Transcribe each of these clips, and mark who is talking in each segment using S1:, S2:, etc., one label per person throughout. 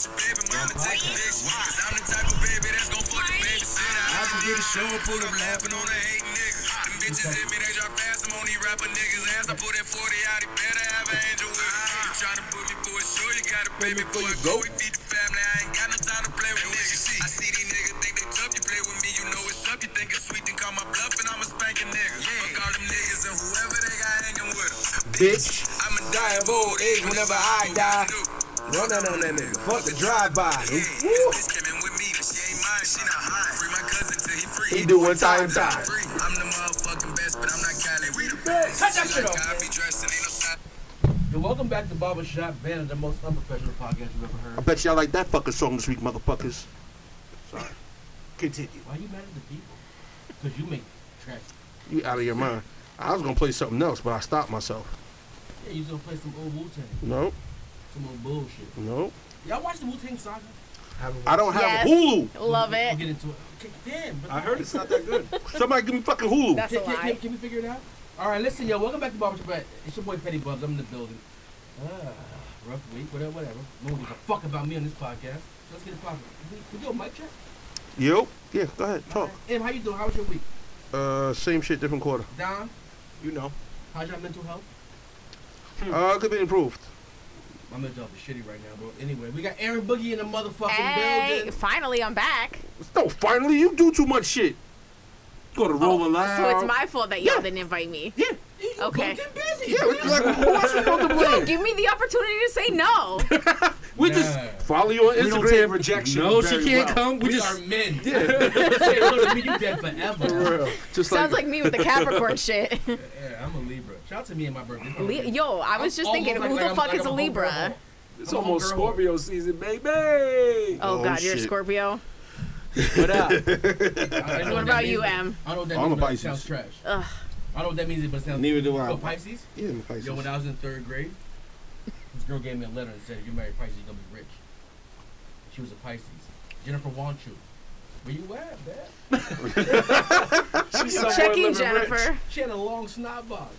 S1: I'ma take a big swing, cause I'm the type of baby that's gon' fuck the babysitter. I can get a show and pull up laughing on a hate nigga. Them bitches hit me, they drop fast. I'm on these rapper niggas' ass. I put that 40 out, he better have an angel with me. You tryna put me for a show, you gotta Ah. pay me for it. Go, we feed the family, I ain't got no time to play with niggas. I see these niggas think they tough, you play with me, you know it's up. You think it's sweet, then call my bluff and I'ma spank a nigga. Fuck all them niggas and whoever they got hanging with 'em.
S2: Bitch,
S1: I'ma die of old age whenever I die.
S2: run that on that nigga. Fuck the drive-by.
S1: Woo.
S2: Woo.
S1: This bitch came in with me, but she ain't mine. She not high. Free my cousin till he free.
S2: He do one time, time.
S1: Free. I'm the motherfucking best, but I'm not Kylie. We the best.
S3: Cut that
S1: She
S3: shit
S1: like
S3: off,
S1: how I be dressed and ain't no side.
S3: And welcome back to Barbershop Banner, the most unprofessional podcast you've ever heard.
S4: I bet y'all like that fucking song this week, motherfuckers. Sorry. Continue.
S3: Why you mad at the people? Because you make tracks.
S4: You out of your mind. I was gonna play something else, but I stopped myself.
S3: Yeah, you gonna play some old Wu Tang,
S4: No,
S3: some old bullshit.
S4: no.
S3: Y'all watch the Wu Tang saga?
S4: I don't have
S5: Yes.
S4: Hulu.
S5: Love
S3: We'll
S5: it.
S3: get into it. Okay, damn. But
S2: I heard it's not that good.
S4: Somebody give me fucking Hulu.
S5: That's a
S3: Can, can, can,
S5: lie.
S3: can we figure it out? All right, listen, yo. Welcome back to Barbershop. Banner. It's your boy Petty Bubs. I'm in the building. Ah, rough week, whatever, whatever. No one gives a fuck about me on this podcast. Let's get it poppin'. Can we- Can we do a mic check?
S4: Yo, yeah, go ahead, talk.
S3: Em, how you doing? How was your week?
S4: Uh, same shit, different quarter.
S3: Don,
S2: You know.
S3: how's your mental health?
S4: Uh, could be improved.
S3: My mental health is shitty right now, bro. Anyway, we got Aaron Boogie in the motherfucking
S5: Hey,
S3: building.
S5: finally I'm back.
S4: No, finally, you do too much shit. Go to roll loud.
S5: Oh, So it's my fault that y'all
S4: Yeah.
S5: didn't invite me.
S4: Yeah,
S3: You you
S5: Okay.
S3: fucking busy.
S4: yeah. It's like who else supposed to play?
S5: Give me the opportunity to say no.
S4: We just
S3: Nah.
S4: follow you on Instagram.
S2: We don't take rejection
S4: No, she
S2: very
S4: can't
S2: well.
S4: come. We,
S3: We,
S4: just
S3: are men. Yeah. Say, look at me, you dead forever.
S4: For real. just
S5: Sounds like me with the Capricorn shit.
S3: Yeah, I'm a Libra. Shout out to me and my birthday.
S5: Le- Yo, I was just thinking, who the fuck is a Libra?
S2: It's
S3: I'm a
S2: almost
S3: homegirl.
S2: Scorpio season, baby.
S5: Oh,
S4: Oh,
S5: God, you're a
S4: shit.
S5: Scorpio.
S2: What up?
S5: What about you, Em?
S3: I don't know what that
S4: I'm a
S3: means, but it
S4: Pisces.
S3: sounds trash.
S5: Ugh.
S3: I don't know what that means, but it sounds
S4: Neither do I.
S3: Oh, Pisces?
S4: yeah, my face.
S3: Yo, when I was in third grade, this girl gave me a letter and said, if you marry Pisces, you're going to be rich. She was a Pisces. Jennifer Wanchu. Where you at, man?
S2: She's somewhere
S5: Checking
S2: living rich.
S5: Jennifer.
S3: She had a long snob box.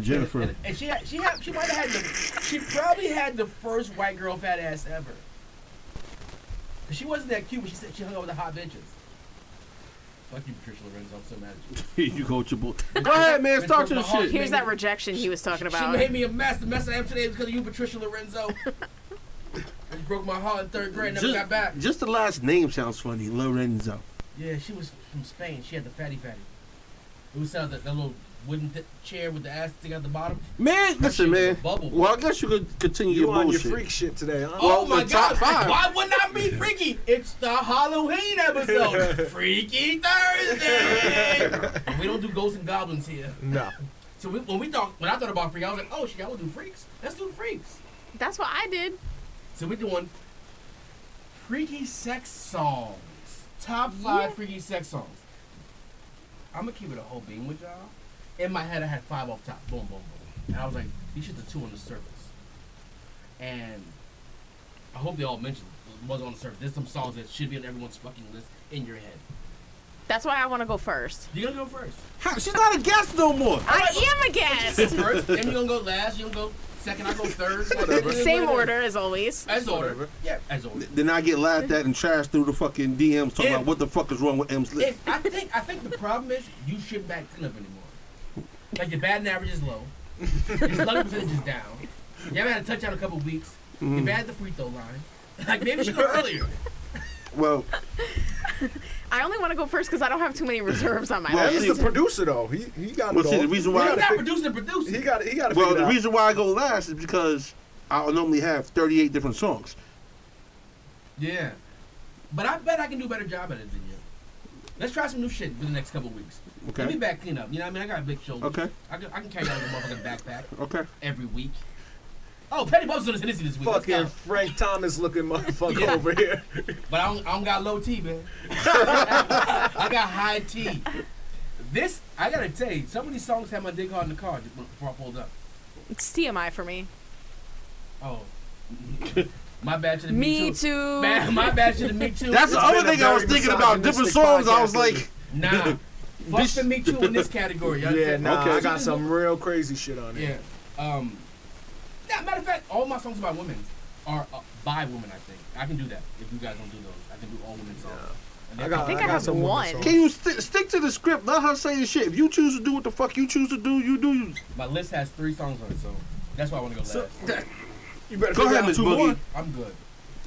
S4: Jennifer.
S3: And, and she had, she had, she might have had the, she probably had the first white girl fat ass ever. 'Cause She wasn't that cute, but she said she hung out with the hot bitches. Fuck you, Patricia Lorenzo. I'm so mad at you.
S4: you go with your boy. Go ahead, man. Start your shit.
S5: Here's that rejection he was talking
S3: She
S5: about.
S3: made me a mess. The mess I am today is because of you, Patricia Lorenzo. It broke my heart in third grade. Never got back.
S4: just the last name sounds funny, Lorenzo.
S3: Yeah, she was from Spain. She had the fatty fatty. It was out that, that little wooden th- chair with the ass thing at the bottom.
S4: Man, listen,
S3: shit
S4: man.
S3: was a bubble.
S4: Well, I guess you could continue
S2: You
S4: your
S2: on your
S4: bullshit.
S2: freak shit today, huh?
S3: Oh
S4: Well,
S3: my
S4: the top
S3: god!
S4: five.
S3: Why would not be freaky? It's the Halloween episode, Freaky Thursday. we don't do ghosts and goblins here.
S2: No.
S3: So we, when we thought, when I thought about freak, I was like, oh shit, y'all do freaks. Let's do freaks.
S5: That's what I did.
S3: So we're doing freaky sex songs. Top five freaky sex songs. I'm gonna keep it a whole beam with y'all. In my head, I had five off top. Boom, boom, boom. And I was like, these shit the two on the surface. And I hope they all mentioned was on the surface. There's some songs that should be on everyone's fucking list in your head.
S5: That's why I want to go first.
S3: You gonna go first?
S4: How- She's not a guest no more.
S5: I am a guest.
S3: First, then you gonna go last. You gonna go second. I go third.
S2: Whatever.
S5: Same order as always.
S3: As order.
S2: Whatever.
S3: Yeah, as order.
S4: Then I get laughed at and trashed through the fucking DMs talking
S3: Yeah.
S4: about what the fuck is wrong with M's lip.
S3: If I think I think the problem is you shouldn't back clip anymore. Like your batting average is low, your slugging percentage is down. You haven't had a touchdown in a couple weeks.
S4: Mm-hmm.
S3: You're bad at the free throw line. Like maybe you should go earlier.
S4: Well,
S5: I only want to go first because I don't have too many reserves on my
S4: Well,
S5: list.
S2: He's the producer, though. He, he got
S4: Well,
S2: it
S4: see,
S2: all.
S4: the reason
S2: He
S4: why-
S3: You're
S2: gotta
S3: not
S2: fig-
S3: producing the
S2: He
S3: producer.
S2: got it. He got to
S4: well,
S2: figure
S4: the
S2: it
S4: reason why I go last is because I normally have 38 different songs.
S3: Yeah, but I bet I can do a better job at it than you. Let's try some new shit for the next couple weeks.
S4: Okay.
S3: Let me back clean up. You know what I mean? I got a big shoulder.
S4: Okay.
S3: I can, I can carry that with a motherfucking backpack
S4: Okay.
S3: every week. Oh, Petty Bubs on the Tennessee this week.
S2: out.
S3: Let's
S2: Fucking
S3: go.
S2: Frank Thomas looking motherfucker
S3: Yeah.
S2: over here.
S3: But I don't, I don't got low T, man. I got high T. This, I gotta tell you, some of these songs had my dick hard in the car before I pulled up.
S5: It's TMI for me.
S3: Oh. my bad to the Me,
S5: Me
S3: Too.
S5: too.
S3: Man, my bad to the Me Too.
S4: That's the
S2: It's been
S4: other
S2: a
S4: thing I was
S2: very
S4: thinking about. Different
S2: misogynistic
S4: songs. I
S2: podcast
S4: was
S2: today.
S4: like,
S3: Nah. Fuck
S4: This-
S3: the Me Too in this category. Y'all
S2: Yeah, nah,
S4: Okay.
S2: I got some real crazy shit on it.
S3: Yeah. Um. Nah, matter of fact, all my songs about women. are uh, by women. I think I can do that. If you guys don't do those, I can do all women songs. And
S2: I
S3: that-
S2: got,
S5: I think I
S2: got
S5: have
S2: some women
S5: one.
S2: songs.
S4: Can you st- stick to the script? Let her say the shit. If you choose to do what the fuck you choose to do, you do. You,
S3: my list has three songs on it, so that's why I want to go last.
S4: so, that- you better
S2: figure out
S4: Miss
S2: two
S4: Boogie.
S2: more.
S3: I'm good.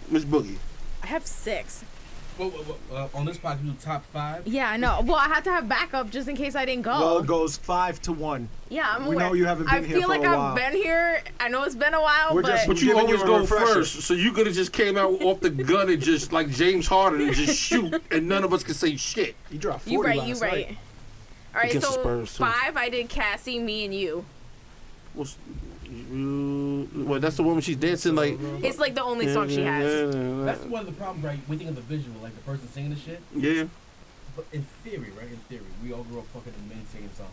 S4: Miss Boogie.
S5: I have six.
S3: Well, well, well, uh, on this podcast, we do top five.
S5: Yeah, I know. Well, I had to have backup just in case I didn't go.
S2: Well, it goes five to one.
S5: yeah, I'm
S2: we
S5: aware.
S2: know you haven't
S5: I
S2: been here
S5: feel
S2: for
S5: like
S2: a
S5: I've
S2: while.
S5: been here. I know it's been a while,
S2: We're
S5: but
S2: just-
S4: But you
S2: Giving you
S4: always
S2: a
S4: go
S2: refresher.
S4: first, so you could have just came out off the gun and just like James Harden and just shoot, and none of us could say shit.
S2: You dropped 40
S5: you right, you
S2: last
S5: right.
S2: night.
S5: All right,
S4: Against the
S5: so
S4: Spurs, too.
S5: five. I did Cassie, me, and you.
S4: What's, you, well, that's the woman she's dancing like.
S5: It's like the only song she has.
S3: That's one of the problems, right? We think of the visual, like the person singing the shit.
S4: Yeah.
S3: But in theory, right? In theory, we all grew up fucking with men singing songs.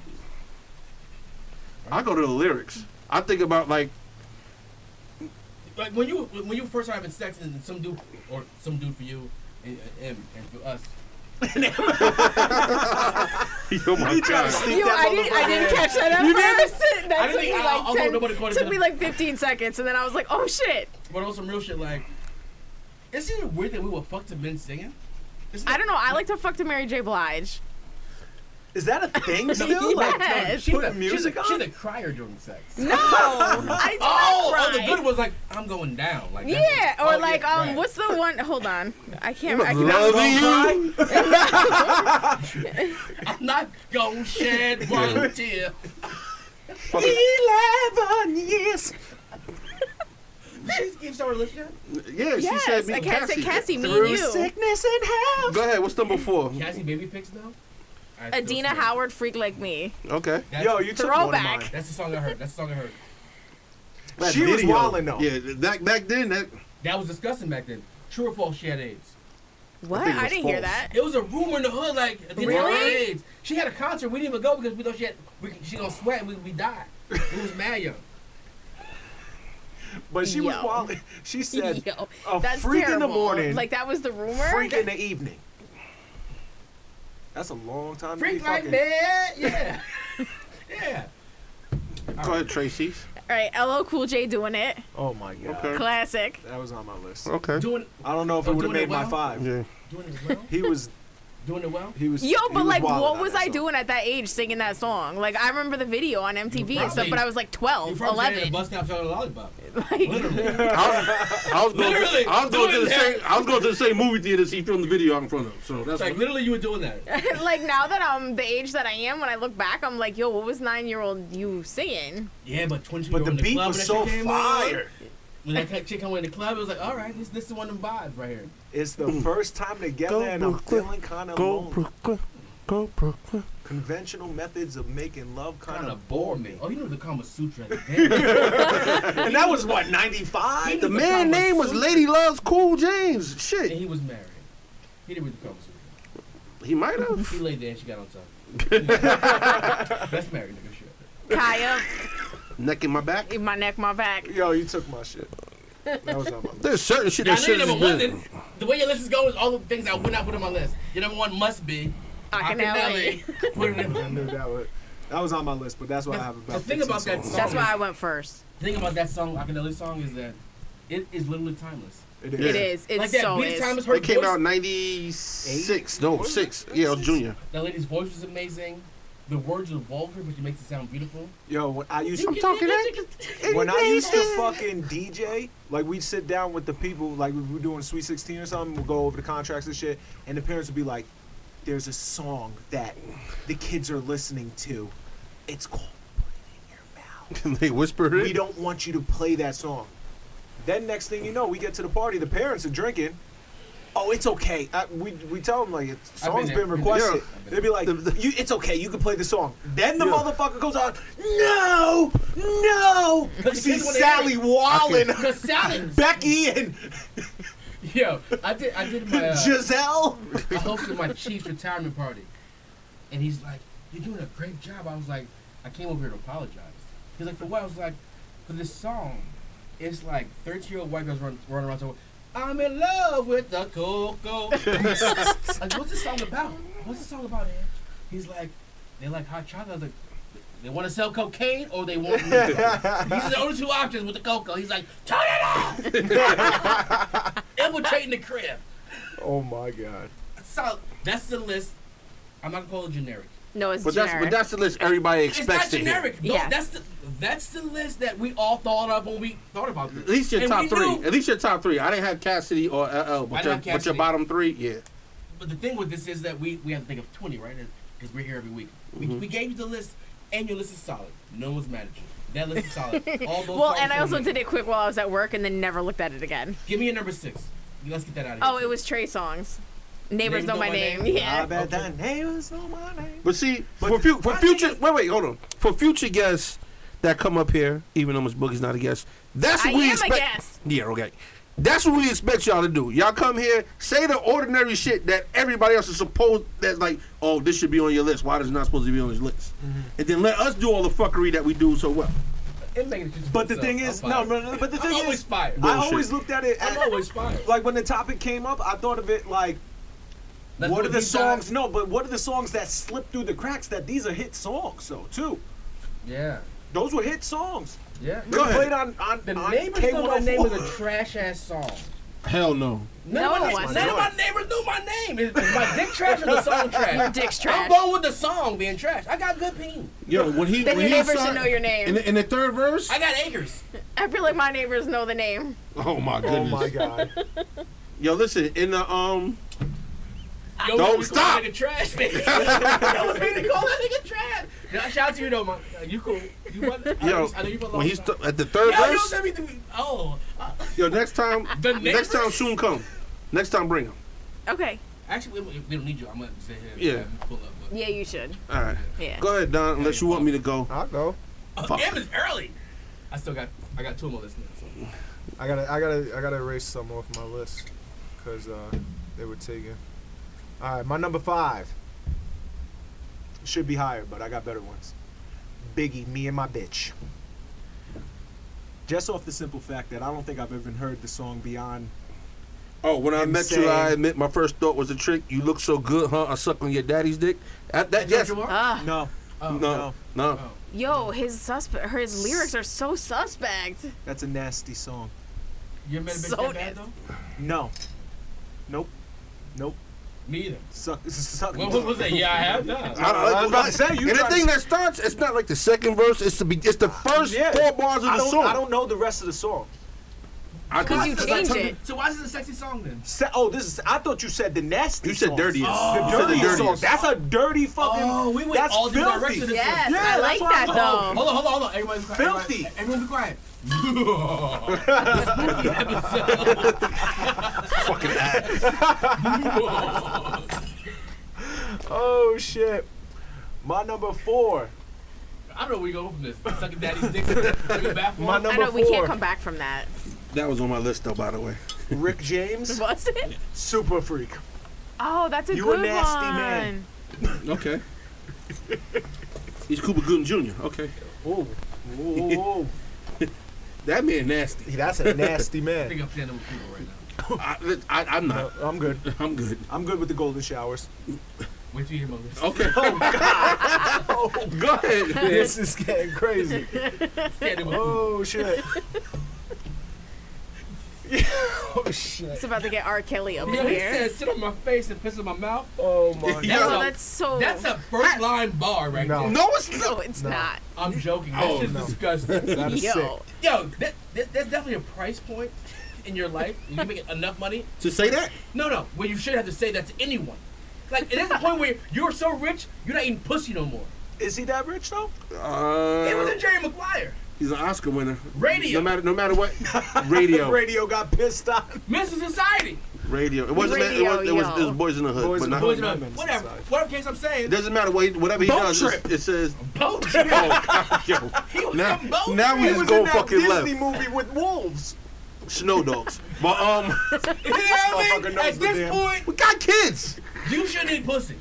S4: I go to the lyrics. I think about like
S3: Like when you when you first start having sex and some dude or some dude for you and and, and for us.
S4: oh my god.
S2: Sneak
S5: You,
S2: that
S5: I didn't, I didn't catch that at first.
S3: I didn't
S5: That took me
S3: think- I- I wouldn't know what
S5: like
S3: it
S5: 10,
S3: was.
S5: took me like 15 seconds, and then I was like, oh shit.
S3: But on some real shit, like it's even weird that we would fuck to men singing. It's
S5: I don't know. I like to fuck to Mary J. Blige.
S2: Is that a thing still? Like,
S5: Yes.
S3: She's
S2: put
S3: a,
S2: music
S3: she's a,
S2: on?
S3: She's a crier during sex.
S5: No, I do
S3: Oh,
S5: not
S3: oh, the
S5: cry.
S3: good was like I'm going down. Like that's-
S5: Yeah, or
S3: oh,
S5: like
S3: yeah,
S5: um,
S3: right.
S5: what's the one? Hold on, I can't. I
S4: Love
S5: can't.
S4: you.
S3: I'm not gonna shed one tear.
S2: Eleven years.
S3: She keeps our relationship.
S4: Yeah, she
S5: Yes,
S4: said me.
S5: I
S4: and
S5: can't say
S4: Cassie.
S5: Cassie. Me
S2: Through
S5: and you.
S2: sickness and health.
S4: Go ahead. What's number four?
S3: Cassie baby pics though. I still
S5: Adina
S3: swear.
S5: Howard, freak like me.
S4: Okay.
S3: That's,
S2: Yo, you took one
S5: Throwback.
S2: of mine.
S3: That's the song I heard. That's the song I heard.
S4: That
S2: She was
S4: video.
S2: wildin' though.
S4: Yeah, th- back back then that
S3: That was disgusting back then. True or false? She had AIDS.
S5: What?
S4: think it
S5: I,
S4: was
S5: didn't hear
S4: false.
S5: that.
S3: It was a rumor in the hood, like Adina
S5: Really?
S3: Howard had AIDS. She had a concert. We didn't even go because we thought she had. We, she gonna sweat. and We we died. We was mad young.
S2: But she was
S5: Yo.
S2: wild. She said,
S5: Yo,
S2: a
S5: that's
S2: freak
S5: terrible.
S2: in the morning,
S5: Like that was the rumor.
S2: freak in the evening. That's a long time to be
S3: Freak like
S2: fucking.
S3: that. Yeah. yeah.
S4: Go ahead, Tracy.
S5: All right, LL Cool J doing it.
S2: Oh my god.
S4: Okay.
S5: Classic.
S2: That was on my list.
S4: Okay.
S3: Doing
S2: I don't know if
S3: Oh,
S2: it would have
S3: doing it
S2: made my
S3: well?
S2: five.
S4: Yeah.
S3: doing it well.
S2: He was
S3: doing it well.
S2: he was
S5: Yo,
S2: he
S5: but
S2: was
S5: like,
S2: wildin'
S5: what
S2: on
S5: was
S2: that
S5: I
S2: song.
S5: doing at that age singing that song? Like, I remember the video on MTV and stuff,
S3: probably-
S5: but I was like
S3: You
S5: 12,
S3: probably sat there
S5: 11.
S3: Busting out your lollipop.
S5: Like,
S3: Literally.
S4: I was going.
S3: Literally,
S4: I was going to
S3: doing
S4: the
S3: that.
S4: same. I was going to the same movie theater. She filmed the video out in front of. So that's
S3: like
S4: what-
S3: literally, you were doing that.
S5: like now that I'm the age that I am, when I look back, I'm like, yo, what was nine year old you singing?
S3: Yeah, but twenty.
S2: But the
S3: in the
S2: beat
S3: club,
S2: was
S3: when
S2: so
S3: that shit came
S2: fire.
S3: On, when that chick came in the club, it was like, all right, this this is one of them vibes right here.
S2: It's the first time together,
S4: Mm. Go
S2: and I'm
S4: Brooklyn.
S2: feeling kind of
S4: Go
S2: alone.
S4: Brooklyn. Go Brooklyn.
S2: Conventional methods of making love kind
S3: Kind
S2: of
S3: of bore me. Oh, you know the Kama Sutra.
S2: and that was what 95.
S3: He
S4: The
S3: knew
S4: man
S3: the
S4: name was
S3: Kama Sutra.
S4: Lady Loves Cool James.
S3: and
S4: Shit.
S3: he was married. He didn't read the Kama Sutra.
S4: He might have.
S3: He laid there and she got on top. That's married nigga shit.
S5: Kaya,
S4: Neck in my back.
S5: my neck, my back.
S2: Yo, you took my shit. That was on my list.
S4: There's certain shit
S3: Now,
S4: that
S3: I know your
S4: should
S3: number
S4: have
S3: one.
S4: been.
S3: Then, the way your list is going is all the things I would not put on my list. Your number one must be
S5: Akinele.
S3: Akinele. Put it in-
S2: I knew that was that was on my list, but that's what I have about.
S3: The thing about
S2: 15
S3: that
S2: songs.
S3: song-
S5: That's why I went first.
S3: The thing about that song, Akinele song, is that it is literally timeless.
S2: it is.
S5: It is. It
S3: like that
S5: so
S3: beat
S5: is.
S3: Thomas, her
S4: It came
S3: voice,
S4: out in 96. No, 6. Yeah, I was junior.
S3: That lady's voice was amazing. The words are vulgar, but she makes it sound beautiful.
S2: Yo, when I used
S4: I'm
S2: to,
S4: talking
S2: when I used to fucking DJ, like we'd sit down with the people, like we were doing Sweet 16 or something, we'd go over the contracts and shit, and the parents would be like, "There's a song that the kids are listening to. It's called Put It in Your Mouth."
S4: And they whispered it.
S2: we don't want you to play that song. Then next thing you know, we get to the party, the parents are drinking. Oh, it's okay. I, we we tell them like the song's
S3: there.
S2: been requested.
S3: Yeah.
S2: They'd be like, you, "It's okay, you can play the song." Then the motherfucker goes on, "No, no." We
S3: Because
S2: see
S3: kids wanna
S2: Sally
S3: hear
S2: Wall and
S3: Cause Sally,
S2: Becky and
S3: yo, I did, I did my, uh,
S2: Giselle.
S3: I hosted my Chiefs retirement party, and he's like, "You're doing a great job." I was like, "I came over here to apologize." He's like, "For what?" I was like, "For this song." It's like 13 year old white girls run, running around saying, "I'm in love with the cocoa." like, what's this song about? What's this song about, man? He's like, "They like hot chocolate." I was like, They want to sell cocaine or they want me. These are the only two options with the cocoa. He's like, turn it off! Infiltrating the crib.
S2: Oh my god.
S3: So that's the list. I'm not gonna call it generic.
S5: No, it's
S4: But that's
S5: generic.
S4: but that's the list everybody
S3: It's
S4: expects
S3: not
S4: to hear.
S3: generic. No,
S5: Yeah.
S3: that's the that's the list that we all thought of when we thought about this.
S4: At least your
S3: And
S4: top
S3: we
S4: three.
S3: knew-
S4: At least your top three. I didn't have Cassidy or LL,
S3: I
S4: but
S3: didn't
S4: your, but
S3: have
S4: your
S3: Cassidy.
S4: bottom three, yeah.
S3: But the thing with this is that we, we have to think of 20, right? Because we're here every week. We,
S2: Mm-hmm.
S3: we gave you the list, and your list is solid. No one's mad at you. That list is solid. All those
S5: well,
S3: songs
S5: and I
S3: are
S5: also
S3: amazing.
S5: did it quick while I was at work and then never looked at it again.
S3: Give me a number six. Let's get that out of here.
S5: Oh, it was Trey songs. Neighbors
S3: Neighbors
S5: know my name. Yeah.
S2: I bet
S3: Okay.
S2: Uh, that name is not my name.
S4: But see,
S2: But
S4: for, fu- for
S2: my
S4: future,
S2: thing
S4: wait, wait, hold on. For future guests that come up here, even though Miss Boogie's not a guest, that's
S5: I
S4: what we
S5: am a
S4: expect.
S5: guest.
S4: Yeah, okay. That's what we expect y'all to do. Y'all come here, say the ordinary shit that everybody else is supposed that like, oh, this should be on your list. Why does it not supposed to be on this list? And then let us do all the fuckery that we do so well.
S3: It made it just
S2: But the
S3: so
S2: thing
S3: I'm
S2: is, no,
S3: fired.
S2: no, no, but the
S3: I'm
S2: thing
S3: always
S2: is,
S3: fired.
S2: I
S4: Bullshit.
S2: always looked at it.
S3: I'm
S2: At,
S3: always fired.
S2: like when the topic came up, I thought of it like,
S3: Let's
S2: what
S3: do
S2: are
S3: a
S2: the
S3: deep
S2: songs?
S3: dive.
S2: No, but what are the songs that slipped through the cracks? That these are hit songs, though. Too.
S3: Yeah,
S2: Those were hit songs.
S3: yeah.
S4: Go ahead.
S2: Played on on,
S3: The
S2: on
S3: neighbors know my name is a
S2: K104.
S3: trash ass song.
S4: Hell no.
S3: None,
S5: No,
S3: of, my,
S5: it's
S3: none of
S2: not.
S3: my neighbors knew my name. Is, is my dick trash or the song trash?
S5: Dick's
S3: I'm
S5: trash.
S3: going with the song being trash. I got good peen.
S4: Yo, when he
S5: Then
S4: when
S5: your
S4: he
S5: neighbors should
S4: signed-
S5: know your name.
S4: In the, in the third verse.
S3: I got acres.
S5: I feel like my neighbors know the name.
S4: oh my
S2: Oh
S4: goodness.
S2: my god.
S4: Yo, listen. In the um.
S3: Yo,
S4: Don't
S3: we
S4: stop.
S3: Call that nigga trash, baby. Yo, we call that nigga trash. Yo, Shout out to you though, man. You cool? You run, I,
S4: Yo,
S3: know, I know you run
S4: when he's
S3: long time.
S4: at the third
S3: Yo, yo,
S4: verse.
S3: let me do. Oh, uh,
S4: Yo, next time,
S3: The
S4: next time
S3: neighbors?
S4: soon come. Next time bring him.
S5: Okay.
S3: actually, we, we don't need you. I'm gonna sit here.
S4: Yeah.
S3: and Pull up. But.
S5: Yeah, you should.
S4: All right.
S5: Yeah.
S4: Go ahead, Don. Unless you want me to go.
S2: I'll go.
S3: Oh,
S4: Fuck.
S3: damn, it's early. I still got. I got two more listening. So.
S2: I gotta, I gotta, I gotta erase some off my list because uh, they were taken. All right, my number five should be higher, but I got better ones. Biggie, me and my bitch. Just off the simple fact that I don't think I've ever heard the song beyond.
S4: Oh, when I
S2: Him
S4: met you,
S2: saying-
S4: I admit my first thought was a trick. You look so good, huh? I suck on your daddy's dick. At that, yes. No,
S3: Jamal?
S5: Ah,
S2: No,
S3: Oh,
S4: no.
S3: Oh.
S5: yo, his suspect, her his lyrics are so suspect.
S2: that's a nasty song.
S3: You ever met a bitch
S5: So
S3: that bad though?
S2: No, nope, nope.
S3: Me either.
S2: Suck, suck.
S3: What, was that? Yeah, I have. Nah.
S4: I,
S2: I was about to say, you
S4: and the
S2: tried to-
S4: thing that starts, it's not like the second verse. It's the be, it's the first
S2: Yeah.
S4: four bars of the
S2: I don't,
S4: song.
S2: I don't know the rest of the song.
S4: I
S5: Because you
S4: I- I-
S5: changed
S4: I-
S5: it.
S3: So why is it a sexy song then?
S2: Se- oh, this is. I thought you said the nasty.
S4: You said
S2: songs.
S4: dirtiest.
S2: The
S4: You said
S2: dirty
S4: the
S2: song.
S4: dirtiest.
S2: That's a dirty fucking.
S3: Oh, we went
S2: that's
S3: all different
S2: filthy.
S3: directions.
S5: Yes,
S2: Yeah,
S5: I
S2: that's
S5: like
S2: why
S5: that
S2: I'm-
S5: though.
S3: Hold on, hold on, hold on. Everybody's quiet.
S2: Filthy.
S3: Everyone be quiet. Spooky episode.
S4: Fucking ass.
S2: Oh shit. My number four.
S3: I don't know where we go from this. Sucking daddy's dick in the in the bathroom.
S2: My
S5: I
S2: number
S5: know we
S2: four.
S5: can't come back from that.
S4: That was on my list though, by the way.
S2: Rick James,
S5: Was it?
S2: super freak.
S5: Oh, that's a
S2: You a
S5: good
S2: nasty
S5: one.
S2: man.
S4: Okay. He's Cooper Gooden Jr. Okay.
S2: Ooh, ooh, ooh, ooh.
S4: That man nasty.
S2: that's a nasty
S3: I
S2: man.
S3: think I'm standing with people right now.
S4: I, I, I'm
S2: No,
S4: not.
S2: I'm good.
S4: I'm good.
S2: I'm good with the golden showers.
S3: Wait till you hear my list.
S4: Okay.
S2: Oh,
S4: Go ahead. man.
S2: this is getting crazy.
S3: Standing with people.
S2: Oh shit. oh shit.
S5: It's about to get R. Kelly over
S3: Yeah, he
S5: here.
S3: said sit on my face and piss in my mouth.
S2: Oh my
S4: Yeah.
S2: god.
S5: oh,
S3: a-
S5: that's so.
S3: That's a first line bar right
S2: No.
S3: there.
S4: No, it's
S5: no,
S4: not.
S5: it's
S2: No.
S5: not.
S3: I'm joking. That's
S4: Oh,
S3: just
S2: no.
S3: disgusting.
S2: That is
S5: Yo,
S2: sick.
S3: Yo, that, that, that's definitely a price point in your life. You make enough money
S4: To say that?
S3: No, no. Well, you shouldn't have to say that to anyone. Like, that's the point where you're so rich, you're not eating pussy no more.
S2: Is he that rich though?
S3: It was a
S4: Uh,
S3: Jerry Maguire.
S4: he's an Oscar winner.
S3: Radio.
S4: No matter, no matter what. Radio.
S2: Radio got pissed on.
S3: Mr. Society.
S4: Radio. It wasn't.
S5: Radio,
S4: that, it, was, it, was, it
S5: yo.
S4: was boys in the hood.
S2: Boys
S4: but
S2: in
S4: not,
S2: the
S3: Boys and
S2: Hood.
S3: men,
S2: Men's
S3: Whatever.
S2: Society.
S3: Whatever case I'm
S4: It
S3: saying.
S4: doesn't matter what he, whatever he
S2: Boat
S4: does. it's-
S2: trip.
S4: It says.
S3: Boat.
S4: Oh God, yo.
S3: He was
S4: Now,
S3: on boat.
S4: now we
S2: He
S4: just
S2: was in
S4: going
S2: that
S4: fucking
S2: Disney
S4: left.
S2: movie with wolves.
S4: Snow dogs. But um,
S3: You know what I
S2: Motherfucker
S3: mean?
S2: knows
S3: At
S2: the
S3: this
S2: damn-
S4: we
S3: point,
S4: got kids.
S3: you shouldn't eat pussy.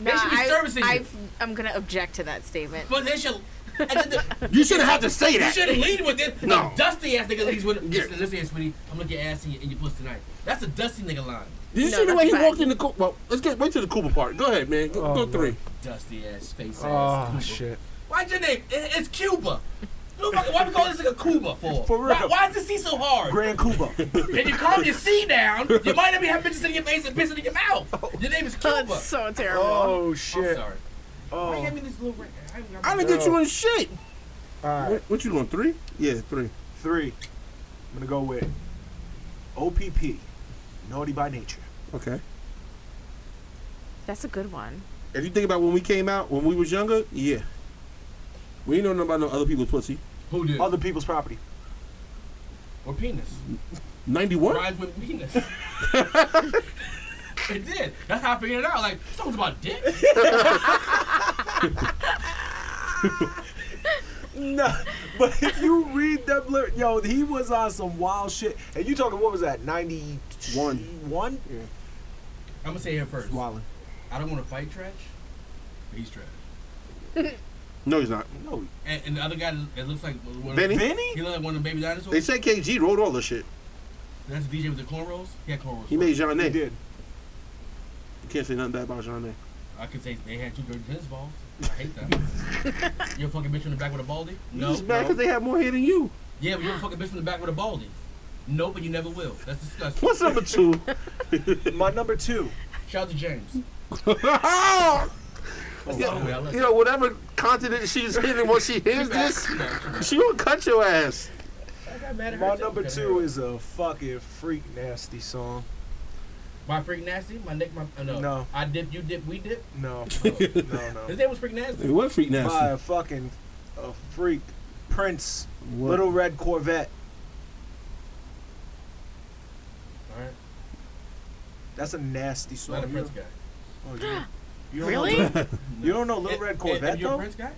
S5: Nah,
S3: should be servicing
S5: I,
S3: you.
S5: I, am gonna object to that statement.
S3: But they should. and then the-
S4: You shouldn't have to say
S3: You
S4: that.
S3: should lead with it.
S4: No.
S3: A dusty ass nigga leads with it.
S4: Yeah.
S3: Listen, listen here, sweetie. I'm gonna get ass in your, in your pussy tonight. That's a dusty nigga line.
S4: Did you
S5: No,
S4: see the way he
S5: that's
S4: walked
S5: bad.
S4: in the Cooper? Well, let's get wait to the Cooper part. Go ahead, man. Go,
S2: Oh,
S4: go three.
S3: Dusty ass face ass.
S2: Oh
S3: Google.
S2: shit.
S3: Why's your name? It- It's Cuba. You know, Why we call this nigga Cuba for?
S2: For real.
S3: Why, why is the C so hard?
S2: Grand Cuba.
S3: If you calm your C down, you might not be having bitches in your face and bitches in your mouth. Your name is Cuba.
S5: That's so terrible.
S2: oh
S3: I'm
S2: shit.
S3: sorry. Why you
S2: Oh.
S3: give me this little ring? I ain't got
S4: I didn't
S3: my-
S4: get you in shit.
S2: All right.
S4: What, what you going three? Yeah, three.
S2: Three. I'm gonna go with OPP. Naughty by nature.
S4: Okay.
S5: That's a good one.
S4: If you think about when we came out, when we was younger, yeah. We ain't know nothing about no other people's pussy.
S3: Who did?
S2: Other people's property.
S3: Or penis.
S4: Ninety one.
S3: Rise with penis. it did. That's how I figured it out. Like, something's about dick.
S2: No, but if you read that blur, yo, he was on some wild shit. And you talking what was that? Ninety
S4: One.
S2: One.
S3: I'm gonna say him first.
S2: Wildin'.
S3: I don't want to fight trash. but He's trash.
S4: No, he's not.
S2: No,
S3: And, and the other guy that looks like one
S4: Vinny?
S3: Of,
S2: Vinny.
S3: he looked like one of the baby dinosaurs.
S4: They said KG wrote all the shit.
S3: That's the DJ with the cornrows. He had cornrows.
S4: He made Jean
S2: He
S4: A. You
S2: did.
S4: can't say nothing bad about Jean A.
S3: I could say they had two dirty tennis balls. I hate that. you a fucking bitch in the back with a baldy? No.
S4: It's bad because they have more hair than you.
S3: Yeah, but you're a fucking bitch in the back with a baldy. No, but you never will. That's disgusting.
S4: What's number two?
S2: My number two.
S3: Shout out to James. That's the only way I
S4: you
S3: listen.
S4: know, whatever continent she's in, and when she hears this, she will cut your ass.
S3: I got mad at her
S2: My
S3: too.
S2: number
S3: Got
S2: two
S3: her.
S2: is a fucking freak nasty song.
S3: my freak nasty. My neck. My uh, no.
S2: No.
S3: I dip. You dip. We dip.
S2: No, no, no.
S3: His
S2: no.
S3: name was freak nasty.
S4: What freak
S2: By a fucking a freak Prince,
S4: What?
S2: Little Red Corvette.
S3: All right.
S2: That's a nasty
S3: So not a
S2: song. You,
S3: Prince guy.
S2: oh, you, you don't
S5: Really?
S2: Know, you don't know Little
S3: If-
S2: Red
S3: if-
S2: Corvette
S3: if you're eh, a
S2: though?
S3: Prince guy.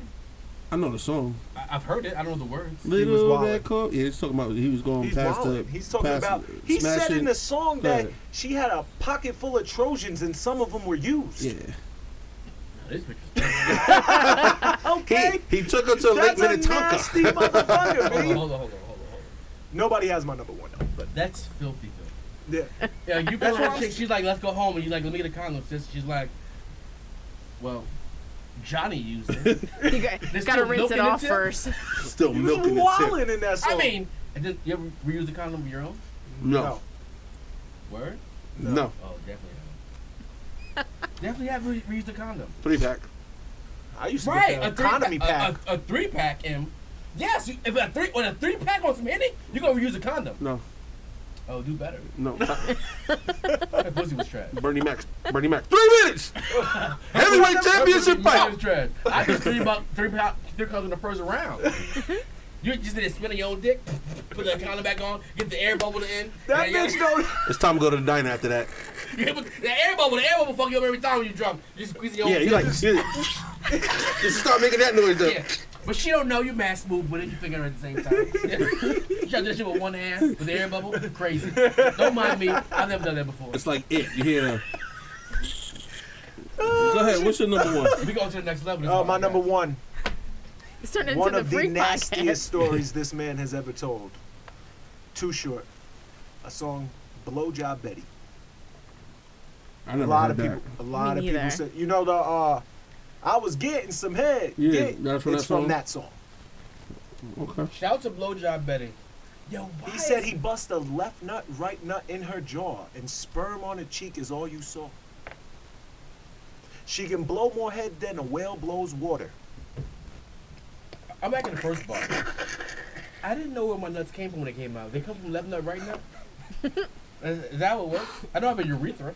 S4: I know the song.
S3: I- I've heard it. I don't know the words.
S2: was
S4: Little
S2: wildin'.
S4: Red Corp. Yeah, he's talking about he was going
S2: He's
S4: past
S2: wildin'.
S4: the.
S2: He's talking
S4: past
S2: about.
S4: the-
S2: He said
S4: smashing-
S2: in the song
S4: Go
S2: that
S4: ahead.
S2: she had a pocket full of Trojans and some of them were used.
S4: Yeah.
S3: No, this picture's
S2: Okay.
S4: He took her to Lake
S2: That's a
S4: Minnetonka.
S2: nasty motherfucker,
S3: hold
S2: man.
S3: on, hold on, hold on, hold on, hold on.
S2: Nobody has my number one though. But
S3: That's filthy, though.
S2: yeah.
S3: Yeah, you
S2: That's
S3: that's
S2: what I'm
S3: what chick. She's like, let's go home, and you're like, let me get a condom, sis. She's like, well, Johnny used it.
S5: You got,
S3: There's
S5: gotta
S3: still milk
S5: rinse it
S3: in the
S5: off
S3: tip?
S5: first.
S4: Still
S2: He was
S4: milking the tip.
S2: wildin' in that song.
S3: I mean, and then you ever reuse the condom of your own?
S4: No,
S3: Word?
S4: no,
S3: Oh, definitely. Have. definitely have re- reused the condom.
S4: three pack.
S2: I used to
S3: Right,
S2: get
S3: a
S2: the
S3: three
S2: economy pack.
S3: pack, a, a, a three pack, and yes, you- if a three, when a three pack on some Henny, you're gonna reuse a condom.
S4: No,
S3: Oh, do better.
S4: no.
S3: That pussy was trash.
S4: Bernie Mac. Bernie Mac. Three minutes. Heavyweight championship
S3: It's
S4: fight.
S3: trash. I just three about three pound three pounds in the first round. You just didn't spin your own dick, put the condom back on, get the air bubble in.
S2: that
S3: and
S2: bitch
S3: you-
S2: don't.
S4: It's time to go to the diner after that.
S3: you hit with- The air bubble, the air bubble fuck you up every time when you drunk. You squeeze your own
S4: Yeah, you
S3: dick.
S4: like you just start making that noise. Though.
S3: Yeah. But she don't know you mass move with it, you finger at the same time. she tried to do shit with one hand with the air bubble. Crazy. Don't mind me. I've never done that before.
S4: It's like it. You hear that? Go ahead. What's your number one?
S3: We go to the next level.
S2: Oh, my number one.
S5: It's turned into
S2: One
S5: the
S2: of the
S5: freak
S2: nastiest stories this man has ever told. Too short. A song, "Blowjob Betty."
S4: I
S2: A
S4: never
S2: lot
S4: heard
S2: of
S4: that.
S2: people. A lot
S5: Me
S2: of people
S5: neither.
S2: said, you know the. uh I was getting some head.
S4: Yeah, that's from
S2: it's
S4: that
S2: from
S4: song?
S2: that song.
S4: Okay.
S3: Shout out to blowjob Betty. Yo, why
S2: He
S3: is-
S2: said he bust a left nut, right nut in her jaw, and sperm on her cheek is all you saw. She can blow more head than a whale blows water.
S3: I'm back in the first bar. I didn't know where my nuts came from when they came out. They come from left nut, right nut. Is is that what works? I don't have a urethra.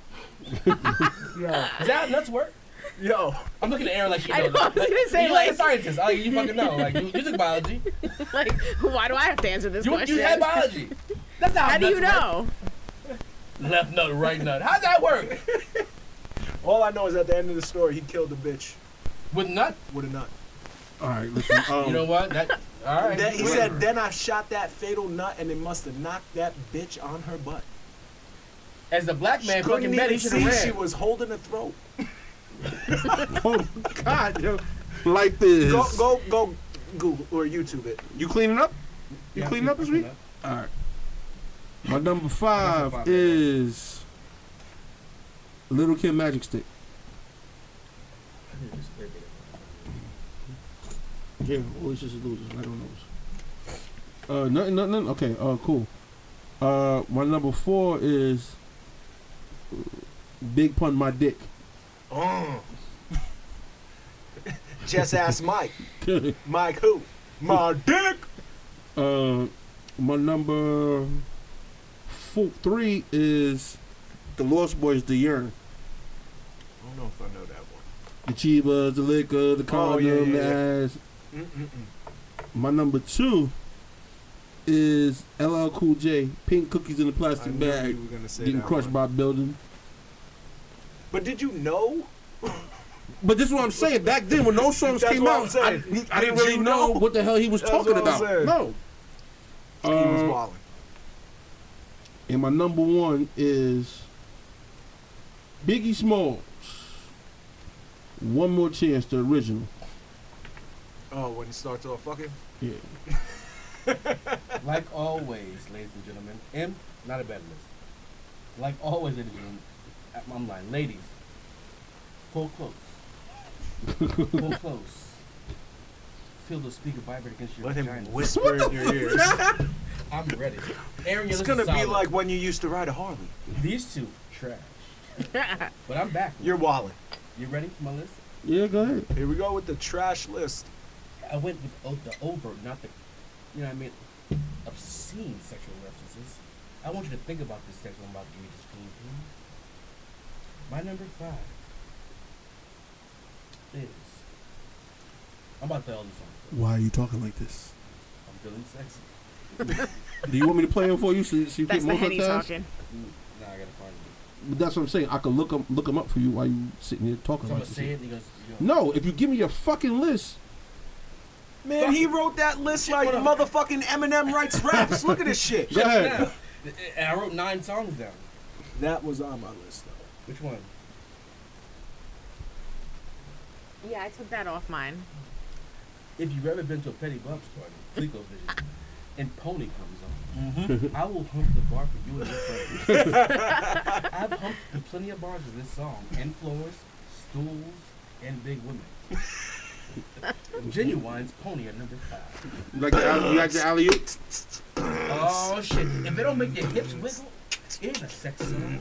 S2: Yo,
S3: Is that how nuts work?
S2: yo,
S3: I'm looking at Aaron like she
S5: I
S3: knows.
S5: know, I was
S3: Like,
S5: gonna say,
S3: you like,
S5: like-
S3: a scientist. Like you fucking know. Like you, you took biology.
S5: nasty. Like, why do I have to answer this
S3: You,
S5: question?
S3: you had biology. That's not how,
S5: How do you
S3: nuts work.
S5: know?
S3: Left nut, right nut. How's that work?
S2: all I know is at the end of the story, he killed a bitch
S3: With nut?
S2: with a nut.
S4: All right. Listen. Um,
S3: You know what? That. All right.
S2: Then he
S3: Whatever.
S2: said, then I shot that fatal nut, and it must have knocked that bitch on her butt.
S3: as a black man,
S2: Couldn't
S3: fucking Betty
S2: even
S3: should
S2: see
S3: have
S2: she
S3: ran.
S2: was holding her throat.
S4: Oh God, yo. Like this.
S2: Go, go, go, Google or YouTube it.
S4: You cleaning up? You
S3: Yeah,
S4: cleaning up this week? All right. My number five,
S3: five.
S4: is Little Kim Magic Stick. Yeah, always just losers. I don't know. Uh, nothing, nothing. nothing. Okay. Uh, cool. Uh, my number four is Big Pun My Dick.
S2: Mm. Just ask Mike. Mike who? My dick.
S4: uh, my number four, three is The Lost Boys, The Yearn.
S2: I don't know if I know that one.
S4: The Chivas, The Liquor, The Condom,
S2: Oh, yeah, yeah,
S4: The
S2: yeah.
S4: Ass. My number two is LL Cool J, Pink Cookies in a
S2: I
S4: Plastic
S2: knew
S4: Bag,
S2: you were gonna say
S4: getting
S2: that
S4: crushed
S2: one.
S4: by a building.
S2: But did you know?
S4: But this is what I'm saying. Back then, when those songs
S2: That's
S4: came
S2: what I'm
S4: out, I,
S2: saying.
S4: I didn't
S2: Did
S4: really
S2: you
S4: know
S2: know?
S4: what the hell he was
S2: That's
S4: talking
S2: what I'm
S4: about.
S2: saying.
S4: No.
S2: he was
S4: Uh,
S2: wilding.
S4: And my number one is Biggie Smalls. One more chance, the original.
S2: Oh, when he starts off fucking.
S4: Yeah.
S3: Like always, ladies and gentlemen, M, not a bad list. Like always, ladies and gentlemen, at- I'm lying. Ladies, pull close. pull close. Feel the speaker vibrate against your
S2: Let him
S3: vagina.
S2: whisper in your ears.
S3: I'm ready. Aaron,
S2: It's
S3: your list
S2: gonna
S3: is
S2: be
S3: solid.
S2: like when you used to ride a Harley.
S3: these two trash. but I'm back.
S2: You're wilding.
S3: you ready for my list?
S4: Yeah, go ahead.
S2: Here we go with the trash list.
S3: I went with o- the overt, not the, you know what I mean, obscene sexual references. I want you to think about this section I'm about to give you the screen, please. My number five is. I'm about to tell you something.
S4: Why are you talking like this?
S3: I'm feeling sexy.
S4: Do you want me to play them for you so, so you
S5: That's the
S4: can
S5: Henny
S4: multitask?
S5: talking.
S3: Mm, Nah, I gotta find it.
S4: But that's what I'm saying. I could look them look 'em up for you while you sitting here talking
S3: So I'm
S4: like this.
S3: gonna say it. and You're gonna, you're
S4: No, if you give me your fucking list,
S2: Man, he wrote that list like motherfucking Eminem writes raps. Look at this shit.
S4: go ahead.
S3: Now, th- and I wrote nine songs down.
S2: That was on my list though.
S3: Which one?
S5: Yeah, I took that off mine.
S3: If you've ever been to a Petty Bumps party, Fleco Vision, and Pony comes on, I will hump the bar for you and your friends. I've humped to plenty of bars with this song, and floors, stools, and big women. Genuine's Pony at number five.
S4: You like the, alley- you like the alley oop?
S3: Oh shit! If they don't make your hips wiggle, it ain't a sex song.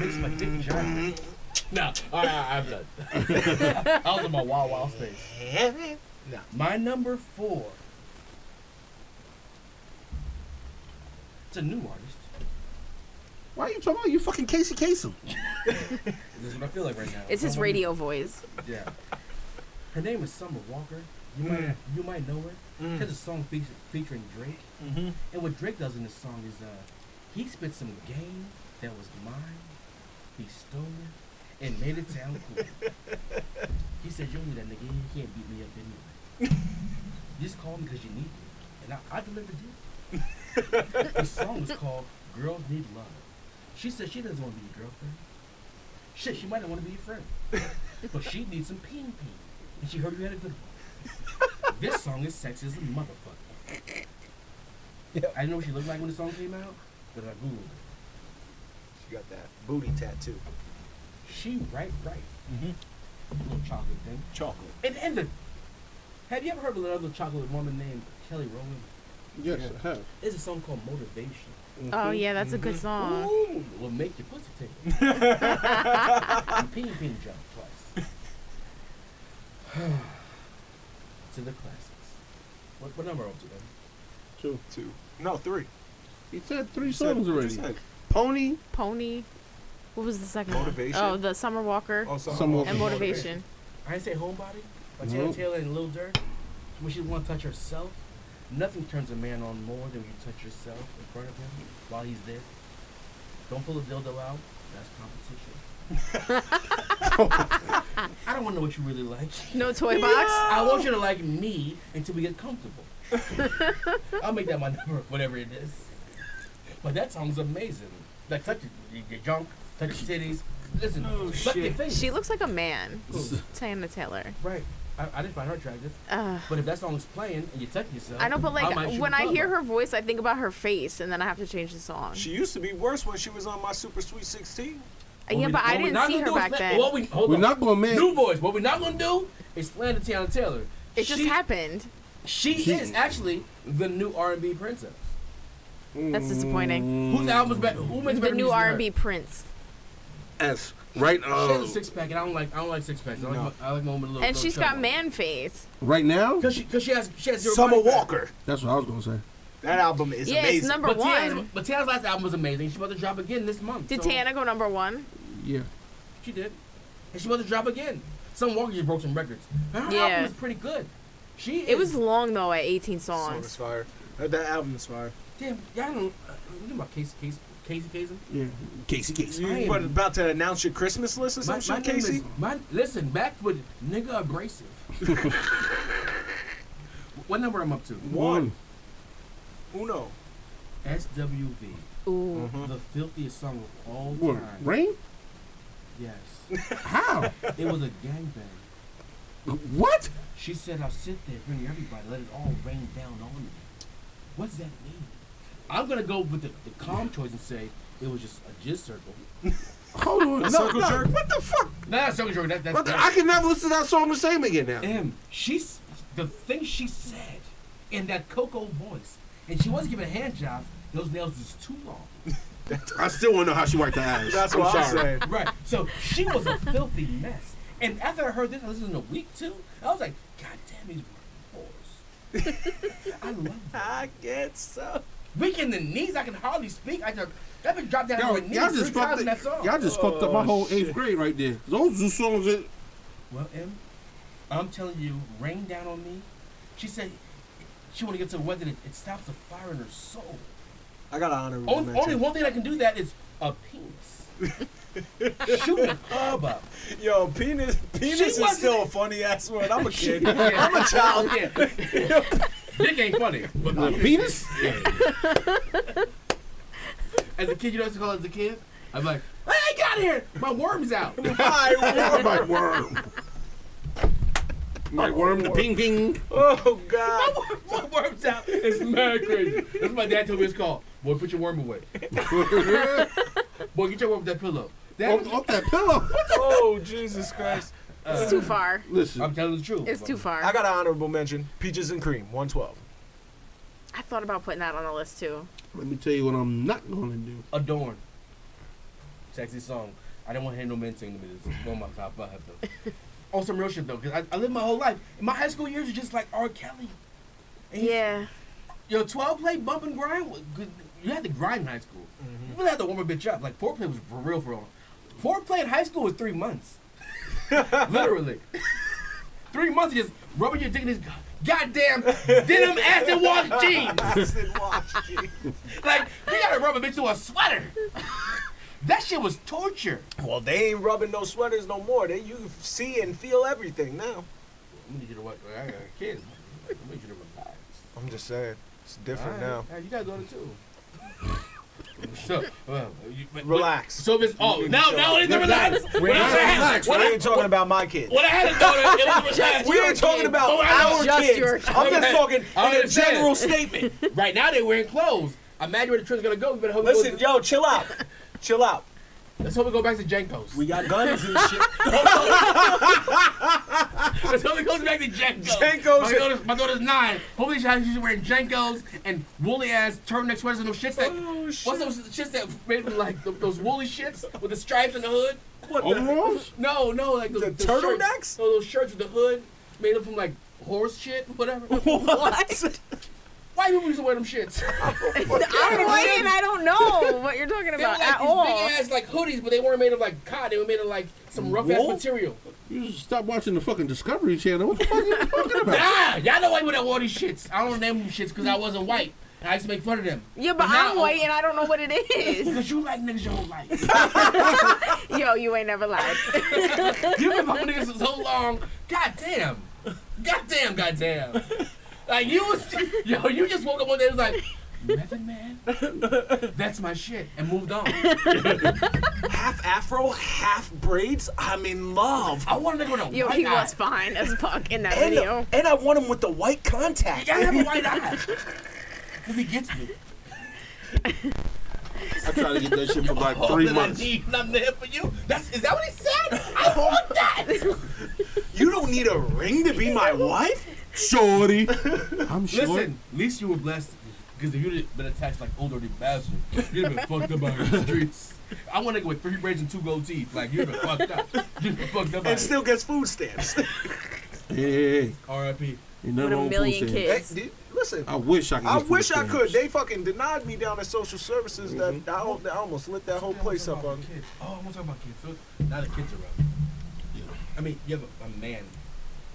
S3: Makes my dick giant. Mm-hmm. Nah, all right, I'm done. I was in my wild wild space.
S2: Nah.
S3: My number four. It's a new artist.
S4: Why are you talking about you fucking Casey Kasem?
S3: This is what I feel like right now.
S5: It's his
S3: Someone-
S5: radio voice.
S3: Yeah. Her name is Summer Walker. You might you might know her. She has a song feature, featuring Drake.
S2: Mm-hmm.
S3: And what Drake does in this song is uh, he spits some game that was mine. He stole it and made it sound cool. he said, "You don't need that nigga. He can't beat me up anyway. Just call me because you need me, and I, I delivered you." the song is called "Girls Need Love." She said she doesn't want to be your girlfriend. Shit, she might not want to be your friend, but she needs some ping ping, and she heard you had a good one. this song is sexy as a motherfucker. I didn't know what she looked like when the song came out, but I googled it.
S2: She got that booty tattoo.
S3: She right, right.
S2: Mhm.
S3: Little chocolate thing.
S2: Chocolate.
S3: And and the, have you ever heard of another chocolate woman named Kelly Rowland?
S4: Yes, I have.
S3: There's a song called Motivation.
S2: Mm-hmm.
S5: Oh yeah, that's a good song.
S3: Ooh, will make your pussy tick. And ping ping drop twice. to the classics. What, what number are up to them?
S4: Two.
S2: Two. No, three.
S4: He said three
S2: You said-
S4: songs
S2: you
S4: already.
S2: said-
S4: Pony,
S5: Pony. What was the second
S2: Motivation.
S5: one? Oh, the Summer Walker
S2: Oh, some
S4: Some
S5: and
S4: of-
S5: Motivation.
S3: I didn't say homebody, but Taylor
S4: Nope.
S3: Taylor and Lil Durk. When she want to touch herself, nothing turns a man on more than when you touch yourself in front of him while he's there. Don't pull a dildo out. That's competition. I don't want to know what you really like.
S5: No toy box.
S3: I want you to like me until we get comfortable. I'll make that my number, whatever it is. But that song's amazing. Like touch your, your junk, touch your titties. Listen,
S2: Oh,
S3: suck your
S2: shit.
S3: face.
S5: She looks like a man. Tana Taylor.
S3: right. I, I didn't find her attractive.
S5: Ugh.
S3: But if that song's playing and you touch yourself,
S5: I know, but
S3: I might
S5: like
S3: shoot
S5: when
S3: a
S5: I
S3: club
S5: hear
S3: up.
S5: her voice, I think about her face, and then I have to change the song. Uh,
S2: She used to be worse when she was on my Super Sweet 16.
S3: What
S5: yeah,
S3: we-
S5: but
S3: what
S5: I
S3: we
S5: didn't
S3: not
S5: see
S3: gonna
S5: her
S3: do is
S5: back
S3: let-
S5: then.
S3: What we, hold
S4: We're
S3: on.
S4: not gonna man.
S3: New boys. What we're not gonna do is slander Tiana Taylor
S5: It just
S3: She-
S5: happened.
S3: She is actually the new R&B princess.
S5: That's disappointing.
S3: Whose album's better? Who makes
S5: The
S3: better
S5: new
S3: music than her?
S5: R&B Prince,
S4: S. Right.
S3: She has
S4: Uh,
S3: a six pack, and I don't like. I don't like six packs. I like.
S2: No.
S3: my- I like my woman with a little.
S5: and
S3: little
S5: she's got
S3: chubby.
S5: man face.
S4: right now.
S3: Cause she, cause she has, she has zero.
S2: Summer
S3: body fat.
S2: Walker.
S4: That's what I was gonna say.
S2: That album is
S5: yeah,
S2: amazing.
S5: it's number
S3: But Tiana's,
S5: one.
S3: but Tiana's last album was amazing. She's about to drop again this month.
S5: Did
S3: so
S5: Tiana go number one?
S4: Yeah.
S3: She did, and she's about to drop again. Some Walker just broke some records. Her album
S5: Yeah.
S3: was pretty good. She
S5: It
S3: is-
S5: was long though, at 18
S2: Song
S5: songs.
S2: is fire. Uh, That, that album is fire.
S3: damn. Y'all don't uh, look at my case case Casey Kasem.
S4: Yeah. Casey Casey.
S2: You
S3: I am-
S2: what, about to announce your Christmas list or
S3: My,
S2: some
S3: my
S2: shit,
S3: name
S2: Casey?
S3: is my. Listen, back with nigga abrasive. what number am I up to?
S2: One. Uno.
S3: SWV,
S5: Ooh.
S2: Mhm.
S3: the filthiest song of all
S4: What?
S3: time.
S4: Rain?
S3: Yes,
S4: How?
S3: it was a gangbang.
S4: what?
S3: She said, I'll sit there, bring everybody, let it all rain down on me. What's that mean? I'm gonna go with the, the calm choice and say it was just a jizz circle.
S4: Hold on. No,
S2: Circle
S4: no.
S2: jerk?
S4: What the fuck?
S3: Nah, that's not that, that's
S4: What the, I can never listen to that song the same again now.
S3: M, she's the thing she said in that Coco voice, and she wasn't giving a hand job, those nails is too long.
S4: I still want to know how she wiped her ass.
S2: That's
S4: I'm
S2: what I'm
S4: sorry.
S2: saying.
S3: Right. So she was a filthy mess. And after I heard this, I listened in a week too. I was like, God damn, he's working for us. I love it.
S2: I get so.
S3: Weak in the knees, I can hardly speak. I just that bitch dropped down
S4: Y'all,
S3: on her knees
S4: y'all
S3: three
S4: just fucked
S3: times in
S4: it.
S3: that song.
S4: Y'all just fucked up my
S2: Oh,
S4: whole
S2: shit.
S4: eighth grade right there. Those two songs. That,
S3: Well, Em, I'm telling you, rain down on me. She said she want to get to the weather that it stops the fire in her soul.
S2: I got an honorable
S3: Only,
S2: mention.
S3: only one thing that can do that is a penis. Shoot a hub up.
S2: Yo, penis, penis
S3: She
S2: is
S3: wasn't-
S2: still a funny ass word. I'm a kid.
S3: I'm a child. Yeah. Dick ain't funny. But
S4: the penis?
S3: As a kid, you know what to call it as a kid? I'm like, hey, get out of here! My worm's out.
S2: My word.
S4: My worm. My worm. The ping ping.
S2: Oh God.
S3: my worm's out. It's mad crazy. That's what my dad told me it's called. Boy, put your worm away. Boy, get your worm with that pillow. That,
S4: off, off that pillow.
S2: Oh Jesus Christ.
S3: Mm.
S5: It's
S3: Uh,
S5: too far.
S3: I'm
S4: Listen.
S3: telling the truth.
S5: It's too far.
S2: I got an honorable mention. Peaches and cream, 112.
S5: I thought about putting that on the list too.
S4: Let me tell you what I'm not gonna do.
S3: Adorn. Sexy song. I don't want to hear no men sing to me. This is one of my top five, though. On some real shit, though, because I, I lived my whole life. My high school years are just like R. Kelly. And he's-
S5: Yeah.
S3: Yo, 12 play bump and grind, was good. you had to grind in high school. You really had to warm a bitch up. Like, foreplay was for real, for real. Foreplay in high school was three months. Literally. three months of just rubbing your dick in his goddamn denim acid wash jeans. Like, you gotta rub a bitch through a sweater. that shit was torture.
S2: well, they ain't rubbing no sweaters no more. They you can see and feel everything now.
S3: I'm gonna get a what? I got kids. I'm gonna get a relax.
S2: I'm just saying, it's different
S3: All right. All right, you gotta go to two. so, well, you, but-
S2: Relax.
S3: So if it's oh
S2: need
S3: now
S2: to
S3: now
S2: chill.
S3: it's the relax. When I
S4: not
S3: had
S4: relaxed.
S2: we
S3: when I
S2: ain't talking about my kids.
S3: when I had a daughter, it was relaxed.
S2: We ain't talking
S5: kids.
S2: about
S3: Oh, I
S2: our
S5: just
S2: kids.
S5: your
S2: I'm just
S3: kids.
S2: talking
S3: I
S2: in a
S3: understand.
S2: general statement.
S3: Right now they're wearing clothes. Imagine where the trend's gonna go. We better hope
S2: Listen,
S3: it goes,
S2: yo, chill out, chill out.
S3: let's hope we go back to Jenkos.
S2: We got guns and shit.
S3: let's hope it goes back to Jenkos.
S2: Jenkos
S3: My
S2: and-
S3: daughter's, my daughter's nine. Hopefully she's- she's wearing Jenkos and woolly ass turtleneck sweaters and those shits that
S2: Oh, shit.
S3: what's those shits that made from like th- those woolly shits with the stripes and the hood.
S2: What
S4: Overalls?
S3: No, no, like those,
S2: The
S3: those
S2: turtlenecks?
S3: Shirts, no, those shirts with the hood made up from like horse shit, whatever.
S2: What?
S3: Why people used to wear them shits?
S5: I'm white and I don't know what you're talking
S3: They were
S5: about
S3: like
S5: at
S3: these
S5: all.
S3: big ass like hoodies, but they weren't made of like cotton. They were made of like some rough ass
S4: Wool?
S3: material.
S4: You just stop watching the fucking Discovery Channel. What the fuck are you talking about?
S3: Nah, Ah! y'all know white people that wore these shits. I don't name them shits because I wasn't white. And I used to make fun of them.
S5: Yeah, but
S3: now-
S5: I'm white and I don't know what it is.
S3: Because you like niggas your whole life.
S5: Yo, you ain't never lied.
S3: You've been fucking niggas for so long. God damn. God damn, god damn. Like you was yo, you just woke up one day and was like, Method man? That's my shit. And moved on.
S2: Half afro, half braids. I'm in love.
S3: I want a nigga with a
S5: Yo,
S3: white
S5: he
S3: eye.
S5: was fine as fuck in that
S2: And,
S5: video.
S2: and I want him with the white contact.
S3: Y'all have a white eye. Cause he gets me.
S4: I tried to get that shit for like
S3: All
S4: three
S3: that
S4: months.
S3: I need and I'm there for you. That's is that what he said? I want that.
S2: You don't need a ring to be my wife?
S4: shorty.
S6: I'm sure.
S3: Listen, at least you were blessed. Because if you'd have been attacked like old dirty bastard, you'd have been fucked up out in the streets. I want to go with three braids and two gold teeth. Like, you'd have been fucked up. You'd have been fucked up.
S2: and still gets food stamps.
S4: Hey, hey, hey. Ain't
S3: RIP.
S4: nothing
S5: With a
S4: wrong with
S5: million
S4: posting.
S5: kids.
S2: Hey, dude, listen,
S4: I wish I could.
S2: I
S4: get food
S2: wish I
S4: stamps.
S2: could. They fucking denied me down at social services. That, that I, al- I almost lit that whole place up on.
S3: kids. Oh, I want to talk about kids. So, now the kids are around. I mean, you have a, a man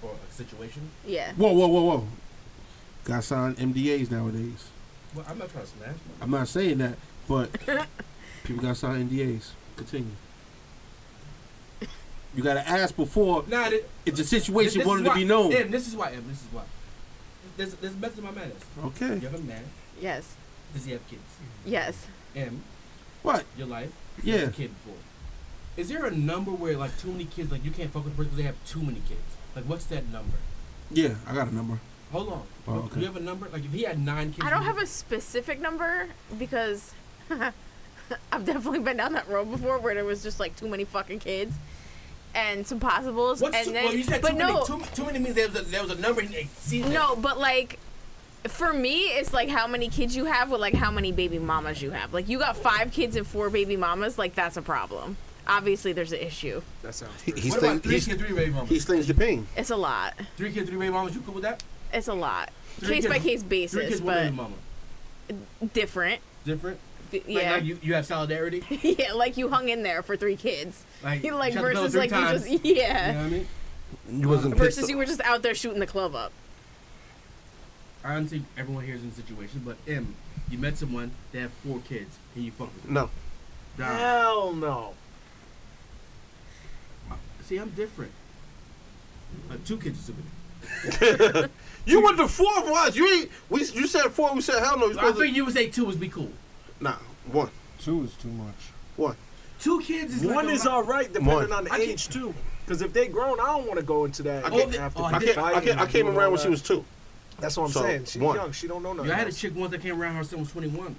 S3: or a situation.
S5: Yeah.
S4: Whoa, whoa, whoa, whoa. Got signed MDAs nowadays.
S3: Well, I'm not trying to smash. my-
S4: I'm not saying that, but people got signed NDAs. Continue. You gotta ask before
S3: Nah, thi-
S4: if the
S3: this,
S4: situation
S3: this
S4: wanted
S3: is
S4: to
S3: why-
S4: be known.
S3: Em, this is why. Em, this is why. There's there's method to my madness. You
S4: Okay.
S3: have a man.
S5: Yes.
S3: Does he have kids?
S5: Yes.
S3: M,
S4: What?
S3: your life.
S4: Yeah.
S3: a kid before. Is there a number where like too many kids, like you can't fuck with a person because they have too many kids? Like what's that number?
S4: Yeah, I got a number.
S3: Hold on.
S4: Oh,
S3: What-
S4: okay.
S3: Do you have a number? Like if he had nine kids.
S5: I don't
S3: would
S5: have
S3: you-
S5: a specific number because I've definitely been down that road before where there was just like too many fucking kids and some possibles.
S3: What's
S5: and
S3: too,
S5: then,
S3: well, you said
S5: but
S3: too
S5: no,
S3: many. Too, too many means there was a, there was a number. And it exceeded that.
S5: No, but like for me, it's like how many kids you have with like how many baby mamas you have. Like you got five kids and four baby mamas, like that's a problem. Obviously, there's an issue.
S2: That sounds.
S4: He, he,
S3: What about
S4: slings,
S3: three
S4: he,
S3: kids, three baby mamas?
S4: he slings the pain.
S5: It's a lot.
S3: Three kids, three baby mamas. You cool with that?
S5: It's a lot.
S3: Three
S5: case by
S3: kids-
S5: case
S3: Three
S5: basis,
S3: kids, one
S5: but
S3: baby mama.
S5: different.
S3: Different.
S5: Th-
S3: Like,
S5: Yeah,
S3: like, you, you have solidarity.
S5: yeah, like you hung in there for three kids,
S3: Like,
S5: You, like
S3: shut the bell
S5: versus
S3: three
S5: like
S3: times.
S5: you just yeah,
S3: You know what I mean?
S4: You wasn't pissed.
S5: versus you were just out there shooting the club up.
S3: I don't think everyone here is in the situation, but M, you met someone, they have four kids, and you fuck with them.
S4: No.
S3: Nah.
S2: Hell no.
S3: See, I'm different. Uh, two kids is stupid.
S4: You went the fourth was. You ain't, we you said four, we said hell no. You
S3: I
S4: supposed to,
S3: think you would say two would be cool.
S4: nah, one.
S6: Two is too much.
S4: One.
S3: Two kids is
S2: One
S3: like
S2: is
S3: a lot.
S2: all right, depending
S4: One.
S2: on the
S3: I can't-
S2: age too. Because if they grown, I don't want to go into that.
S4: I
S2: and
S4: can't-
S2: have to
S3: oh,
S4: I,
S2: be
S4: came, I,
S2: fighting
S4: came, I
S2: and
S4: came
S2: doing
S4: around
S2: all
S4: when she
S2: that.
S4: was two.
S2: That's what I'm
S4: so,
S2: saying. She's
S4: one.
S2: young. She don't know nothing.
S3: Yo, I had a
S2: else.
S3: chick once that came around her son was 21.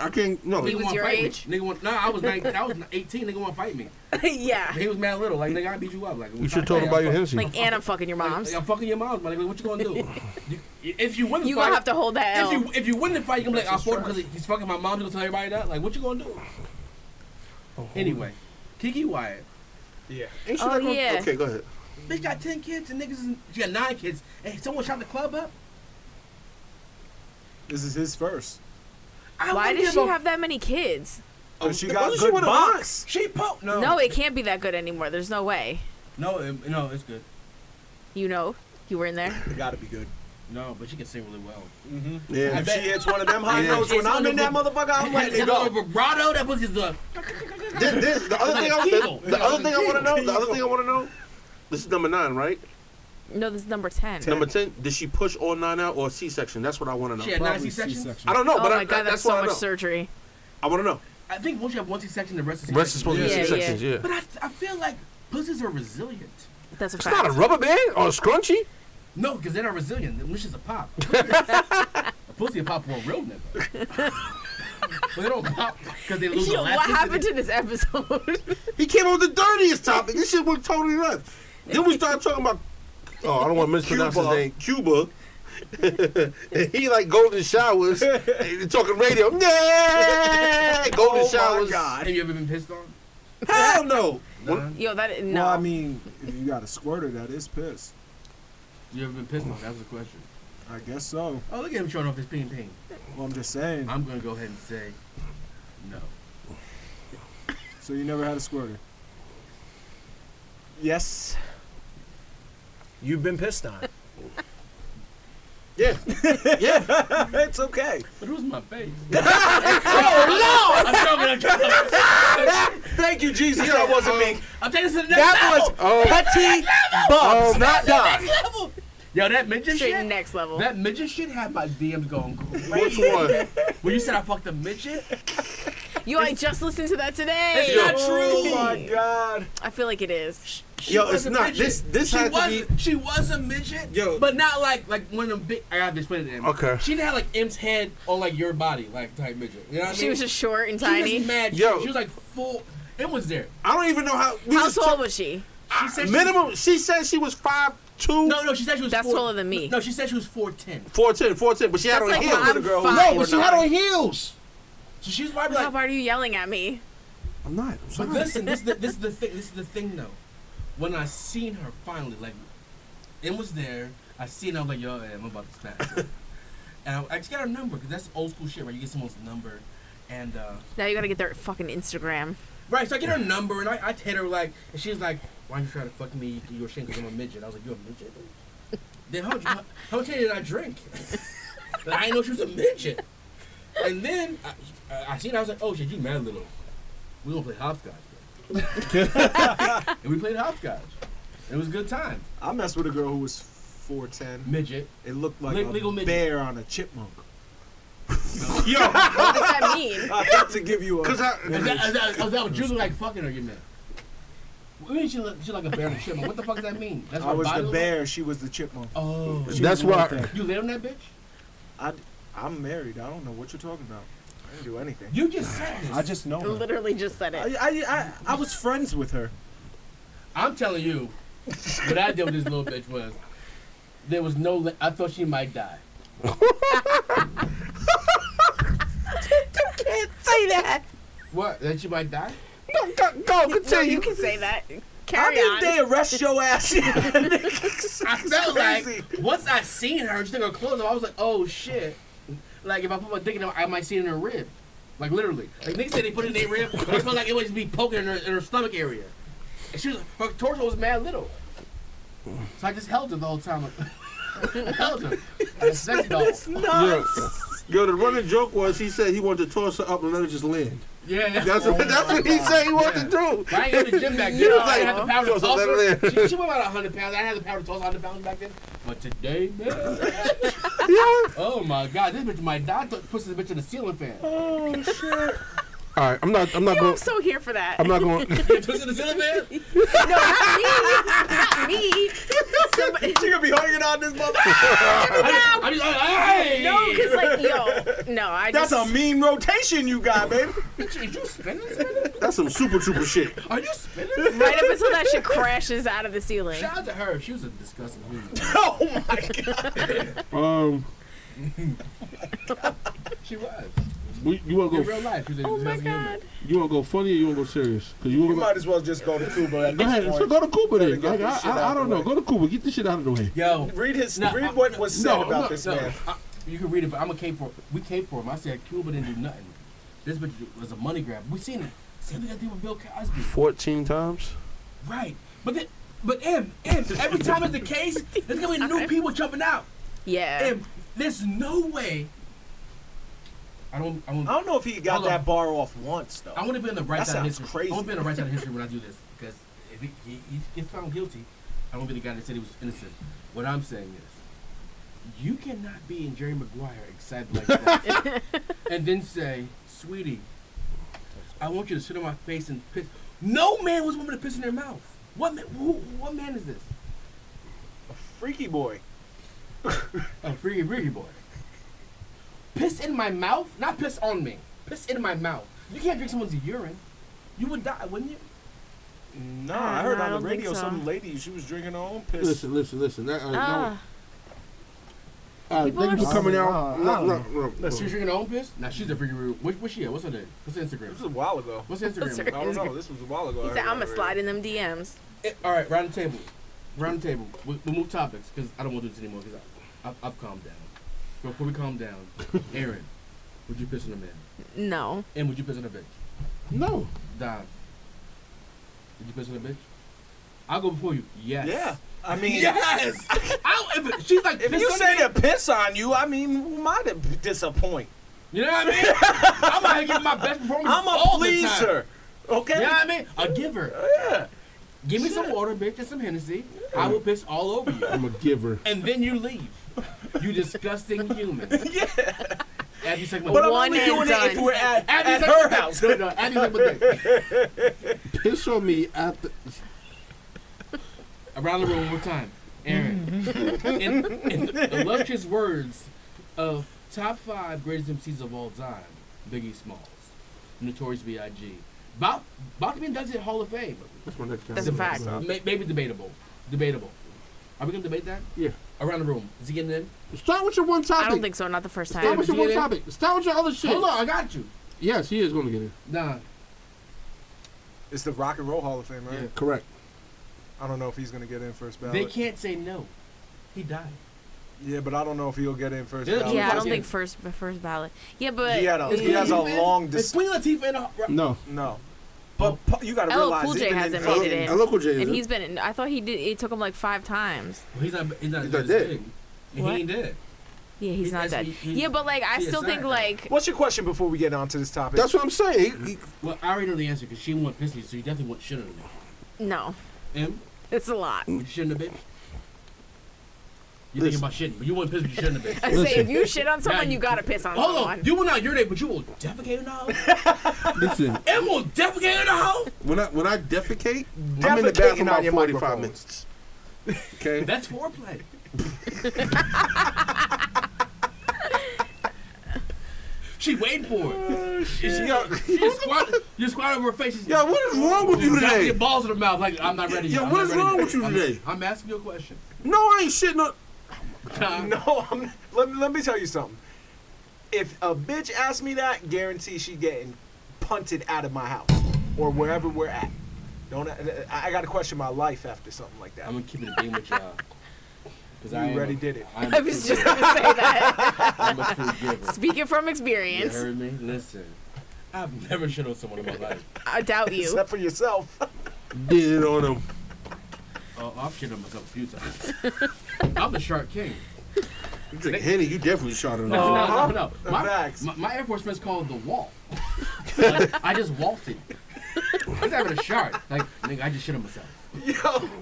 S4: I can't, no.
S5: He
S3: Nigga
S5: was
S3: wanna
S5: your
S3: fight me.
S5: age?
S3: Nigga want, nah, I was like, I was 18. Nigga want to fight me.
S5: yeah,
S3: He was mad little. Like, nigga, I beat you up. Like,
S6: You should have told him about your
S4: fuck-
S6: hissy.
S5: like and I'm fucking your
S3: Like,
S5: mom's.
S3: like, I'm fucking your mom, man. Like, what you gonna do? you, if you win the
S5: You
S3: fight,
S5: gonna have to hold that
S3: if
S5: L.
S3: you if you win the fight, you gonna be like, I
S2: That's
S3: fought
S2: trash.
S3: because he's fucking my mom. You gonna tell everybody that? Like, what you gonna do? Anyway, Kiki Wyatt.
S2: Yeah.
S4: Ain't she
S5: Oh,
S4: not gonna-
S5: yeah.
S4: Okay, go ahead.
S3: Bitch got ten kids and niggas. Is, she got nine kids. Hey, someone shot the club up.
S2: This is his first.
S3: I
S5: Why
S3: wouldn't
S5: did
S3: give
S5: she
S3: a-
S5: have that many kids?
S2: Oh, she
S4: wasn't
S2: got
S4: she
S2: good
S4: with a
S2: box.
S3: She poked. No.
S5: No, it can't be that good anymore. There's no way.
S3: No. It, no. It's good.
S5: You know, you were in there.
S2: It gotta be good.
S3: No, but she can sing really well.
S4: Yeah.
S2: If she hits one of them high
S4: Yeah.
S2: notes when
S3: It's
S2: I'm in that
S3: under-
S2: motherfucker, I'm letting it
S3: It's a
S2: go.
S3: vibrato. That uh, pussy's the.
S4: This- this- the other thing I,
S3: Kegel.
S4: the, the other thing I want to know, the other thing I want to know, this is number nine, right?
S5: No, this is number ten.
S4: Number ten. Did she push all nine out or C section? That's what I want to
S3: She
S4: know.
S3: had nine
S6: Probably
S3: C sections.
S6: C-section.
S4: I don't know,
S5: oh
S4: but
S5: my
S4: I,
S5: god,
S4: that's
S5: that's,
S4: what
S5: so
S4: I
S5: much
S4: know.
S5: surgery.
S4: I want to know.
S3: I think once you have one C section, the rest is.
S4: Breast is supposed to be
S5: Yeah,
S4: C
S5: yeah.
S4: sections. Yeah.
S3: But I, I feel like pussies are resilient.
S5: That's a
S4: It's
S5: fact.
S4: not a rubber band or a scrunchie.
S3: No, because they're not resilient. Them shit's a pop. a pussy a pop for a real nigga. but they don't pop because they lose
S5: Yo, what
S3: elasticity.
S5: happened to this episode?
S4: He came up with the dirtiest topic. This shit went totally nuts. Then we started talking about. Oh, I don't want to mispronounce his
S2: Cuba.
S4: name. Cuba. and he like golden showers. and talking radio. Nah, golden
S2: Oh my
S4: showers.
S2: god.
S3: Have you ever been pissed on?
S4: Hell no.
S3: Nah.
S5: Yo, that no.
S2: Well, I mean, if you got a squirter, that is piss.
S3: You ever been pissed on? That was the question.
S2: I guess so.
S3: Oh, look at him showing off his ping ping.
S2: Well, I'm just saying.
S3: I'm gonna go ahead and say no.
S2: So you never had a squirter? Yes. You've been pissed on.
S4: Yeah. Yeah.
S2: it's okay.
S3: But it was my face. oh
S4: Oh,
S3: no! I'm joking. I'm joking. I'm joking.
S2: Thank you, Jesus. That wasn't Oh. me.
S3: I'm taking this to the next
S2: That
S3: level.
S2: was petty
S4: Oh,
S2: bumps, not dog.
S3: next level. Yo, that midget
S5: straight
S3: shit.
S5: next level.
S3: That midget shit had my DMs going cool.
S4: Which one?
S3: when you said I fucked a midget,
S5: Yo, I just listened to that today.
S3: it's not
S2: Oh
S3: true.
S2: my God.
S5: I feel like it is.
S3: She
S4: Yo,
S3: was
S4: it's
S3: a
S4: not.
S3: midget.
S4: This this
S3: she
S4: had to
S3: was she was a midget,
S4: Yo.
S3: but not like like one of them big. I gotta explain it to him.
S4: Okay.
S3: She didn't have like M's head on like your body, like type midget. You know what I
S5: She
S3: mean?
S5: was just short and
S3: she was
S5: tiny.
S3: mad.
S4: Yo.
S3: she was like full. It was there.
S4: I don't even know how. We
S5: How
S4: just
S5: tall
S4: took-
S5: was she?
S3: She said she
S4: minimum. She said she was five two,
S3: No, no, she said she was.
S5: That's
S3: four-
S5: taller than me.
S3: No, she said she was four ten.
S4: four ten, four ten, but she had
S5: That's
S4: on
S5: like
S4: heels.
S5: when I'm
S2: girl who-
S5: five.
S2: No,
S6: Oh, but she had on heels.
S3: So she's probably
S5: How
S3: like.
S5: hard are you yelling at me?
S6: I'm not. I'm
S3: But
S6: sorry.
S3: listen, this is the, this is the thing. This is the thing, though. When I seen her finally, like, it was there. I seen. Her, I was like, yo, man, I'm about to smash. her. and I, I just got her number because that's old school shit, right? You get someone's number, and uh,
S5: Now you gotta get their fucking Instagram.
S3: right. So I get her number, and I, I hit her like, and she's like, why you trying to fuck me? You're ashamed because I'm a midget. I was like, you a midget? then how much how, how much did I drink? like, I didn't know she was a midget. And then I, I- I seen. Her, I was like, oh shit, you mad little. We gonna play hopscotch. and we played hopscotch. It was a good time.
S2: I messed with a girl who was 4'10.
S3: Midget.
S2: It looked like
S3: Le-
S2: a
S3: legal midget.
S2: bear on a chipmunk.
S4: Yo,
S5: What does that mean?
S2: I thought to give you a.
S4: 'Cause I-
S3: Is that, is that, is that what you look like fucking or you man? What mean she look, she like a bear in a chipmunk? What the fuck does that mean? That's
S2: I
S3: her
S2: was
S3: body
S2: the
S3: look
S2: bear, she was the chipmunk.
S3: like? Oh.
S2: She
S6: That's
S2: was
S6: why-
S2: one thing.
S3: You live on that bitch?
S2: I, am married. I don't know what you're talking about. I didn't do anything.
S3: You just said this.
S6: I just know. Her.
S5: Literally just said
S2: I,
S5: it.
S2: I, I, I was friends with her.
S3: I'm telling you, what I did with this little bitch was there was no. Le- I thought she might die.
S5: Can't say that.
S3: What? That she might die?
S4: go, go, go
S5: No,
S4: continue.
S5: you can say that.
S2: How
S5: Carry
S2: did
S5: on.
S2: they arrest your ass?
S3: I felt
S2: crazy.
S3: like once I seen her, she took her clothes off. I was like, oh shit. Like if I put my dick in her, I might see it in her rib. Like literally. Like niggas said they put it in their rib. but I felt like it would just be poking in her, in her stomach area. And she was her torso was mad little. So I just held her the whole time. held her. Like a sex doll.
S4: Yo, yo, the running joke was he said he wanted to toss her up and let her just land.
S3: Yeah.
S4: That's what, that's what he said he wanted to
S3: But I ain't in the gym back then.
S4: You was
S3: I
S4: like,
S3: didn't have the power to
S4: "Yo, so
S3: toss
S4: let her
S3: her.
S4: in."
S3: She, she went about 100 pounds. I didn't have the power to toss 100 pounds back then. But today, man.
S4: do. Yo.
S3: Oh my god, this bitch might die. I thought- Puts this bitch in a ceiling fan.
S4: All right, I'm not. I'm not
S5: You,
S4: going.
S5: I'm so here for that.
S4: I'm not going.
S3: Puts it in a ceiling fan?
S5: No, not me. Not me. Somebody,
S2: she gonna be hanging on this mother.
S3: I, I'm just like, hey!
S5: no, because like yo, no, I
S2: That's
S5: just.
S2: a mean rotation you got, baby.
S3: Bitch, are you spinning this minute?
S4: That's some super trooper shit.
S3: Are you spinning?
S5: Right up until that shit crashes out of the ceiling.
S3: Shout out to her. She was a disgusting human.
S2: oh my god.
S6: Um,
S3: She was.
S6: we, you wanna
S3: In
S6: go?
S3: real life, she was a
S5: Oh my
S3: disgusting
S5: god.
S6: You wanna go funny or you wanna go serious? Cause you
S2: You
S6: wanna
S2: might
S6: go.
S2: as well just go to Cuba. At
S6: Go
S2: this
S6: ahead.
S2: point.
S6: So go to Cuba then.
S2: Gotta
S6: Like,
S2: get
S6: I,
S2: this
S6: I,
S2: shit out
S6: I don't
S2: the
S6: know.
S2: way.
S6: Go to Cuba. Get this shit out of the way.
S3: human. Yo.
S2: Read his.
S3: No,
S2: read
S3: I-
S2: what was said
S3: no,
S2: about
S3: no,
S2: this
S3: no.
S2: man.
S3: I- you can read it, but I'm a cape for We cape for him. I said Cuba didn't do nothing. This bitch was a money grab. We seen it. Same thing I did with Bill Cosby.
S4: Fourteen times.
S3: Right. But then, but M, M, every time it's the case, there's gonna be new people jumping out.
S5: Yeah.
S3: M, there's no way. I don't, I don't,
S2: I don't know if he got
S3: Hold on.
S2: that bar off once though.
S3: I want to be on the right
S2: That
S3: side of
S2: sounds
S3: history.
S2: crazy.
S3: I want to be on the right side of history when I do this because if he, he, he gets found guilty, I won't be the guy that said he was innocent. What I'm saying is, you cannot be in Jerry Maguire excited like that and then say, "Sweetie, I want you to sit on my face and piss." No man was woman to piss in their mouth. What man? Who, what man is this?
S2: Freaky boy.
S3: A freaky freaky boy. Piss in my mouth? Not piss on me. Piss in my mouth. You can't drink someone's urine. You would die, wouldn't you?
S2: No,
S5: I
S2: I heard
S5: don't
S2: on the
S5: think
S2: radio
S5: so.
S2: some lady she was drinking her own piss.
S4: Listen, listen, listen. That, uh,
S5: Ah,
S4: no, uh,
S5: people
S4: thank you
S5: are Ah,
S4: for coming
S6: so-
S4: out.
S6: I
S4: No,
S6: don't
S4: no,
S6: know.
S4: no, no.
S3: She's drinking her own piss? Nah, she's a freaky freaky. What, what's she at? What's her name? What's her
S2: This
S3: Instagram?
S2: was a while ago.
S3: What's her Instagram?
S5: Sorry.
S2: I don't know. This was a while ago.
S5: he
S2: I
S5: said
S2: heard on
S5: I'ma
S2: the
S5: slide
S2: radio.
S5: in them DMs.
S3: Eh, all right, round the table. Round the table. We, we move topics because I don't want to do this anymore because I've, I've calmed down. So Before we calm down, Aaron, would you piss on a man?
S5: No.
S3: And would you piss on a bitch?
S6: No.
S3: Don, did you piss on a bitch? I'll go before you. Yes.
S2: Yeah. I mean,
S3: Yes. I, if, she's like,
S2: if
S3: piss
S2: you
S3: on
S2: say
S3: me,
S2: to piss on you, I mean, who am I to disappoint?
S3: you know what I mean. I'm out here giving my best performance
S2: I'm a
S3: all the time.
S2: pleaser. Okay.
S3: You know what I mean? A giver.
S2: Yeah.
S3: Give me some water, bitch, and some Hennessy. I will piss all over you,
S6: I'm a giver.
S3: and then you leave. You disgusting human. Yeah. Abby's like,
S2: But I'm
S5: One
S2: only
S5: and
S2: doing
S5: done.
S2: it if we're at, at
S3: Abby's like,
S2: her house.
S3: No, no, Abby's like, uh, my dick.
S6: Piss on me after.
S3: around the room one more time, Aaron. in, in the illustrious words of top five greatest MCs of all time, Biggie Smalls, Notorious B.I.G. About about to be inducted in Hall of Fame.
S6: That's my next
S5: That's a fact.
S3: May, maybe debatable, debatable. Are we gonna debate that?
S6: Yeah.
S3: Around the room. Is he getting in?
S6: Start with your one topic.
S5: I don't think so. Not the first
S6: Start
S5: time.
S6: with your
S3: Yeah.
S6: one topic. Start with your other shit.
S3: Hold on, I got you.
S6: Yes, he is going to get it.
S3: Nah.
S2: It's the Rock and Roll Hall of Fame, right?
S3: Yeah.
S6: Correct.
S2: I don't know if he's gonna get in first ballot.
S3: They can't say no. He died.
S2: Yeah, but I don't know if he'll get in first
S3: Yeah,
S2: ballot.
S5: Yeah, I don't
S3: Yeah.
S5: think first first ballot. Yeah, but
S2: He had a- he has a
S3: Latifah in-
S2: long
S3: is
S2: dis-
S3: Queen Latifah in a
S6: No.
S2: No, but pu- you gotta
S5: LL
S2: realize
S5: Oh, Cool
S2: he's
S5: J
S2: been
S5: hasn't
S2: in
S5: made
S2: fucking-
S5: it in.
S4: And Local J is
S5: and
S4: in.
S5: he's been. in- I thought he did. It took him like five times.
S3: Well, he's not. He's not,
S4: He's
S3: doing
S4: not
S3: his
S4: dead.
S3: thing. And
S5: What?
S3: he ain't dead.
S5: Yeah, he's
S3: He-
S5: not
S3: that's-
S5: dead.
S3: he- he-
S5: Yeah, but like I
S3: he is
S5: still
S3: not
S5: think
S3: dead.
S5: like
S2: What's your question before we get onto this topic?
S4: That's what I'm saying. He- he-
S3: Well, I already know the answer because she won Pissy, so you definitely want shit on me.
S5: no,
S3: M,
S5: it's a lot.
S3: would you shit on the bitch? You thinking
S4: Listen.
S3: about shitting, but you want piss, but you shit on the bitch.
S5: I say if you shit on someone, you gotta piss on
S3: Hold
S5: someone.
S3: on, you will not urinate, but you will defecate in the hole.
S6: Listen.
S3: M will defecate in the hole.
S4: when I when I defecate, I'm in the
S2: Defecating
S4: bathroom
S2: on
S4: about
S2: your
S4: 45
S2: microphones.
S4: minutes. Okay.
S3: That's foreplay. she waiting for it. She, she, she just squat, you squat over her face. She's,
S4: Oh, Yo, what is wrong with you
S3: Got
S4: today?
S3: Your balls in her mouth like I'm not ready.
S4: Yo,
S3: yet, I'm
S4: what
S3: not
S4: is
S3: ready
S4: wrong
S3: yet."
S4: with you
S3: I'm-
S4: today?
S3: I'm asking you a question.
S4: No, I ain't shitting on.
S2: No, I'm, let me let me tell you something. If a bitch asks me that, guarantee she getting punted out of my house or wherever we're at. Don't I, I got to question my life after something like that.
S3: I'm gonna keep it a game with y'all. Cause
S2: You already did it.
S3: I'm
S5: I
S3: a
S5: was
S3: true
S5: just gonna say that.
S3: giver. I'm a true giver.
S5: Speaking from
S3: You
S5: experience,
S3: heard me? Listen, I've never shit on someone in my life.
S5: I doubt you.
S2: Except for yourself.
S4: Did it on him.
S3: Uh, I've shit on myself a few times. I'm the Shark King.
S4: You drink Henny, you definitely shot him.
S3: No,
S4: No.
S3: no, no, no. My,
S2: Facts.
S3: my, my Air Force One's called the Wall. Like, I just waltzed. I was having a shark. Like, nigga, I just shit on myself.
S2: Yo,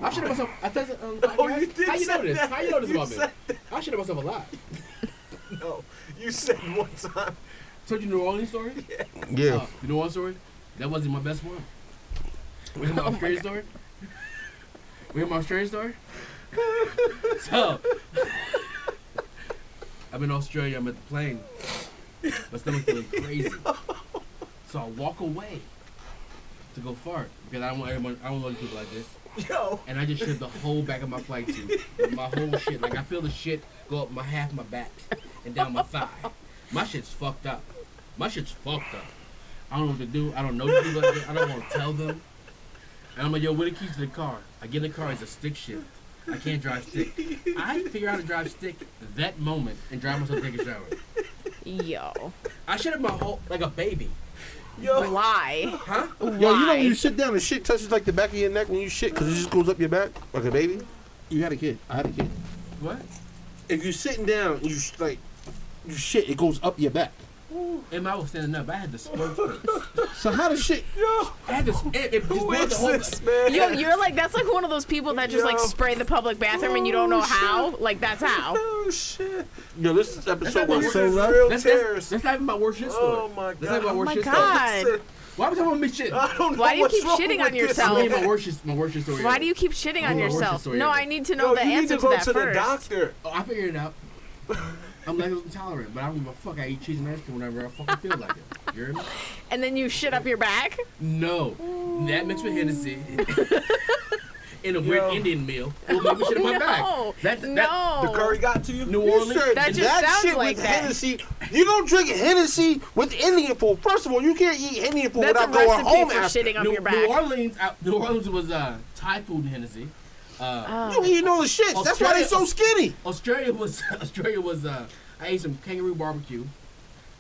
S3: I shit on myself. I said, it on the
S2: Oh, you
S3: podcast.
S2: did
S3: How you
S2: say
S3: know this?
S2: that.
S3: How you know this
S2: You
S3: about me?
S2: said
S3: I shit on myself a lot.
S2: no, you said one time.
S3: Told you the New Orleans story?
S4: Yeah.
S3: Uh, you know one story? That wasn't my best one. We hear my Australian story? We hear my Australian story? so, I'm in Australia, I'm at the plane. My stomach feeling crazy. So I walk away to go fart because I don't want everyone, I don't want people like this.
S2: Yo,
S3: And I just shit the whole back of my flight suit. My whole shit. Like I feel the shit go up my half my back and down my thigh. My shit's fucked up. My shit's fucked up. I don't know what to do. I don't know what to do. like that. I don't want to tell them. And I'm like, yo, where the keys to the car? I get in the car, it's a stick shift. I can't drive stick. I figure out how to drive stick that moment and drive myself to take a shower.
S5: Yo,
S3: I shit in my whole like a baby.
S2: yo,
S5: why? Huh? Why?
S4: Yo, you know when you sit down and shit touches like the back of your neck when you shit because it just goes up your back like a baby.
S6: You had a kid. I had a kid.
S3: What?
S4: If you're sitting down, you sh- like you shit, it goes up your back.
S3: And I was standing up. I had to squirt first.
S6: So how does shit?
S2: yo.
S3: I had to. It, it just
S2: Who
S3: made the
S2: is
S3: whole.
S2: this man?
S5: Yo, you're like that's like one of those people that just like
S2: Yo.
S5: spray the public bathroom and you don't know
S2: Oh, shit.
S5: how. Like that's how.
S2: Oh shit.
S4: Yo, this is episode
S3: That's
S4: one.
S2: This
S3: so
S2: is
S6: rough.
S2: real
S3: That's, that's,
S2: tears.
S3: that's not even my worst shit story.
S2: oh my
S3: That's not even my
S2: god.
S5: Oh
S3: worst
S5: my
S3: shit story.
S5: god.
S3: Why was I on me shit?
S2: I don't know
S5: Why do you
S2: what's
S5: keep
S2: wrong
S5: shitting
S2: with
S5: on
S2: this
S5: yourself?
S3: I
S2: man.
S3: mean, my worst shit, my worst shit story.
S5: Why
S3: ever.
S5: do you keep shitting
S3: Oh,
S5: on
S3: my worst
S5: yourself?
S3: disorder.
S5: No, I need to know
S2: Yo,
S5: the
S2: you need
S5: answer
S2: to
S5: to,
S2: go
S5: that
S2: to the
S5: first.
S2: doctor.
S3: Oh, I figured it out. I'm lactose intolerant, but I don't give a fuck. I eat cheese and ice cream whenever I fucking feel like it. You hear me?
S5: And then you shit up your back.
S3: No, that mixed with Hennessy. In a weird
S2: Yo.
S3: Indian meal, will make me shit in my
S5: no,
S3: back. That, that,
S5: no.
S2: The curry got to you?
S3: New
S4: You
S3: Orleans.
S4: said
S5: That just sounds
S4: shit
S5: like
S4: with
S5: that.
S4: Hennessy. You don't drink Hennessy with Indian food. First of all, you can't eat Indian food
S5: That's a
S4: without going
S5: recipe
S4: home
S5: for
S4: after.
S5: shitting up
S3: New,
S5: your
S3: New
S5: back.
S3: Orleans, uh, New Orleans was uh, Thai food and Hennessy. Uh,
S4: You
S6: Oh.
S4: don't even know the shits. That's why they so
S3: Australia-
S4: skinny.
S3: Australia was Australia was. Uh, I ate some kangaroo barbecue,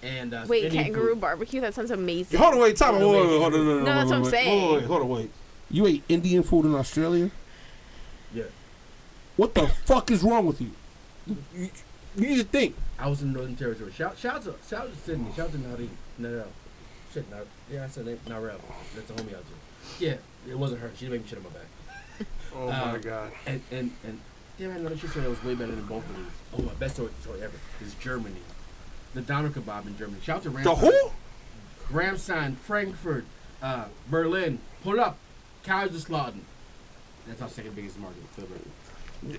S3: and uh,
S5: Wait,
S3: Indian
S5: kangaroo
S3: Food.
S5: barbecue? That sounds amazing.
S4: Hold on, wait, time.
S3: Hold on, wait.
S4: Hold on, hold on, hold on,
S5: No, that's
S4: hold on,
S5: what I'm
S4: wait.
S5: saying.
S4: Hold on, Hold on, wait.
S6: You ate Indian food in Australia?
S3: Yeah,
S6: What the fuck is wrong with you? You, you need to think.
S3: I was in Northern Territory. Shout, shout out, to, shout out to Sydney. Shout out to Nari. Narelle. Shit, Nar- yeah, I said Na- Narelle. That's a homie out there. Yeah, it wasn't her. She didn't make me shit on my back.
S2: Oh
S3: Uh,
S2: my god.
S3: And and and damn, I had another shit story that was way better than both of these. Oh, my best story, story ever is Germany. The Donner kebab in Germany. Shout out to Ramstein.
S4: The who?
S3: Ramstein, Frankfurt, uh, Berlin. Pull up, Kaiserslautern. That's our second biggest market. for Berlin.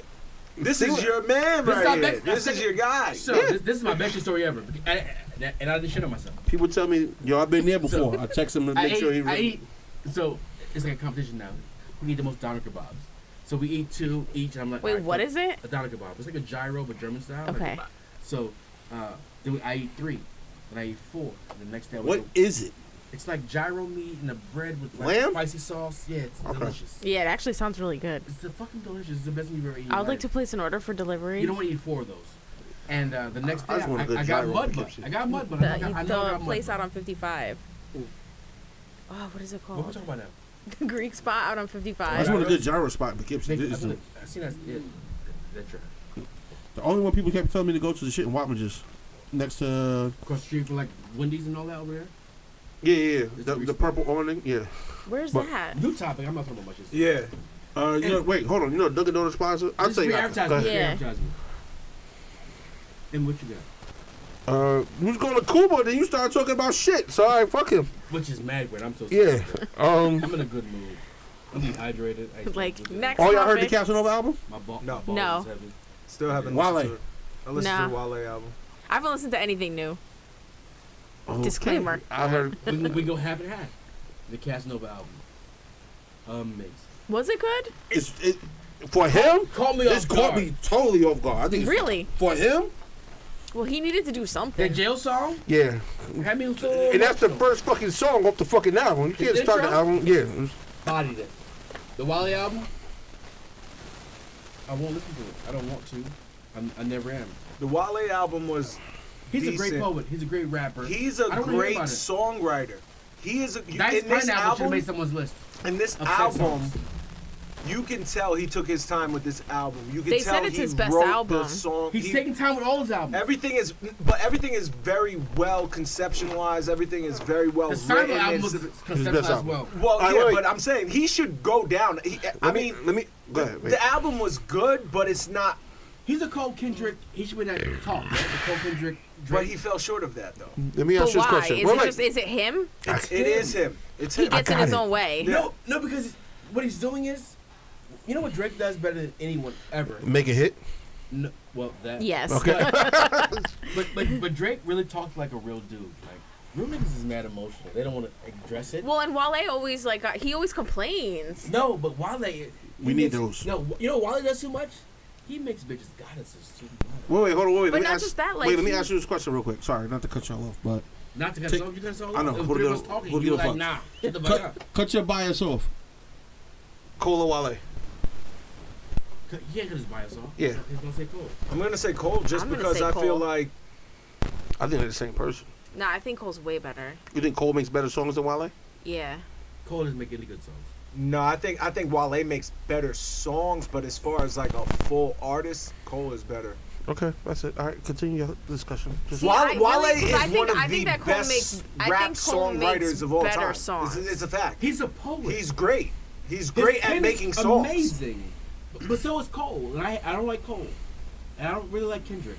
S2: This is your man
S3: This
S2: right
S3: is our
S2: here.
S3: best-
S2: This is your guy.
S3: So this, this is my best shit story ever, Bec- I- I- and I didn't shit on myself.
S4: People tell me, yo, I've been there before.
S3: So-
S4: I text him to
S3: I
S4: make
S3: ate,
S4: sure he.
S3: I ate. So it's like a competition now. Who can eat the most doner kebabs? So we eat two each. I'm like,
S5: Wait,
S3: alright,
S5: what
S3: cool.
S5: is it?
S3: A doner kebab. It's like a gyro, but German style. like a
S5: Okay.
S3: kebab. so uh, then we, I eat three, and I eat four. And the next day, I
S4: What
S3: do-
S4: is it?
S3: It's like gyro meat and a bread with like
S4: Lamb?
S3: spicy sauce. Yeah, it's
S4: Okay.
S3: delicious.
S5: Yeah, it actually sounds really good.
S3: It's the fucking delicious. It's the best meat you've ever eaten.
S5: I would like
S3: right?
S5: to place an order for delivery.
S3: You don't want to eat four of those. And uh, the next
S4: I
S3: day,
S4: just
S3: I,
S4: wanted the
S3: I, got
S4: gyro
S3: mud
S4: to
S3: butt.
S4: keep
S3: I got mud butt.
S5: the,
S3: I, got- I know I
S5: the
S3: got
S5: place
S3: mud
S5: out on 55. Oh, what is it
S3: butt. What we
S5: called?
S3: talking about now?
S5: The Greek spot out on
S4: I
S5: 55.
S4: just want a good gyro spot in Poughkeepsie.
S3: They,
S4: This
S3: I
S4: is the,
S3: believe- I seen that. Yeah, that track.
S4: the only one people kept telling me to go to the shit in Wapages. Next to
S3: Across the street from like Wendy's and all that over there.
S4: yeah, yeah,
S3: the- the
S4: purple awning, yeah.
S5: Where's
S4: But-
S5: that?
S3: New topic. I'm not talking about much. This
S2: Yeah.
S4: Uh, you know, wait, hold on. You know, Dunkin' Donuts sponsor. I'll
S3: is
S4: tell you.
S3: free
S4: after. Go
S3: advertisement.
S4: ahead.
S3: Free
S5: Yeah.
S3: advertisement. And what you got?
S4: Uh, we was going to Cuba, then you started talking about shit. So I fuck him.
S3: Which is mad weird. I'm so sorry.
S4: Yeah. Um.
S3: I'm in a good mood. I'm dehydrated. I ate
S5: Like,
S3: something good.
S5: next
S4: Oh, y'all heard the
S5: topic.
S4: Casanova album?
S3: My ball.
S2: No.
S3: my ball
S5: No.
S3: is heavy.
S2: Still haven't
S4: Wale.
S2: listened to it. I listened to
S5: Nah.
S2: the Wale album.
S5: I haven't listened to anything new.
S4: Okay.
S5: Oh, Disclaimer.
S4: I heard.
S3: we, we go half and half. The Casanova album. Amazing.
S5: Was it good?
S4: It's it, for him.
S3: Call me
S4: This
S3: off
S4: caught
S3: guard.
S4: me totally off guard. I think it's-
S5: Really?
S4: for him.
S5: Well, he needed to do
S3: That
S5: something.
S3: jail song
S4: Yeah.
S3: had me so.
S4: And that's the
S3: emotional.
S4: first fucking song off the fucking album. You can't
S3: it
S4: start the
S3: true?
S4: album. Yeah. it was-
S3: bodied it. The Wally album, I won't listen to it. I don't want to. I'm, I never am.
S2: The Wale album was
S3: He's a great
S2: Decent.
S3: poet. He's a great rapper.
S2: He's a
S3: I don't wanna hear
S2: great
S3: about it.
S2: songwriter. He is a you-
S3: Dice
S2: in this
S3: Pineapple should have
S2: album.
S3: made someone's list.
S2: In this
S3: of sex
S2: album,
S3: songs.
S2: you can tell he took his time with this album. You can
S5: They
S2: tell
S5: said it's
S2: he
S5: his best
S2: wrote the
S5: album.
S2: song.
S3: He's
S2: he-
S3: taking time with all his albums.
S2: everything is, but everything is very well conceptualized. Everything is very well
S3: the
S2: written.
S3: Silo album was
S2: It's-
S3: conceptualized
S4: album.
S3: well.
S2: well,
S4: All right,
S2: yeah,
S4: wait.
S2: but I'm saying he should go down. He, I
S4: Let me-
S2: mean,
S4: let me go ahead. wait.
S2: the album was good, but it's not.
S3: He's a Cole Kendrick. He should be in that talk. Right? The Cole Kendrick.
S2: But
S3: Drake.
S2: he fell short of that, though.
S4: Let me
S5: But
S4: ask you this
S5: why?
S4: question.
S5: Is
S4: Wait,
S5: it
S4: wait.
S5: just is it him?
S2: It's, it is him. It's
S5: He
S2: him.
S5: gets in
S4: got
S5: his
S4: it.
S5: own way.
S3: no, no, because what he's doing is, you know what Drake does better than anyone ever.
S4: Make a hit.
S3: No, well, that.
S5: Yes.
S3: But, but but Drake really talked like a real dude. Like real niggas is mad emotional. They don't want to address it.
S5: Well, and Wale always like uh, he always complains.
S3: no, but Wale. We
S4: We need those.
S3: No, you know Wale does too much. He makes bitches goddesses too much.
S4: Wait, wait, hold on, wait. wait.
S5: But
S4: let me
S5: not
S4: ask,
S5: just that, like,
S4: wait, let me
S5: he-
S4: ask you this question real quick. Sorry, not to cut y'all off, but
S3: Not to cut
S6: Take-
S3: us off. You cut us off.
S4: I know,
S3: It was
S4: who
S3: three of
S4: the-
S3: us talking.
S4: who
S3: you
S4: the
S3: were like,
S4: fuck?
S3: nah. Get the fuck
S6: Cut,
S3: out.
S6: cut your bias off.
S4: Cola Wale.
S3: Cut- Yeah, cut his bias off.
S4: Yeah.
S3: He's gonna say cool.
S2: I'm gonna say Cole just
S5: I'm gonna
S2: because
S5: say
S2: I feel
S5: Cole.
S2: like
S4: I think they're the same person.
S5: No, I think Cole's way better.
S4: You think Cole makes better songs than Wale?
S5: Yeah.
S3: Cole is making the good songs.
S2: no, I think I think Wale makes better songs, but as far as like a full artist, Cole is better.
S4: Okay, that's it. All right, continue your discussion. Just-
S5: See,
S2: Wale,
S5: I really-
S2: Wale
S5: because
S2: is
S5: I think-
S2: one of
S5: I think
S2: the
S5: that Cole
S2: best
S5: makes- I
S2: rap
S5: think Cole
S2: songwriters
S5: makes
S2: of all
S5: better
S2: time.
S5: songs.
S2: It's, it's a fact.
S3: He's a poet.
S2: He's great. He's
S3: His
S2: great
S3: pen
S2: at
S3: is
S2: making songs.
S3: Amazing. But- But so is Cole, and I I don't like Cole, and I don't really like Kendrick.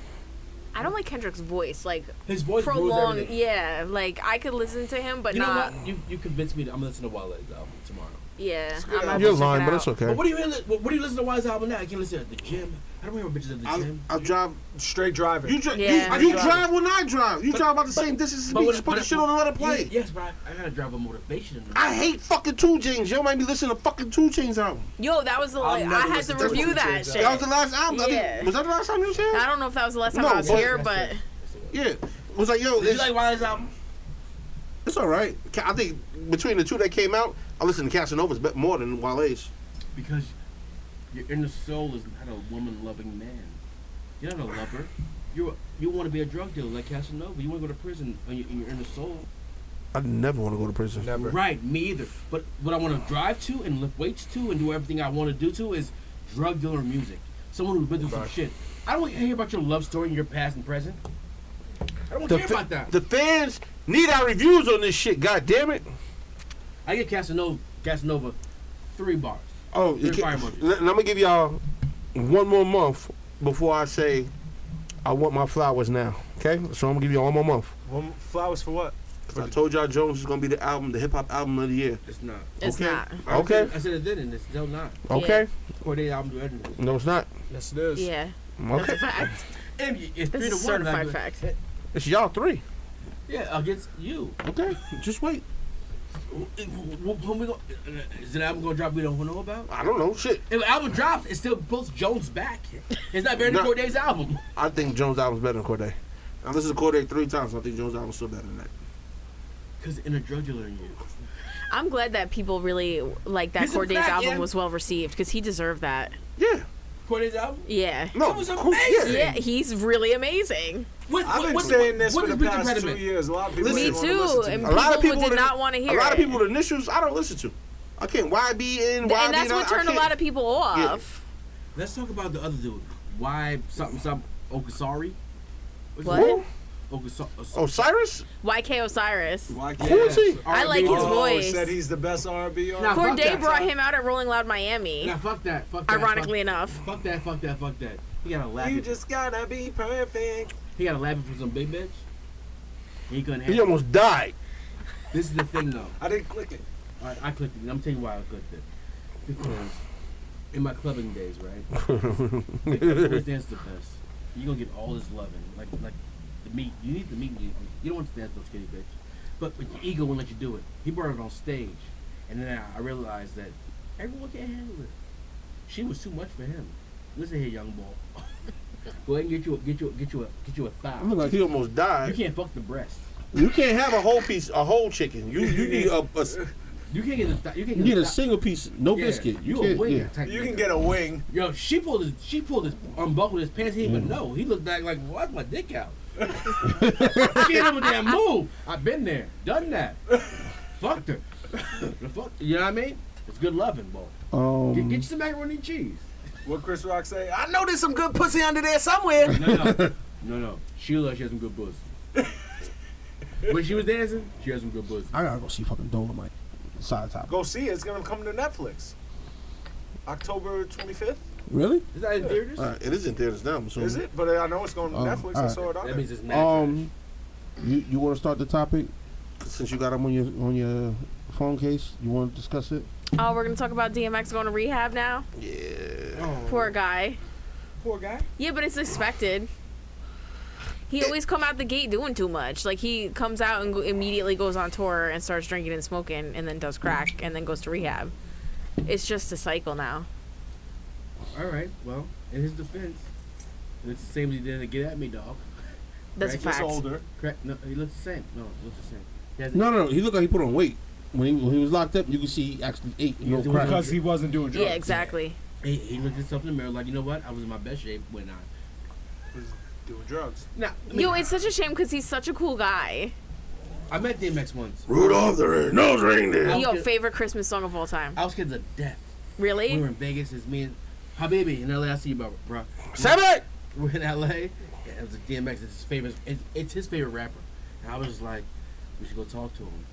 S5: I don't like Kendrick's voice. Like
S3: His voice rules
S5: prolonged.
S3: everything.
S5: Yeah. Like I could listen to him, but
S3: you
S5: not.
S3: know what? You, you convinced me that I'm gonna listen to Wale's album tomorrow.
S5: Yeah.
S2: good.
S5: I'm
S4: You're lying, but it's okay.
S3: But what do you what, what do you listen to Wale's album now? I can't listen to it at the gym. I don't hear bitches at the
S4: I,
S3: gym.
S4: I drive.
S2: Straight driving.
S4: You, dri-
S5: Yeah.
S4: you, you drive when I drive. You drive about the same distance as me.
S3: what-
S4: Just put the
S3: but-
S4: shit on another
S3: Yeah,
S4: play.
S3: yes, but I, I gotta drive a motivation. In
S4: I hate fucking Two Chains. Y'all made me listen to fucking Two Chains album.
S5: Yo, that was the. Like,
S2: never
S5: I had to
S2: listen to
S5: review
S2: Cole
S5: that
S2: James
S5: shit.
S4: That was the last album. I
S5: Yeah. Uh,
S4: think, was that the last time you was here?
S5: I don't know if that was the last time
S4: No,
S5: I was
S4: but-
S5: here, but
S4: Yeah. It was like, yo,
S3: Did you
S4: it's,
S3: like Wale's album?
S4: it's all right. Ca- I think between the two that came out, I listened to Casanova's but more than Wale's.
S3: Because your inner soul is not a woman loving man. You're not a lover. You are you want to be a drug dealer like Casanova. You want to go to prison on your, in your inner soul.
S4: I never want to go to prison.
S2: Never.
S3: Right, me either. But what I want to drive to and lift weights to and do everything I want to do to is drug dealer music. Someone who's been through some shit. I don't want to hear about your love story and your past and present. I don't
S4: The,
S3: care
S4: fa-
S3: about that.
S4: the fans need our reviews on this shit. God damn it.
S3: I get Casanova, Casanova, three bars.
S4: Oh, you
S3: Three fire
S4: can,
S3: emojis.
S4: and I'm gonna give y'all one more month before I say I want my flowers now. Okay, so I'm gonna give y'all one more month.
S2: One, flowers for what?
S4: 'Cause I told y'all Jones is gonna be the album, the hip hop album of the year.
S3: It's not.
S5: it's
S4: okay.
S5: not.
S3: I
S4: Okay,
S3: said- I said it then, and it's still not.
S4: okay.
S3: Cordae album to Edmund.
S4: No, it's not.
S2: Yes, it is.
S5: Yeah. That's
S4: Okay,
S5: a fact.
S3: And you- it's
S5: This
S3: three to
S5: is
S3: one, and I
S5: certified
S3: go-
S5: fact.
S4: it's y'all three.
S3: Yeah, against you.
S4: Okay, just wait.
S3: When when we go, uh, is the album gonna drop? We don't know about.
S4: I don't know. Shit.
S3: If the album drops, it's still puts Jones back. It's not better than
S4: No.
S3: Corday's album.
S4: I think Jones' album's better than Corday. I listened to Corday three times. I think Jones' album's still better than that.
S3: Cause in a drug dealer in you.
S5: I'm glad that people really like that
S3: Here's a
S5: Corday's
S3: fact,
S5: album
S3: yeah.
S5: was well received because he deserved that.
S4: Yeah.
S3: Corday's album.
S5: Yeah.
S4: No.
S3: That was
S4: cool, yeah.
S5: Yeah, he's really amazing.
S3: What,
S2: I've been
S3: what-
S2: saying this
S3: what
S2: for
S3: is
S2: the
S3: with
S2: past two
S3: impediment?
S2: years. A lot of people
S5: Me
S2: didn't wanna
S5: too.
S2: listen to
S5: And
S2: me.
S4: A lot of
S5: people
S4: people
S5: did
S4: with-
S5: not want to hear
S4: a lot
S5: it.
S4: of people with initials I don't listen to. I can't YB in YB.
S5: and that's what
S4: I
S5: turned a
S4: can't.
S5: lot of people
S4: Yeah.
S5: off.
S3: Let's talk about the other dude. Why something something Okasari? What's
S5: What?
S3: his name? Okasa-
S4: Oh, Osiris?
S5: YK Osiris.
S2: Why
S4: Who is he?
S5: I like his
S2: oh,
S5: voice.
S2: said he's the best R&B artist.
S3: Nah, fuck
S5: Corday
S3: that.
S5: brought him out at Rolling Loud Miami,
S3: Nah, fuck that. Fuck that.
S5: ironically
S3: fuck,
S5: enough.
S3: Fuck that. Fuck that. Fuck that. He got a laugh.
S2: You just gotta be perfect.
S3: He got a laugh from some big bitch. He ain't gonna
S4: He
S3: have.
S4: almost died.
S3: This is the thing though.
S2: I didn't click it.
S3: All right, I clicked it. and I'm telling you why I clicked it. Because in my clubbing days, right? Because dance the best. You're gonna get all this loving, like like the meat. You need the meat. You, you don't want to dance no skinny bitch, but, but your ego won't let you do it. He brought it on stage, and then I, I realized that everyone can't handle it. She was too much for him. Listen here, young boy. Go ahead and get you a, get you a, get you a, get you a thigh.
S6: I'm like,
S4: He almost
S3: You
S4: died.
S3: can't fuck the breast.
S4: You can't have a whole piece, a whole chicken. You you need a, a
S3: You can't get a thigh. You can't
S6: you
S3: get
S6: get
S3: a,
S6: a
S3: thigh.
S6: single piece, no
S3: Yeah,
S6: biscuit. You,
S3: You, a
S6: can't.
S3: wing
S6: yeah.
S3: type
S2: You
S3: nigga.
S2: can get a wing.
S3: Yo, she pulled his she pulled his unbuckled his pants. He didn't even know. He looked back like, why's my dick out? she ain't never damn move. I've been there, done that. Fucked her. the fuck, you know what I mean? It's good loving, boy.
S6: Um,
S3: Get, get you some macaroni and cheese.
S2: What Chris Rock say? I know there's some good pussy under there somewhere.
S3: No, no, no, no. Sheila, she has some good pussy. when she was dancing, she has some good pussy.
S6: I gotta go see fucking Dolomite. Side top.
S2: Go see it. It's gonna come to Netflix. October 25th,
S6: Really?
S3: Is that in theaters?
S4: Uh, it is in theaters now. I'm assuming.
S2: is it? But I know it's going to
S6: Oh,
S2: Netflix. I
S6: alright.
S2: saw it on
S3: That
S2: there.
S3: means it's natural.
S6: Um, you you want to start the topic
S4: Since you got him on your on your
S6: phone case? You want to discuss it?
S5: Oh, we're gonna talk about DMX going to rehab now.
S4: yeah.
S5: Poor guy.
S3: poor guy.
S5: Yeah, but it's expected. He always come out the gate doing too much. Like he comes out and go- immediately goes on tour and starts drinking and smoking, and then does crack and then goes to rehab. It's just a cycle now.
S3: All right. Well, in his defense, it's the same as he did to get at me, dog.
S5: That's a
S3: Crack
S2: It's
S5: fact.
S2: older.
S3: Correct. No, he looks the same. No, he looks the same. He has
S6: No, no, no. He looked like he put on weight when he when he was locked up. You can see he actually ate no
S3: Because
S6: crack.
S3: Because
S7: Because he wasn't doing drugs.
S5: Yeah, exactly.
S3: He, he looked himself in the mirror like, you know what? I was in my best shape when I.
S2: Was doing drugs.
S3: Nah, I, mean,
S5: Yo, it's such a shame because he's such a cool guy.
S3: I met DMX once.
S4: Rudolph the red nose reindeer.
S3: Yeah.
S5: Yo, favorite Christmas song of all time.
S3: I was scared to death. We were
S5: Really?
S3: in Vegas. It's me and Habibi in LA. I see you, bro. bro.
S4: Seven.
S3: We're in LA. and It was a DMX. It's his favorite. It's, it's his favorite rapper. And I was just like, we should go talk to him.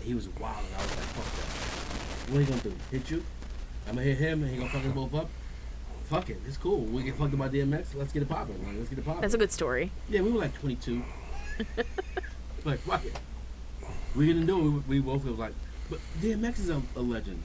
S3: He was wild. And I was like, fuck that. What he gonna do? Hit you? I'm gonna hit him and he gonna fuck us both up. Fuck it. It's cool. We get fucked up by DMX. Let's get it popping. Like, let's get it popping.
S5: That's a good story.
S3: Yeah, we were like 22. like, fuck it. We didn't do it. We, we both were like, but DMX is a, a legend.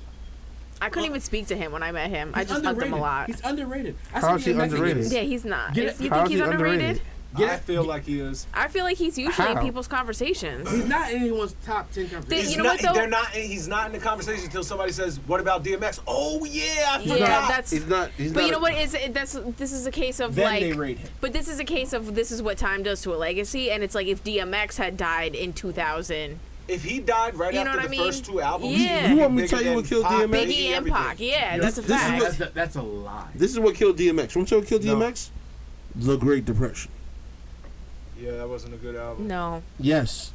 S5: I couldn't even speak to him when I met him. I
S3: He's
S5: just hugged him a
S3: underrated.
S5: lot.
S3: He's underrated. I
S4: How
S3: see
S4: is he
S3: DMX and
S4: underrated?
S3: get-
S5: Yeah, he's not.
S3: Get
S5: Is-
S3: it-
S5: you
S4: How
S5: think
S4: is
S5: he's
S4: he
S5: underrated?
S4: underrated?
S3: Get
S2: I
S3: it?
S2: feel like he is.
S5: I feel like he's usually in
S6: How?
S5: people's conversations.
S3: He's not in anyone's top 10 conversations.
S5: you
S2: He's
S5: know
S2: not,
S5: what, though?
S2: They're not. He's not in the conversation until somebody says, "What about DMX?" Oh yeah, I
S5: Yeah,
S2: forgot.
S5: that's.
S4: He's not. He's
S5: but
S4: not
S5: you
S4: a-
S5: know what is it? That's this is a case of
S7: Then
S5: like.
S7: they rate him.
S5: But this is a case of this is what time does to a legacy, and it's like if DMX had died in 2000,
S2: if he died right
S5: You know
S2: after
S5: what
S2: the
S5: I mean?
S2: first two albums,
S5: Yeah.
S2: he'd
S5: You
S2: be
S4: want me to
S2: bigger
S4: tell you
S2: than
S4: what killed
S2: Pac,
S4: DMX?
S5: Biggie and
S2: everything.
S5: Pac, yeah,
S3: Yo,
S5: that's a
S4: this is
S5: fact.
S3: That's, that, that's a lie.
S4: This is what killed DMX. Want to know what killed
S2: No.
S4: DMX? The Great Depression.
S2: Yeah, that wasn't a good album.
S5: no,
S6: Yes.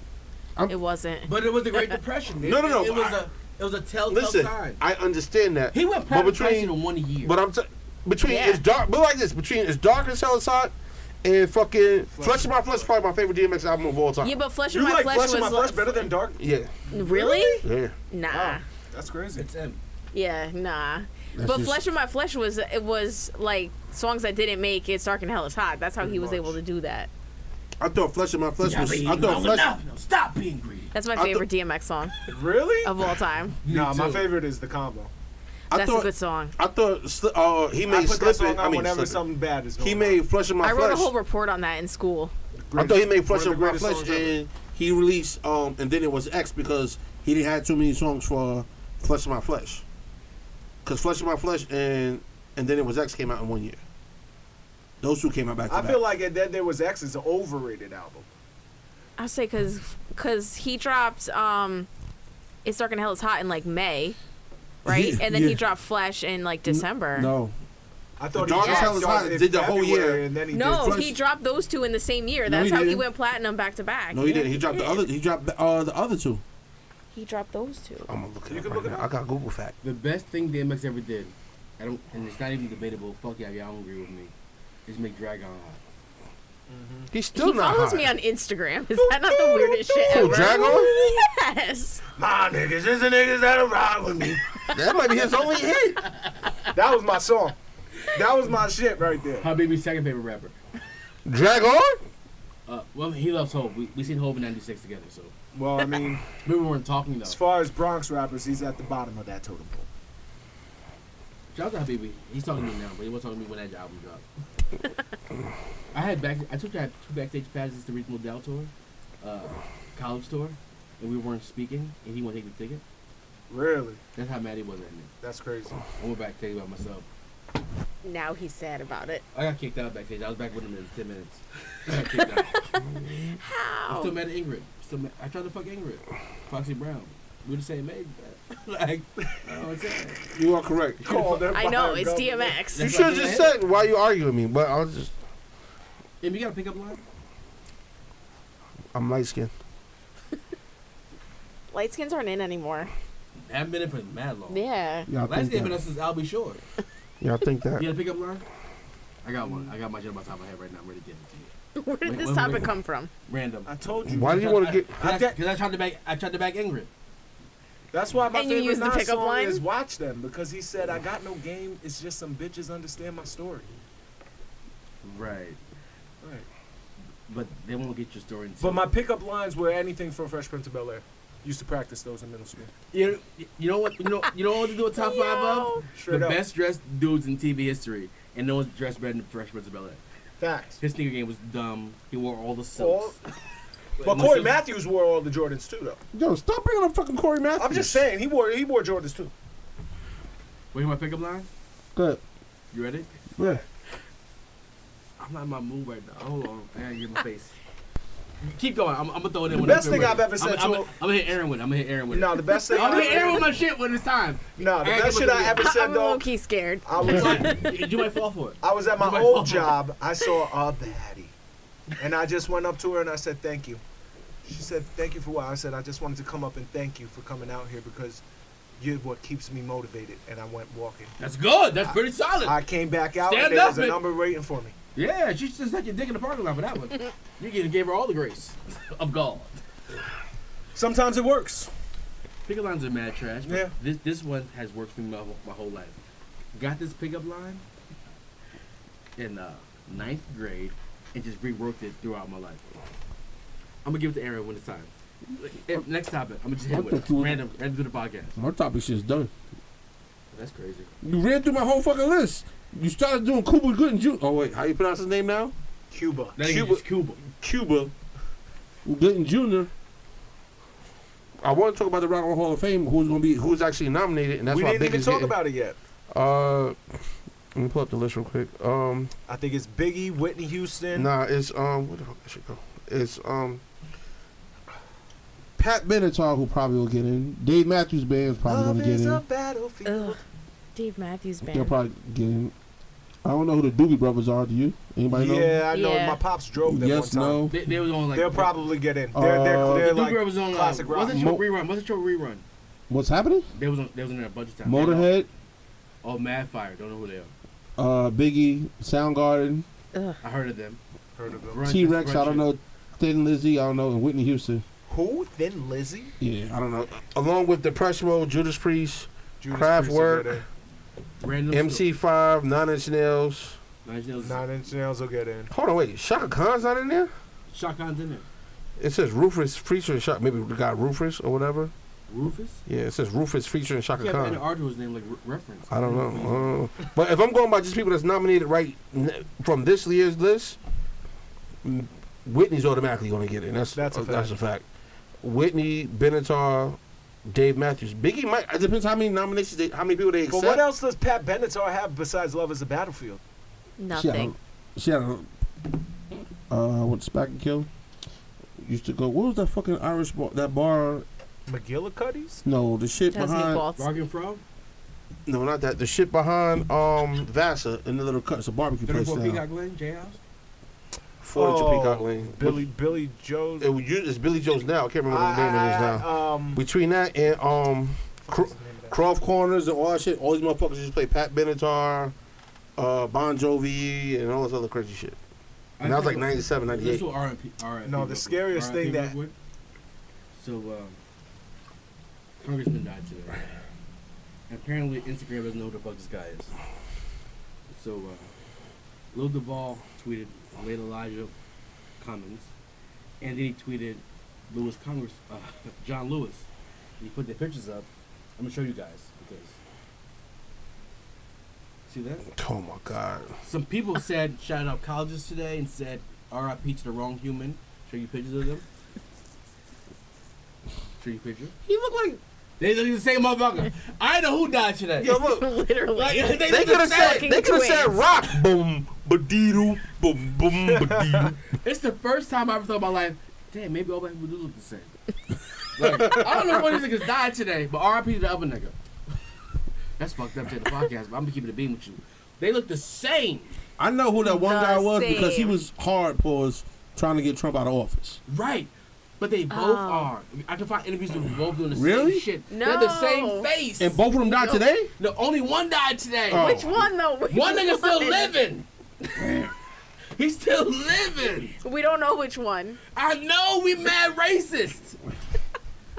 S5: it wasn't.
S3: But it was the Great Depression. It,
S4: No, no, no,
S3: It, it was
S4: I-
S3: a it was a telltale
S4: Listen,
S3: sign.
S4: I understand that.
S3: He
S4: but
S3: went private
S4: between
S3: between, in one year.
S4: But I'm t- between
S5: Yeah.
S4: it's dark. But like this, between it's dark as hell aside, and fucking Flesh of My Flesh is probably my favorite DMX album of all time.
S5: Yeah, but Flesh
S2: You
S5: of My
S2: like
S5: Flesh
S2: Flesh
S5: was
S2: in My
S5: lo-
S2: Flesh better than Dark?
S4: yeah,
S5: really?
S4: yeah.
S5: Nah.
S2: Wow, that's crazy.
S3: it's him.
S5: Yeah, nah.
S6: That's
S5: but
S6: just-
S5: Flesh of My Flesh was it was like songs that didn't make It's Dark and Hell is Hot. That's how he was
S2: much.
S5: able to do that.
S4: I thought Flesh of My Flesh
S3: Y'all
S4: was.
S3: been
S4: I
S3: eating
S4: thought
S3: long
S4: Flesh.
S3: enough. Now Stop being greedy.
S5: That's my
S4: I
S5: favorite DMX song
S2: Really?
S5: of all time.
S2: Nah, my
S3: too.
S2: favorite is the combo.
S4: I
S5: That's a
S4: thought.
S5: good song.
S4: I thought. Sli- uh, he
S2: I
S4: made
S2: put that song
S4: Slippin'.
S2: on
S4: I mean,
S2: whenever
S4: Slippin'.
S2: something bad is going
S4: He
S2: on.
S4: made Flesh of My
S5: I
S4: Flesh.
S5: wrote a whole report on that in school.
S4: I thought he made Flesh
S2: One
S4: of
S2: of the
S4: My
S2: greatest
S4: Flesh
S2: songs ever.
S4: and he released um and then it was X because he didn't have too many songs for Flesh of My Flesh. Cause Flesh of My Flesh and and then it was X came out in one year. Those two came out back to
S2: I
S4: back.
S2: feel like and then there was X is an overrated album.
S5: I say because because he dropped um, it's dark and hell is hot in like May, right?
S4: Yeah,
S5: and then he
S4: yeah.
S5: dropped Flesh in like December.
S4: no,
S2: I thought
S4: Dark
S2: he
S5: as
S2: dropped
S5: Hell
S4: is
S2: Dark
S4: Hot
S2: in
S4: did the whole
S2: February
S4: year.
S2: and then he
S5: No,
S2: did
S4: Flesh-
S5: he dropped those two in the same year.
S4: No,
S5: That's
S4: he
S5: how he
S4: didn't.
S5: went platinum back to back.
S4: no, he
S5: Yeah,
S4: didn't. He dropped the
S5: did.
S4: other. He dropped uh, the other two.
S5: He dropped those two.
S4: I'm gonna look
S2: You
S4: it up
S2: can
S4: right
S2: look it
S4: now.
S2: up.
S4: I got Google fact.
S3: The best thing DMX ever did, I don't, and it's not even debatable. Fuck yeah, y'all don't agree with me. Is make Dragon hot.
S4: He's still
S5: he
S4: not
S5: follows
S4: hot.
S5: me on Instagram. Is that not the weirdest shit
S4: Who,
S5: ever?
S4: Drago?
S5: Yes.
S2: My niggas is the niggas that'll ride with me.
S4: That might be his only hit.
S2: That was my song. That was my shit right there.
S3: Hot baby's second favorite rapper.
S4: Drag on.
S3: Uh, well, he loves Hove. We we seen Hove in '96 together, so
S2: Well, I mean,
S3: we weren't talking though.
S2: as far as Bronx rappers, he's at the bottom of that totem pole.
S3: Shout out to Habibi. He's talking to me now, but he wasn't talking to me when that album dropped. I had back. I took that two backstage passes to Reasonable Doubt tour, uh, college tour, and we weren't speaking, and he wouldn't take the ticket.
S2: Really?
S3: That's how mad he was at me.
S2: That's crazy.
S3: I went backstage by myself.
S5: Now he's sad about it.
S3: I got kicked out backstage. I was back with him in ten minutes. I got kicked out. I'm still
S5: How?
S3: mad at Ingrid. Still mad. I tried to fuck Ingrid, Foxy Brown. We were the same age. but, like, I don't understand.
S4: You are correct.
S2: Called her
S5: I
S2: by
S5: know
S2: her
S5: it's
S2: government.
S5: DMX.
S4: You should have just said why you arguing with me, but I was just
S3: And you got a pickup line?
S4: I'm light skinned.
S5: Light skins aren't in anymore.
S3: I've been in for mad long.
S5: Yeah.
S4: Y'all
S3: Last
S4: think
S3: name of
S4: that?
S3: us is Albie Shore.
S4: Y'all think
S3: You
S4: that?
S3: got a pickup line? I got one. I got my shit on my top of my head right now. I'm ready to give it to you.
S5: Where did
S3: Wait,
S5: this
S3: wait,
S5: topic
S3: wait.
S5: come from?
S3: Random.
S2: I told you.
S4: Why do you want to get?
S2: I de-
S3: Because I, tried to back. I tried to back Ingrid.
S2: That's why my
S5: And you
S2: favorite
S5: used the
S2: Nas
S5: pickup
S2: song
S5: line?
S2: is "Watch Them" because he said, "I got no game. It's just some bitches understand my story."
S3: Right.
S2: Right.
S3: But they won't get your story until.
S2: But my pickup lines were anything from Fresh Prince of Bel Air. Used to practice those in middle school.
S3: you, you know what? You know you know what to do a top five of?
S2: Straight
S3: the
S2: up.
S3: best dressed dudes in TV history, and no one's dressed better than Fresh Prince of Bel Air.
S2: Facts.
S3: His sneaker game was dumb. He wore all the silks.
S2: But
S3: Unless
S2: Corey
S3: it-
S2: Matthews wore all the Jordans too, though.
S4: Yo, stop bringing up fucking Corey Matthews.
S2: I'm just saying he wore he wore Jordans too.
S3: Wait, hear my pickup line?
S4: Good.
S3: You ready?
S4: Yeah.
S3: I'm not in my mood right now. Hold on. I gotta get my face. Keep going. I'm, I'm gonna throw it in.
S2: The
S3: when I
S2: best
S3: feel
S2: thing
S3: ready.
S2: I've ever said
S3: I'm, I'm,
S2: to
S3: I'm gonna hit Aaron with. it. I'm gonna hit Aaron with. it.
S2: No, the best thing.
S3: I'm
S2: I
S3: gonna hit Aaron
S2: ever,
S3: with my shit when it's time.
S2: no, the
S3: I
S2: best
S3: gotta
S2: shit
S3: get
S2: I
S3: my-
S2: ever said
S5: I'm
S2: though.
S5: low-key scared.
S2: I was
S3: you, you might fall for it.
S2: I was at my
S3: You might fall
S2: old
S3: for it.
S2: job. I saw a baddie, and I just went up to her and I said thank you. She said thank you for what I said. I just wanted to come up and thank you for coming out here because you're what keeps me motivated. And I went walking.
S3: That's good. That's pretty solid.
S2: I came back out
S3: Stand
S2: and there
S3: up,
S2: was a
S3: man.
S2: number waiting for me.
S3: yeah, she just had your dick in the parking lot for that one. you gave- gave her all the grace of God.
S2: Sometimes it works.
S3: Pickup lines are mad trash. But
S2: Yeah.
S3: This this one has worked for me my, whole- my whole life. Got this pickup line in uh, ninth grade and just reworked it throughout my life. I'm gonna give it to Aaron when it's time. Eh, Next topic. I'm gonna just hit it with it. random random through the podcast.
S6: My topic shit's done.
S3: That's crazy.
S6: You ran through my whole fucking list. You started doing Cuba Good and Ju-
S4: Oh wait, how you pronounce his name now?
S2: Cuba.
S3: That ain't
S4: Cuba-
S3: just Cuba.
S4: Cuba.
S6: Gooden Jr.
S4: I want to talk about the Rock and Roll Hall of Fame. Who's gonna be? Who's actually nominated? And that's
S2: we
S4: why
S2: didn't
S4: Biggie's
S2: even talk
S4: getting-
S2: about it yet.
S4: Uh, let me pull up the list real quick. Um,
S2: I think it's Biggie, Whitney Houston.
S4: nah, it's um, where the fuck that shit go? It's um, Pat Benatar who probably will get in. Dave Matthews Band is probably
S2: Love
S4: gonna get
S2: is
S4: in.
S2: a battlefield.
S5: Ugh. Dave Matthews
S6: They'll
S5: Band.
S6: probably get in. I don't know who the Doobie Brothers are. Do you? Anybody know?
S2: Yeah, I know.
S5: Yeah.
S2: My pops drove them
S6: Yes.
S2: one time.
S6: No.
S3: They, they was on like
S2: They'll probably get in. They're,
S6: Uh,
S2: they're,
S6: The
S2: they're
S3: Duke
S2: like
S3: River was on uh,
S2: classic rock.
S3: Wasn't your
S6: Mo-
S3: rerun? Wasn't your rerun?
S6: What's happening?
S3: They was on. They was on there a bunch of times.
S6: Motorhead,
S3: Oh, Mad Fire. Don't know who they are.
S6: uh, Biggie, Soundgarden,
S3: I heard of them.
S2: Heard of them.
S3: Grunge-
S6: T Rex. I
S3: grunge
S6: don't know. Thin Lizzy. I don't know. And Whitney Houston.
S2: Who? Then Lizzie?
S6: Yeah.
S4: I don't know. Along with Depression Mode, Judas Priest,
S2: Judas
S4: Kraftwerk.
S2: Priest will get in.
S3: shit. Random
S4: MC5, Nine Inch Nails.
S3: Nine Nails.
S2: Nine Inch Nails will get in.
S4: Hold on, wait. Shaka Khan's not in there.
S3: Shotgun's in there.
S4: It says Rufus featuring Shaka. Maybe the guy Rufus or whatever.
S3: Rufus.
S4: Yeah, it says Rufus featuring Shaka
S3: Yeah, but an
S4: Khan.
S3: Arduino's name like re- reference.
S4: I don't know. I don't know. But if I'm going by just people that's nominated right n- from this year's list, m- Whitney's automatically going to get in. That's
S2: That's a
S4: uh, that's a fact. Whitney, Benatar, Dave Matthews. Biggie might. It depends how many nominations, they, how many people they
S2: But
S4: accept.
S2: what else does Pat Benatar have besides Love is a Battlefield?
S5: Nothing.
S4: She had a. Uh, what Spack and Kill? Used to go. What was that fucking Irish bar? That bar?
S2: McGillicuddy's?
S4: No, the shit
S5: That's
S4: behind.
S5: meatballs.
S3: Rockin' Frog?
S4: No, not that. The shit behind um Vasa in the little cut. It's a barbecue place
S3: 34
S4: now.
S3: Peacock Glen, J House?
S4: Forty two
S2: Oh,
S4: Peacock Lane.
S2: Billy Billy Joe's.
S4: It, was used- it's Billy Joe's now. I can't remember what the name it is now.
S2: Um,
S4: Between that and um Cro- Croft Corners and all that shit, all these motherfuckers just play Pat Benatar, uh, Bon Jovi, and all this other crazy shit. And that was like 97, 98.
S3: Let's do R&P, R&P
S2: No,
S3: real
S2: the
S3: quick.
S2: scariest
S3: R.I.P.
S2: thing
S3: real
S2: that-
S3: quick. So, um, Congressman died today. right? And apparently, Instagram doesn't know who the fuck this guy is. So, uh, Lil Duval tweeted late Elijah Cummings, and then he tweeted Lewis Congress, uh, John Lewis. And he put the pictures up. I'm gonna show you guys because see that.
S4: Oh my god.
S3: Some people said shouted out colleges today and said RIP to the wrong human. Show you pictures of them. Show you picture.
S4: He looked like.
S3: They look the same motherfucker. I know who died today.
S4: Yo, look.
S5: Literally.
S3: Like,
S4: They
S3: they
S4: could
S3: look the
S4: have said.
S3: same.
S5: fucking
S4: They could have said
S5: twins.
S4: rock. Boom, badoo, boom, boom, badoo.
S3: It's the first time I ever thought in my life. Damn, maybe all black people do look the same. like, I don't know if one of these niggas died today, but RIP to the other nigga. That's fucked up to the podcast, but I'm gonna keep it a beam with you. They look the same.
S4: I know who that one
S5: The
S4: guy was because he
S5: same.
S4: was hard pause trying to get Trump out of office.
S3: Right. But they both
S5: Oh.
S3: are. I can find interviews with both doing the
S4: Really?
S3: same shit.
S5: No.
S3: They're the same face.
S4: And both of them died today?
S3: No, only one died today.
S4: Oh.
S5: Which one though? Which
S3: One nigga still living. He's still living.
S5: We don't know which one.
S3: I know we mad racist.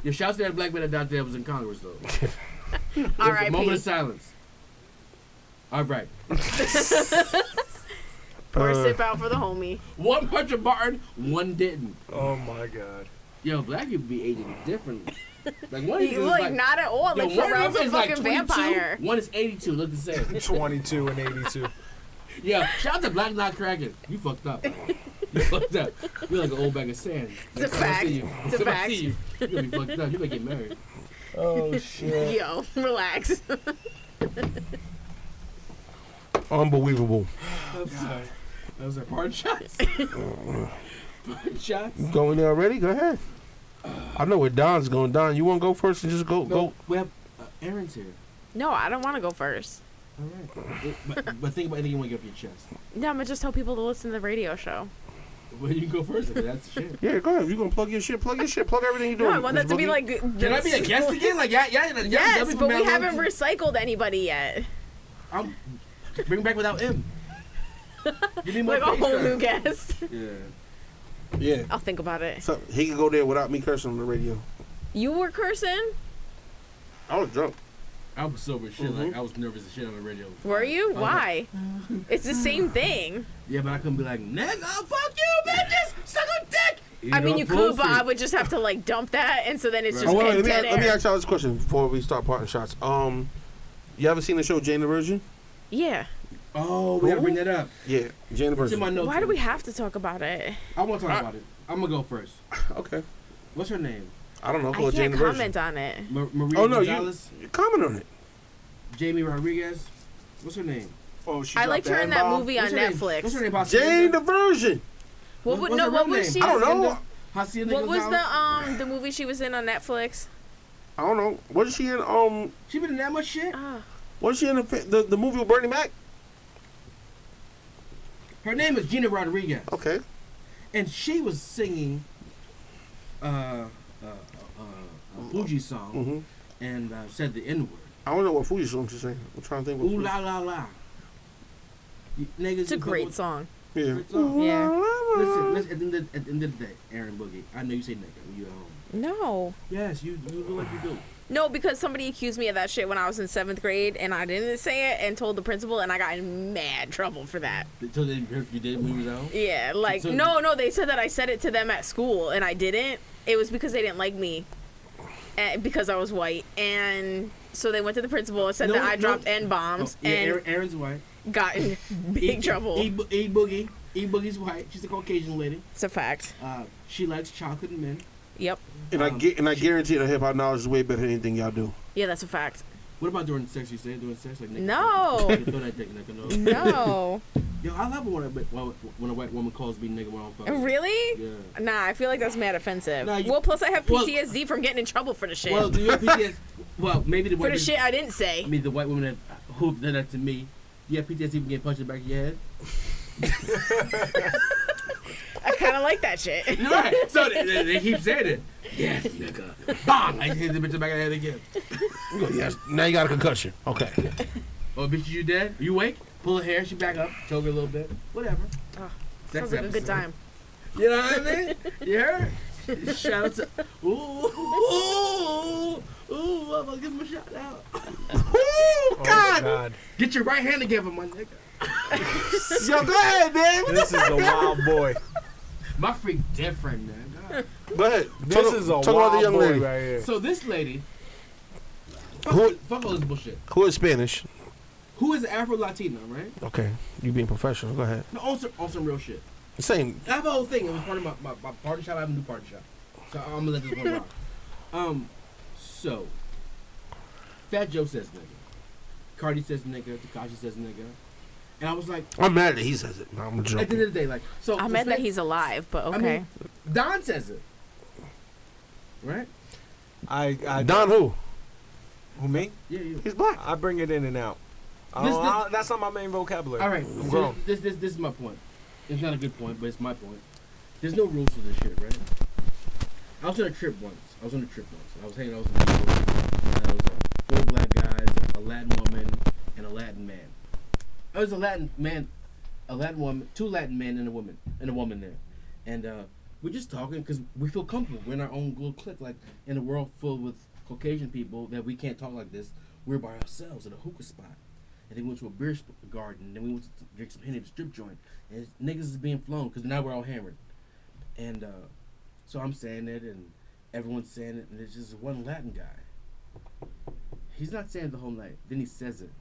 S3: Your shouts to that black man that died today was in Congress though. It's a Moment
S5: R.I.P.
S3: of silence. All right.
S5: Pour a sip out for the homie.
S3: One punch of Martin, one didn't.
S2: oh my God.
S3: Yo, black people be aging differently. Like one of
S5: He
S3: these is
S5: look
S3: like,
S5: not at all.
S3: yo,
S5: Like
S3: one of
S5: Pharrell's
S3: them
S5: a
S3: is like
S5: fucking
S3: 22,
S5: vampire.
S3: One is 82. Look the same.
S2: 22 and 82.
S3: Yeah, shout out to Black Not Kraken. You fucked up. You fucked up. You're like an old bag of sand.
S5: It's a
S3: Next time I
S5: fact.
S3: see you-
S5: It's
S3: if
S5: a
S3: I
S5: fact.
S3: see you, You're gonna be fucked up. You're gonna get married.
S2: oh shit.
S5: Yo, relax.
S4: Unbelievable.
S3: I'm sorry. Those are part shots. part shots.
S4: You going there already? Go ahead. I know where Don's going. Don, you want to go first and just go? Go.
S3: We have uh, Aaron's here.
S5: No, I don't want to go first.
S3: All right. It- but, but think about anything you want to get off your chest.
S5: No, I'm gonna just tell people to listen to the radio show.
S3: Well, you can go first. if That's the shit.
S4: Yeah, go ahead. If you going to plug your shit, plug your shit. Plug everything you do.
S5: No, I want that to be like.
S3: Can I be a guest again? Like, yeah, yeah, yeah.
S5: Yes,
S3: yeah,
S5: but
S3: man,
S5: we
S3: I'm-
S5: haven't recycled anybody yet.
S3: I'm, bring back without M. Give me more
S5: Like a
S3: face
S5: whole
S3: time.
S5: new guest.
S3: Yeah.
S4: Yeah.
S5: I'll think about it.
S4: So he could go there without me cursing on the radio.
S5: You were cursing?
S4: I was drunk.
S3: I was sober as shit. Like
S4: Mhm.
S3: I was nervous as shit on the radio.
S5: Were you?
S3: Uh-huh.
S5: Why? It's the same thing.
S3: Yeah, but I couldn't be like, nigga, fuck you, bitches, suck a dick.
S5: I mean, you could, but I would just have to like dump that, and so then it's
S3: Right.
S5: just
S4: Oh, wait, wait, let, me,
S5: dead
S4: let me
S5: air.
S4: ask y'all this question before we start parting shots. Um, You ever seen the show Jane the Virgin?
S5: Yeah.
S3: Oh, we gotta bring that up.
S4: Yeah, Jane the
S3: It's in my
S4: Virgin.
S3: notes.
S5: Why do we Uh, have to talk about it?
S3: I want to talk about it. I'm gonna go first.
S4: Okay.
S3: What's her name?
S4: I don't know.
S5: I
S4: Call it Jane
S5: can't
S4: the Virgin.
S5: comment on it.
S3: Ma- Maria
S4: Oh, no, you-
S3: Gonzalez,
S4: You Comment on it.
S3: Jamie Rodriguez. What's her name?
S2: Oh, she
S5: I
S2: dropped
S5: liked
S2: the
S5: her in that
S2: N-bomb.
S5: movie on
S3: What's her name? What's her
S5: Netflix.
S3: name? Hacienda?
S4: Jane the Virgin.
S5: What
S3: What-
S5: would
S3: what's
S5: no?
S3: her
S5: What
S3: real
S5: was
S3: name?
S5: she?
S4: I don't know.
S3: Hacienda
S5: What was
S3: Gonzalez?
S5: the um the movie she was in on Netflix?
S4: I don't know. Was she in um?
S3: She been in that much shit.
S5: Ah,
S4: Was she in the the, the movie with Bernie Mac?
S3: Her name is Gina Rodriguez,
S4: Okay.
S3: and she was singing, uh, uh, uh, uh, a Fuji song,
S4: Mm-hmm.
S3: and uh, said the N word.
S4: I don't know what Fuji song she's saying. I'm trying to think. What
S3: Ooh
S4: Fuji-
S3: la la la. You niggas,
S5: it's a
S3: you
S5: great
S3: fuck
S5: song.
S4: Yeah.
S3: with- Great song.
S5: Yeah.
S3: Listen, listen, at the, end of, at the end of the day, Aaron Boogie, I know you say nigga when you at home.
S5: No.
S3: Yes, you, you look like you do.
S5: No, because somebody accused me of that shit when I was in seventh grade, and I didn't say it, and told the principal, and I got in mad trouble for that.
S3: Until they heard if you did when you was at home.
S5: Yeah, like
S3: So-
S5: no, no. They said that I said it to them at school, and I didn't. It was because they didn't like me, eh, because I was white, and so they went to the principal and said
S3: No,
S5: that I
S3: no.
S5: dropped n bombs
S3: Oh, yeah,
S5: and
S3: Aaron, Aaron's white.
S5: got in big
S3: E-
S5: trouble.
S3: E, Bo- e Boogie, E Boogie's white. She's a Caucasian lady.
S5: it's a fact.
S3: Uh, she likes chocolate and men.
S5: Yep.
S4: And I get and I guarantee the hip hop knowledge is way better than anything y'all do.
S5: Yeah, that's a fact.
S3: What about during sex? You say during sex like nigga,
S5: No.
S3: fuck you, throw that dick, nigga, no.
S5: No.
S3: Yo, I love it when a, when a white woman calls me nigga when I'm fucking.
S5: really?
S3: Yeah.
S5: Nah, I feel like that's mad offensive.
S3: Nah, you-
S5: well, plus I have
S3: Well-
S5: PTSD from getting in trouble for the shit.
S3: Well, do you have PTSD? Well, maybe the
S5: for
S3: white.
S5: the
S3: people-
S5: shit I didn't say.
S3: I mean, the white woman that who did that to me. Do you have PTSD from getting punched in the back of your head?
S5: I kind of like that shit.
S3: You're right. So they, they, they keep saying it. Yes, nigga. Bang! I hit the bitch in the back of the head again.
S4: Yes. Now you got a concussion. Okay.
S3: Oh, bitch, you dead? Are you awake? Pull her hair. She back up. Choke her a little bit. Whatever.
S5: Ah,
S3: Sex
S5: Sounds like a good
S3: episode.
S5: time.
S3: You know what I mean? Yeah. Shout out to ooh ooh ooh! I'm gonna give him a shout out.
S4: Ooh,
S2: Oh my
S4: God.
S2: God.
S3: Get your right hand together, my nigga.
S4: Yo, go ahead, man.
S2: This is a wild boy.
S3: My freak different, man. God.
S4: Go ahead.
S2: This
S4: talk,
S2: is a
S4: talk
S2: wild
S4: about the young
S2: boy
S4: lady
S2: right here.
S3: So this lady,
S4: who
S3: fuck all this bullshit.
S4: who is Spanish.
S3: Who is Afro Latina, right?
S4: Okay, you being professional. Go ahead.
S3: No, also also real shit.
S4: Same.
S3: I have a whole thing. It was part of my, my, my party shop. I have a new party shop. So I'm gonna let this one rock. Um, so Fat Joe says nigga, Cardi says nigga, Takashi says nigga, and I was like,
S4: I'm mad that he says it. No, I'm
S3: at the end
S4: joking.
S3: of the day, like, so so
S5: I'm mad that
S3: Fat-
S5: he's alive, but okay.
S3: Oh, I mean, Don says it, right?
S2: I, I
S4: Don who?
S2: who me?
S3: Yeah, yeah.
S4: He's black.
S2: I bring it in and out. I
S3: This-
S2: don't-
S3: this-
S2: I- that's not my main vocabulary.
S3: All right.
S2: I'm
S3: So
S2: grown.
S3: this this this is my point. It's not a good point, but it's my point. There's no rules to this shit, right? I was on a trip once. I was on a trip once. I was hanging out with some people. And I was uh, four black guys, a Latin woman, and a Latin man. I was a Latin man, a Latin woman, two Latin men, and a woman, and a woman there. And uh, we're just talking because we feel comfortable. We're in our own little clique, like in a world filled with Caucasian people that we can't talk like this. We're by ourselves at a hookah spot. And then we went to a beer sp- garden. And then we went to drink some Henny at the strip joint. And niggas is being flown because now we're all hammered. And uh, so I'm saying it, and everyone's saying it, and there's just one Latin guy. He's not saying it the whole night. Then he says it.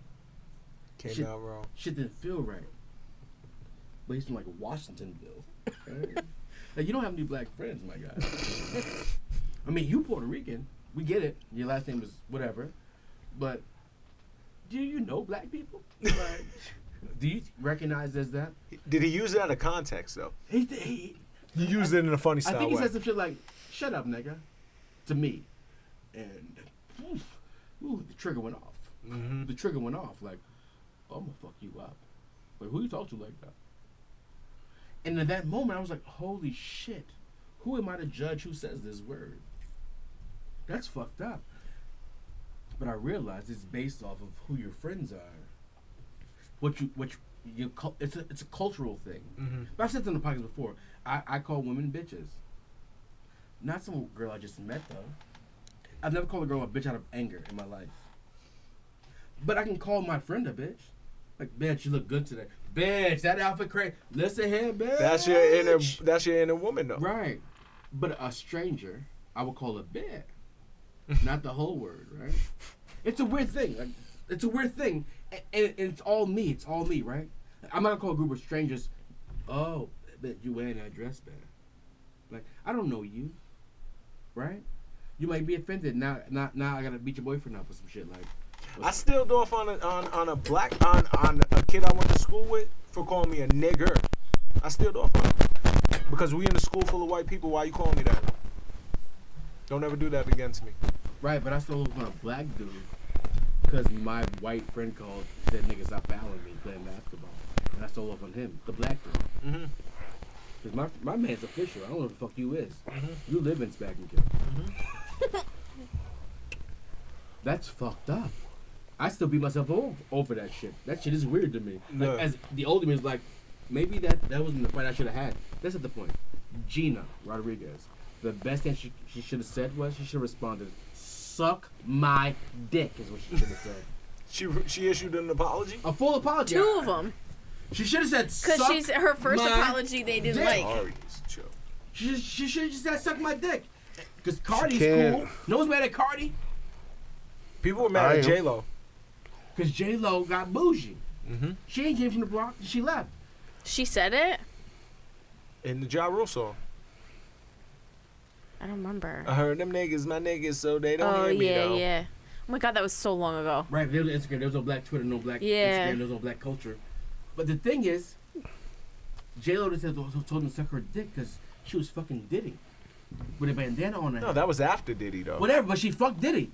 S2: Came
S3: shit.
S2: out wrong.
S3: Shit didn't feel right. But he's from like Washingtonville. right? like you don't have any black friends, my guy. I mean, you Puerto Rican. We get it. Your last name was whatever, but do you know black people? Like, do you recognize as that?
S2: Did he use it out of context though?
S3: He, he,
S2: You used it in a funny
S3: I
S2: style
S3: think he
S2: way.
S3: said some shit like "Shut up, nigga," to me, and oof, ooh, the trigger went off.
S2: Mm-hmm.
S3: The trigger went off. Like, I'm gonna fuck you up. Like, who you talk to like that? And in that moment, I was like, "Holy shit! Who am I to judge who says this word? That's fucked up." But I realized it's based off of who your friends are, what you what you, you cul- it's a it's a cultural thing. But I've said this in the podcast before. I, I call women bitches. Not some girl I just met though. I've never called a girl a bitch out of anger in my life. But I can call my friend a bitch. Like, bitch, you look good today. Bitch, that outfit crazy. Listen here, bitch.
S2: That's your inner. That's your inner woman though.
S3: Right. But a stranger, I would call a bit. Not the whole word, right? It's a weird thing. Like, it's a weird thing. And, and, and it's all me. It's all me, right? I'm not going to call a group of strangers, oh, but you wearing that dress better. Like, I don't know you, right? You might be offended. Now, now, now I got to beat your boyfriend up or some shit. Like,
S2: I still do off on a, on on a black on on a kid I went to school with for calling me a nigger. I still do off on it because we in a school full of white people. Why you calling me that? Don't ever do that against me.
S3: right, but I still look on a black dude because my white friend called, said, nigga, stop fouling me playing basketball. And I stole up on him, the black dude.
S2: Mm-hmm.
S3: Cause my my man's official. I don't know what the fuck you is. You live in Spack and Kill. That's fucked up. I still beat myself over over that shit. That shit is weird to me.
S2: No.
S3: Like as the older me is like, maybe that that wasn't the fight I should have had. That's not the point. Gina Rodriguez. The best thing she, she should have said was she should have responded, "Suck my dick" is what she should have said.
S2: She she issued an apology.
S3: A full apology.
S5: Two of them,
S3: She should have said,
S5: because
S3: "Suck
S5: she's her first
S3: my
S5: apology they didn't
S3: dick."
S5: like.
S2: Ari is chill.
S3: She, she should have just said suck my dick. Because Cardi's
S4: can't.
S3: cool. No one's mad at Cardi.
S2: People were mad
S4: I
S2: at
S4: am.
S2: J Lo.
S3: Because J-Lo got bougie. She ain't came from the block. She left.
S5: She said it.
S2: In the Ja Rule song.
S5: I I don't remember.
S2: Uh,
S7: I heard them niggas, my niggas, so they don't
S5: oh
S7: hear me
S5: yeah,
S7: though.
S5: yeah. Oh my god, that was so long ago.
S3: Right, there was Instagram. There was no black Twitter, no black
S5: Yeah.
S3: Instagram, there was no black culture. But the thing is, J Lo just had- told him to suck her dick because she was fucking Diddy with a bandana on her.
S7: No,
S3: head.
S7: that was after Diddy though.
S3: Whatever, but she fucked Diddy.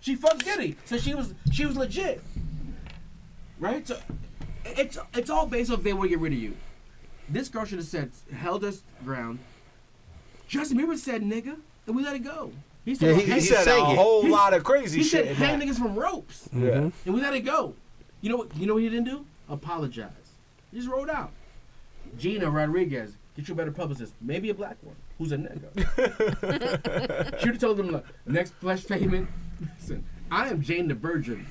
S3: She fucked Diddy, so she was she was legit. Right? So it's it's all based on if they want to get rid of you. This girl should have said held us ground. Justin Bieber said nigga, and we let it go. He said
S4: Yeah,
S7: He,
S4: He
S7: said a
S4: sang it.
S7: whole
S3: He-
S7: lot of crazy
S3: he
S7: shit.
S3: said
S7: in
S3: hang
S7: that.
S3: niggas from ropes.
S7: Yeah.
S4: Mm-hmm.
S3: And we let it go. You know what? You know what he didn't do? Apologize. He just rolled out. Gina Rodriguez, get you a better publicist, maybe a black one, who's a nigga. Should have told him, look, next flesh payment. Listen, I am Jane the Virgin.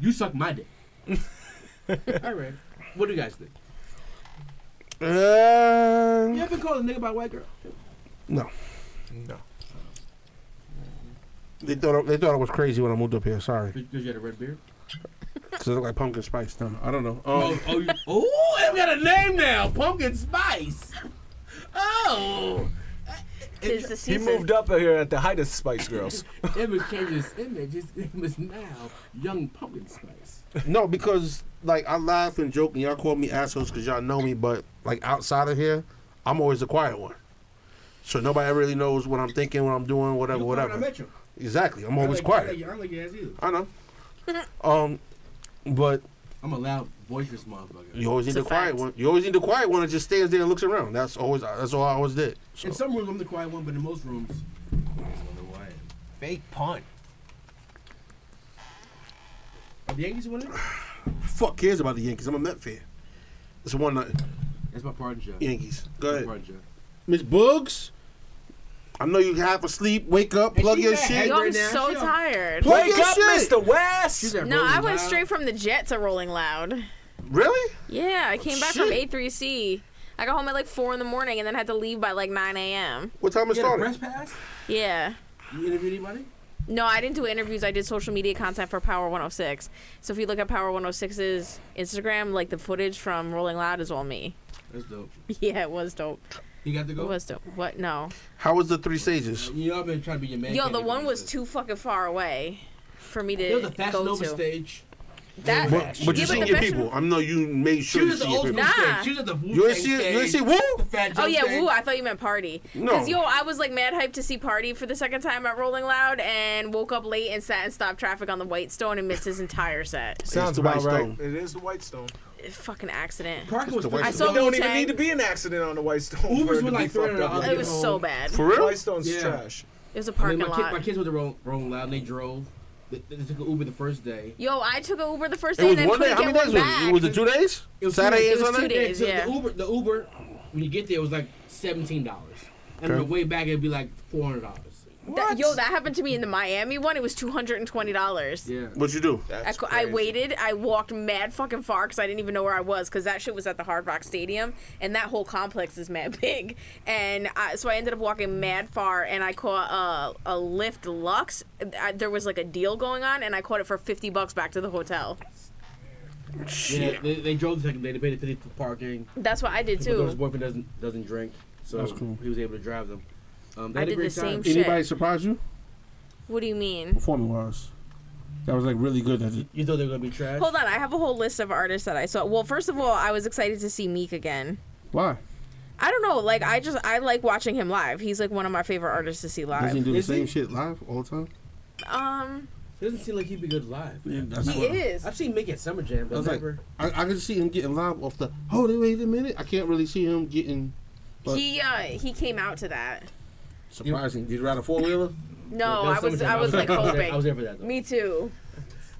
S3: You suck my dick. All right. What do you guys think? You
S4: Uh,
S3: ever called a nigga by a white girl?
S4: no,
S7: No.
S4: they thought I, they thought I was crazy when I moved up here. Sorry,
S3: Because you had a red beard.
S4: because I look like pumpkin spice. No, I don't know.
S3: Oh,
S4: Um,
S3: oh, you, oh, and we got a name now, Pumpkin Spice. Oh,
S5: Tis the
S7: He
S5: season.
S7: moved up here at the height of Spice Girls.
S3: It was changing his image. His name is now Young Pumpkin Spice.
S4: no, because like I laugh and joke, and y'all call me assholes because y'all know me. But like outside of here, I'm always the quiet one. So nobody really knows what I'm thinking, what I'm doing, whatever,
S3: I
S4: whatever.
S3: met you.
S4: Exactly, I'm
S3: I
S4: always
S3: like- I like
S4: quiet.
S3: you. I don't like your ass either.
S4: I know. Um, but
S3: I'm a loud, boisterous motherfucker.
S4: You always need
S5: It's
S4: the
S5: a
S4: quiet
S5: fact.
S4: one. You always need the quiet one that just stands there and looks around. That's always that's all I always did. So,
S3: In some rooms, I'm the quiet one, but in most rooms, I don't know who I am.
S7: Fake punt.
S3: Are the Yankees winning?
S4: fuck cares about the Yankees. I'm a Met fan. It's one night
S3: That's my pardon shot.
S4: Yankees. Go
S3: My
S4: ahead,
S3: pardon shot.
S4: Miss Boogs. I know you half asleep. Wake up,
S3: And
S4: plug
S3: she
S4: your
S3: got
S4: shit.
S3: head-
S5: Yo, I'm
S3: Right now,
S5: so
S3: sure.
S5: tired.
S4: Plug
S7: Wake
S4: your
S7: up,
S4: shit.
S7: Mr. West.
S3: She's
S5: No, I went straight from the jet to Rolling Loud.
S4: Really?
S5: Yeah, I came back from
S4: Shit.
S5: A3C. I got home at like four in the morning and then had to leave by like nine a.m.
S4: What time it
S3: You had a
S4: started?
S3: press pass?
S5: Yeah.
S3: You interviewed anybody?
S5: No, I didn't do interviews. I did social media content for Power 106. So if you look at Power 106's Instagram, like the footage from Rolling Loud is all me.
S3: That's dope.
S5: Yeah, it was dope.
S3: You got to
S5: It
S3: go? Uh,
S5: was dope. What? No.
S4: How was the Three Sages?
S3: You know, I've been trying to be your man.
S5: Yo, the
S3: candidate
S5: one
S3: for
S5: was
S3: this.
S5: too fucking far away for me
S3: It was a
S5: to
S3: Fashion
S5: go
S3: Nova
S5: to.
S3: stage.
S5: That,
S4: But,
S5: yeah,
S4: but you seen
S5: the
S4: your
S5: Fashion-
S4: people. I know you made
S3: She
S4: sure you
S3: was
S4: see
S3: at the
S4: your
S3: old
S4: people.
S3: school
S5: Nah.
S3: stage. She was at the Wu
S4: You
S3: Tang
S4: ain't see it. You ain't
S3: stage.
S4: see woo.
S3: The Fat Joe
S5: Oh yeah,
S3: stage.
S5: woo! I thought you meant party.
S4: No.
S5: Cause yo, I was like mad hyped to see party for the second time at Rolling Loud, and woke up late and sat and stopped traffic on the White Stone and missed his entire set.
S7: Sounds
S4: the
S7: about
S4: White
S7: right.
S4: Stone.
S2: It is the White Stone.
S5: Fucking accident.
S3: Parker was
S4: the worst.
S5: I
S3: fucking-
S5: saw
S2: It don't even
S5: Wu-Tang.
S2: need to be an accident on the White Stone.
S3: Ubers
S2: for it
S3: were
S2: to be
S3: like three
S2: fucked
S3: hundred
S2: up
S3: dollars.
S5: It was so bad.
S4: um, For
S2: The
S4: real?
S2: White Stone's
S3: Yeah.
S2: trash.
S5: It was
S3: I
S5: a
S3: mean,
S5: parking
S3: my, kid, my
S5: lot.
S3: kids went to Rome, Rome Loud and they drove. They, they took an Uber the first day.
S5: Yo, I took an Uber the first
S4: It
S5: day
S4: was
S5: and then
S4: one day.
S5: couldn't
S4: How
S5: get
S4: many days
S5: one
S4: was it?
S5: back.
S4: Was it two days?
S3: It was two
S4: Saturday
S3: days.
S4: and
S5: It was two
S4: Sunday.
S5: days. is,
S3: so
S5: yeah.
S3: The Uber, the Uber, when you get there, it was like seventeen dollars, and on the
S4: Okay.
S3: way back it'd be like four hundred dollars.
S5: That- yo, that happened to me in the Miami one. It was two hundred and twenty dollars.
S3: Yeah.
S4: What you do?
S5: I,
S7: That's
S5: co- I
S7: crazy.
S5: waited. I walked mad fucking far because I didn't even know where I was because that shit was at the Hard Rock Stadium and that whole complex is mad big. And I, so I ended up walking mad far and I caught a, a Lyft Lux. I, there was like a deal going on and I caught it for fifty bucks back to the hotel.
S3: Yeah. They, they drove the second day. They paid the fifty for parking.
S5: That's what I did
S3: Because his
S5: too.
S3: boyfriend doesn't doesn't drink, so
S4: That's cool.
S3: he was able to drive them. Um, they
S5: I
S3: had a
S5: did the
S3: great time.
S5: same shit.
S6: Anybody surprise you?
S5: What do you mean?
S6: Performing wise, that was like really good. At it.
S3: You thought they were gonna be trash?
S5: Hold on, I have a whole list of artists that I saw. Well, first of all, I was excited to see Meek again.
S6: Why?
S5: I don't know, like I just I like watching him live. He's like one of my favorite artists to see
S4: Doesn't he
S5: live.
S4: do the
S3: Is he-
S4: same shit live all the time?
S5: Um,
S3: It doesn't seem like he'd be good live.
S6: Yeah, that's
S5: he is.
S3: I've seen Mick at Summer Jam,
S4: I
S3: but
S4: was like,
S3: never.
S4: I, I could see him getting live off the. Hold it, wait a minute. I can't really see him getting But-
S5: He uh he came out to that.
S4: surprising. Did you ride a four wheeler?
S5: No,
S3: That
S5: Oh, I was
S3: Summer Jam.
S5: I was like
S3: there- I was there- I was
S5: hoping.
S3: there for that. Though.
S5: Me too.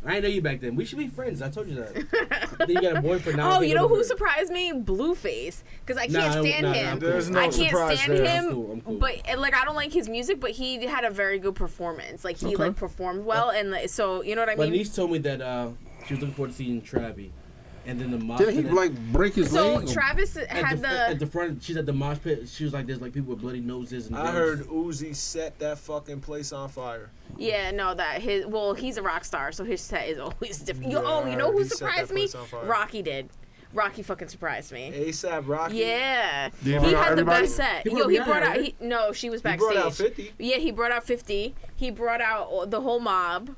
S3: I didn't know you back then. We should be friends. I told you that. then you got a boyfriend now. I
S5: Oh,
S3: think
S5: you
S3: I'm
S5: know who
S3: weird.
S5: surprised me? Blueface, because I
S3: Nah,
S5: can't
S3: I-
S5: stand
S3: nah, nah,
S5: him.
S3: I'm There's
S7: cool. no
S5: I can't
S7: surprise
S5: stand
S7: there.
S5: him.
S3: I'm cool, I'm cool.
S5: But and, like, I don't like his music, but he had a very good performance. Like he
S4: Okay.
S5: like performed well, and like, so you know what I
S3: My
S5: mean.
S3: niece told me that uh, she was looking forward to seeing Travi, and then the mosh
S4: Didn't he
S3: pit at-
S4: like break his
S5: so
S4: leg?
S5: Travis
S3: at,
S5: had
S3: the, at- at
S5: the.
S3: the front. She's at the mosh pit. She was like, "There's like people with bloody noses." And
S2: I
S3: guns.
S2: heard Uzi set that fucking place on fire.
S5: Yeah, no, that his well, he's a rock star, so his set is always different. You-
S2: Yeah,
S5: oh,
S2: I
S5: you know who
S2: heard he set that
S5: surprised me?
S2: place on fire.
S5: Rocky did. Rocky fucking surprised me.
S2: ASAP Rocky.
S5: Yeah,
S4: Did he
S5: he
S4: bring out
S5: had the
S4: everybody?
S5: best set.
S2: He
S5: Yo,
S2: brought
S5: he
S2: Rihanna,
S5: brought out.
S2: right?
S5: He, no, she was
S2: He
S5: backstage.
S2: brought out 50.
S5: Yeah, he brought out 50. He brought out all- the whole mob.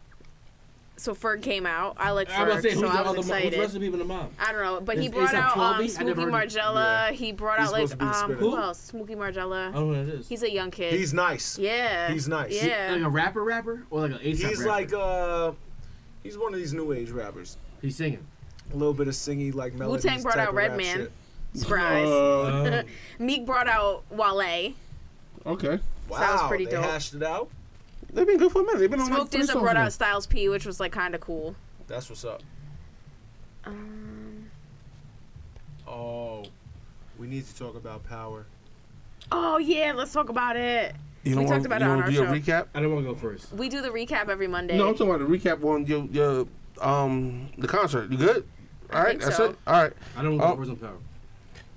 S5: So Ferg came out. I like
S3: I
S5: Ferg,
S3: was saying, who's
S5: so
S3: the
S5: I
S3: other mob? Who's
S5: was
S3: the rest
S5: excited.
S3: of the people in the mob?
S5: I don't know, but he
S3: Is-
S5: brought
S3: is that
S5: out
S3: 12? I
S5: um,
S3: never
S5: Smokey
S3: heard of-
S5: Margella. He brought
S2: He's
S5: out like
S2: supposed to be the
S5: um,
S2: spinner.
S5: who
S3: Who?
S5: else? Smokey
S3: I
S5: Margella.
S3: don't know what it is.
S5: He's a young kid.
S2: He's nice.
S5: yeah.
S2: he's nice. He-
S5: Yeah.
S3: like a rapper, rapper, or like an ASAP
S2: He's
S3: rapper?
S2: like uh he's one of these new age rappers.
S3: he's singing.
S2: A little bit of singy like melodies.
S5: Wu-Tang brought
S2: type
S5: out
S2: of rap
S5: Redman.
S2: shit.
S5: Surprise.
S4: Uh,
S3: Uh,
S5: Meek brought out Wale.
S4: okay.
S2: Wow,
S5: Sounds pretty
S2: they
S5: dope.
S2: hashed it out.
S4: They've been good for a minute. They've been on
S5: Smoke
S4: like three
S5: Dizza
S4: songs
S5: brought
S4: now.
S5: out Styles P, which was like kind of cool.
S2: That's what's up.
S5: Um,
S2: Oh, we need to talk about power.
S5: oh yeah, let's talk about it.
S4: You don't
S5: We
S4: wanna-
S5: talked about
S4: you
S5: it on
S4: wanna
S5: our
S4: do a recap?
S3: I don't want to go first.
S5: We do the recap every Monday.
S4: No, I'm talking about the recap on your your um the concert. You good? All right,
S5: think
S4: that's
S5: so.
S4: it. All right.
S3: I don't want to
S4: Oh.
S3: go first on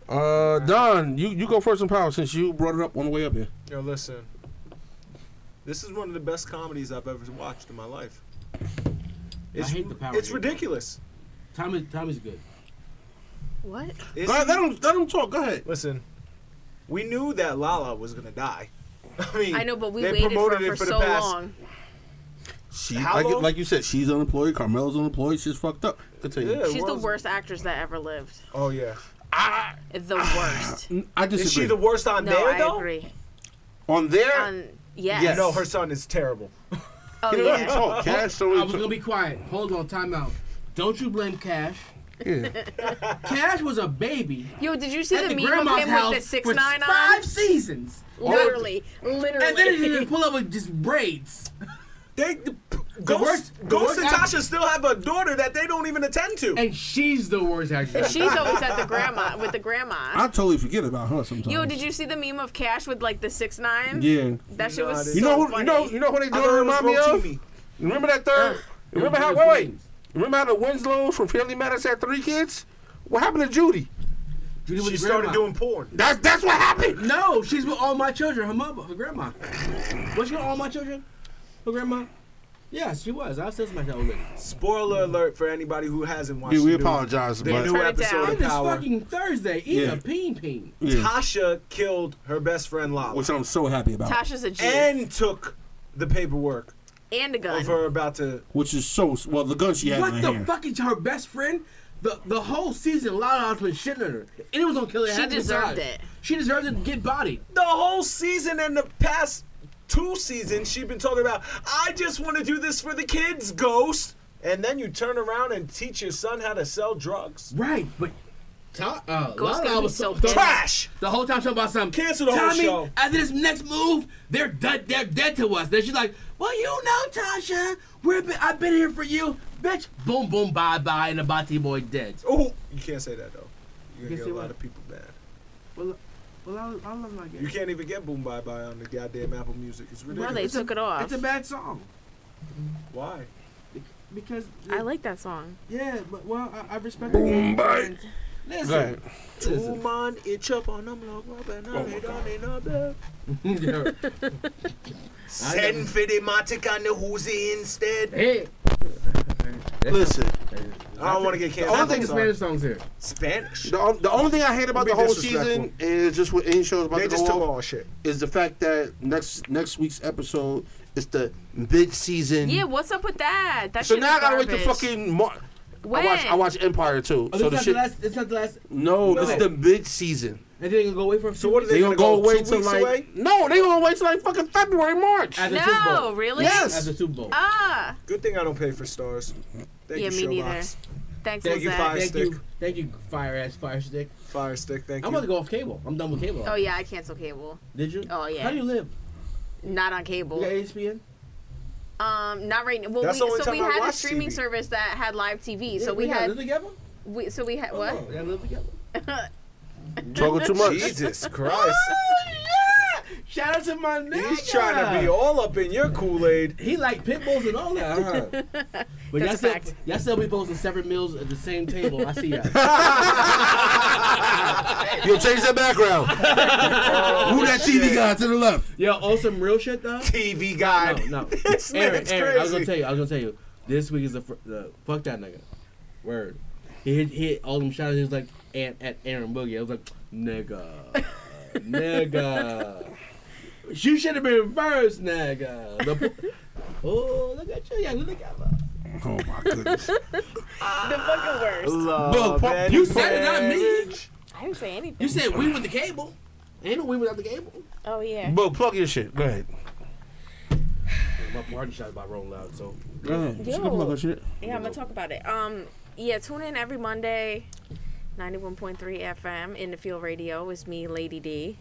S3: power.
S4: Uh, Don, you, you go first in power since you brought it up on the way up here.
S2: Yo, listen. This is one of the best comedies I've ever watched in my life. It's,
S3: hate the Power
S2: It's
S3: Rangers.
S2: ridiculous.
S3: Time is time is good.
S5: What?
S2: It's-
S4: Go ahead, let him let him talk. Go ahead.
S2: listen, we knew that Lala was gonna die. I mean,
S5: I know, but we
S2: they
S5: waited for
S2: promoted
S5: it for,
S2: it for the
S5: so
S2: past-
S5: long.
S4: She
S2: How
S4: like, you,
S2: long-
S4: like you said, she's unemployed. Carmelo's unemployed. She's fucked up. Continue.
S2: Yeah,
S5: She's the
S2: world's-
S5: worst actress that ever lived.
S2: Oh yeah.
S4: I
S5: The worst.
S4: I disagree.
S2: Is she the worst on
S5: no,
S2: there
S5: I
S2: though?
S5: agree.
S4: on there?
S5: Um, yes.
S4: Yes.
S2: No, her son is terrible.
S5: Oh
S4: He don't even
S5: yeah.
S4: talk. Cash don't
S3: I
S4: even
S3: was gonna be quiet. Hold on, time out. Don't you blame Cash?
S4: talk. Yeah.
S3: Cash was a baby
S5: Yo, did you see
S3: at
S5: the,
S3: the
S5: meme of
S3: grandma's
S5: him
S3: house
S5: with the six
S3: for
S5: nine on?
S3: five seasons,
S5: Literally, literally.
S3: and then he didn't pull up with just braids.
S2: They Ghost,
S3: worst- the
S2: Ghost
S3: worst
S2: and
S3: act-
S2: Tasha still have a daughter that they don't even attend to.
S3: And she's the worst actress.
S5: She's always at the grandma with the grandma.
S4: I totally forget about her sometimes.
S5: Yo, did you see the meme of Cash with like the six nine?
S4: Yeah.
S5: That shit
S2: Nah,
S5: was
S2: I
S5: so
S2: didn't.
S4: You know, who,
S5: funny.
S4: you know, you know who
S2: I
S4: they do
S2: thought it
S4: to
S2: was
S4: remind me
S2: Rotimi.
S4: of? Remember that
S5: Uh,
S4: third? remember how? Wait, wait. Remember how the Winslows from Family Matters had three kids? What happened to Judy?
S3: Judy was
S2: She
S3: the
S2: started
S3: grandma.
S2: doing porn.
S4: That's that's what happened.
S3: No, she's with all my children. Her mother, her grandma. Was she with all my children? Her grandma. Yes, she was. I said that already.
S2: Spoiler alert for anybody who hasn't watched.
S4: Dude, we
S2: the new-
S4: apologize,
S2: The
S4: but
S2: new
S5: Turn it
S2: episode
S5: down.
S2: of
S3: It is
S2: Power.
S3: fucking Thursday. Eat
S4: Yeah.
S3: a peen peen.
S4: Yeah.
S2: Tasha killed her best friend Lala
S4: which I'm so happy about.
S5: Tasha's a G and,
S2: and took the paperwork
S5: a gun.
S2: of her about to.
S4: Which is so well, the gun she had
S3: what
S4: in her
S3: the
S4: hand.
S3: fuck is her best friend? The the whole season, Lala's been shitting on her. And it was on Killer.
S5: She deserved it.
S3: She deserved it to get bodied.
S2: The whole season and the past two seasons, she'd been talking about. I just want to do this for the kids, Ghost. And then you turn around and teach your son how to sell drugs.
S3: Right, but. Ta- uh,
S5: Ghost gonna
S3: Lala
S5: be
S3: was
S5: so
S3: so
S5: pissed.
S2: Trash.
S3: The whole time talking about something.
S2: Cancel the whole
S3: Tommy,
S2: show.
S3: After this next move, they're dead. They're dead to us. Then she's like, "Well, you know, Tasha, we're been, I've been here for you, bitch." Boom, boom, bye, bye, and the Bati boy dead.
S2: Oh, you can't say that though. You're
S3: You
S2: gonna
S3: can
S2: get a
S3: say
S2: lot
S3: what?
S2: of people mad.
S3: Well, well, I, I love my game.
S2: You can't even get Boom Bye Bye on the goddamn Apple Music. It's
S5: Well,
S2: ridiculous.
S5: they took it off.
S3: It's a bad song
S2: Why?
S3: because
S5: I like that song.
S3: Yeah, but well, I, I respect.
S4: Boom,
S3: the game.
S4: bye. Go
S3: Listen,
S4: ahead.
S2: Two
S3: listen.
S2: man itch up on them log up and
S4: Oh
S2: I
S4: my
S2: hit
S4: God.
S2: on in a bed.
S3: Yeah.
S2: Send for the Matic and the Hoosie instead.
S3: hey,
S4: Listen,
S2: I don't want to get
S3: I
S2: canceled.
S3: think
S2: I'm sorry.
S3: the Spanish songs here.
S2: Spanish.
S4: the, the only thing I hate about
S2: Be
S4: the whole
S2: disrespectful.
S4: season is just what any show is about
S2: They
S4: to
S2: just
S4: go
S2: took
S4: off,
S2: all shit.
S4: is the fact that next next week's episode is the mid season.
S5: Yeah, what's up with that? That
S4: Mm. so
S5: shit is
S4: now I gotta wait the
S5: garbage.
S4: fucking. Mar-
S5: When?
S4: I watch I watch Empire too.
S3: Oh,
S4: so
S3: this
S4: the
S3: not
S4: shit.
S3: the last. It's not the last.
S4: no, this
S2: No.
S4: is the mid season.
S3: And then you go away for a few
S2: So what are
S3: weeks.
S4: They
S2: They
S4: gonna
S2: gonna
S4: go
S2: go
S4: away
S2: two
S4: till
S2: weeks
S4: like
S2: away?
S4: no, they gonna wait till like fucking February, March.
S3: At the Super
S5: No,
S3: Bowl.
S5: really?
S4: Yes.
S3: At the Super Bowl.
S5: Ah,
S2: Good thing I don't pay for stars. Thank
S5: yeah,
S2: you,
S5: me neither.
S2: Showbox. Thank
S5: Thanks,
S2: you,
S5: Lizette.
S2: Fire
S3: Thank
S2: Stick.
S3: you, thank you, fire ass fire stick.
S2: Fire Stick, thank
S3: I'm
S2: you.
S3: about to go off cable. I'm done with cable.
S5: Oh yeah, I cancel cable.
S3: Did you?
S5: Oh, yeah.
S3: How do you live?
S5: Not on
S3: You
S5: cable.
S3: got ESPN?
S5: Um, not right now. Well,
S2: That's the
S5: we,
S2: only
S5: so we
S2: time I
S5: had a
S2: watch
S5: streaming
S2: TV.
S5: service that had live TV. So we
S3: gotta live
S5: had,
S3: together.
S5: we, so we had
S3: Oh,
S5: what?
S3: no, we gotta live together.
S4: Talking too much.
S2: Jesus Christ.
S3: Shout out to my nigga.
S2: He's trying to be all up in your Kool Aid.
S3: He like pit bulls and all that. Huh? But
S5: That's a
S3: y'all said
S5: fact.
S3: y'all said we both in separate meals at the same table. I see y'all.
S4: Yo, change that background. Move that TV guy to the left.
S3: Yo, on some real shit though.
S2: TV guy.
S3: No, no.
S2: This
S3: Aaron,
S2: man's
S3: Aaron, I was
S2: crazy.
S3: gonna tell you. I was gonna tell you. This week is the, fir- the fuck that nigga. Word. He hit, he hit all them shots. He was like, and at Aaron Boogie. I was like, nigga, nigga. You should have been first, nigga. The po- oh, look at you, yeah, look at you.
S4: Oh my goodness. Oh,
S5: The fucking worst.
S4: Look, Pop,
S2: and
S4: you
S3: said it, not me.
S5: I didn't say anything.
S3: You said we with the cable. Ain't no we without the cable.
S5: oh yeah.
S4: Bro, plug your shit. Go ahead.
S3: My party shot by Rolling Loud, so
S4: Go ahead. She can plug her shit.
S5: Yeah, I'm gonna talk about it. Um, yeah, tune in every Monday, 91.3 FM in the field radio. It's me, Lady D.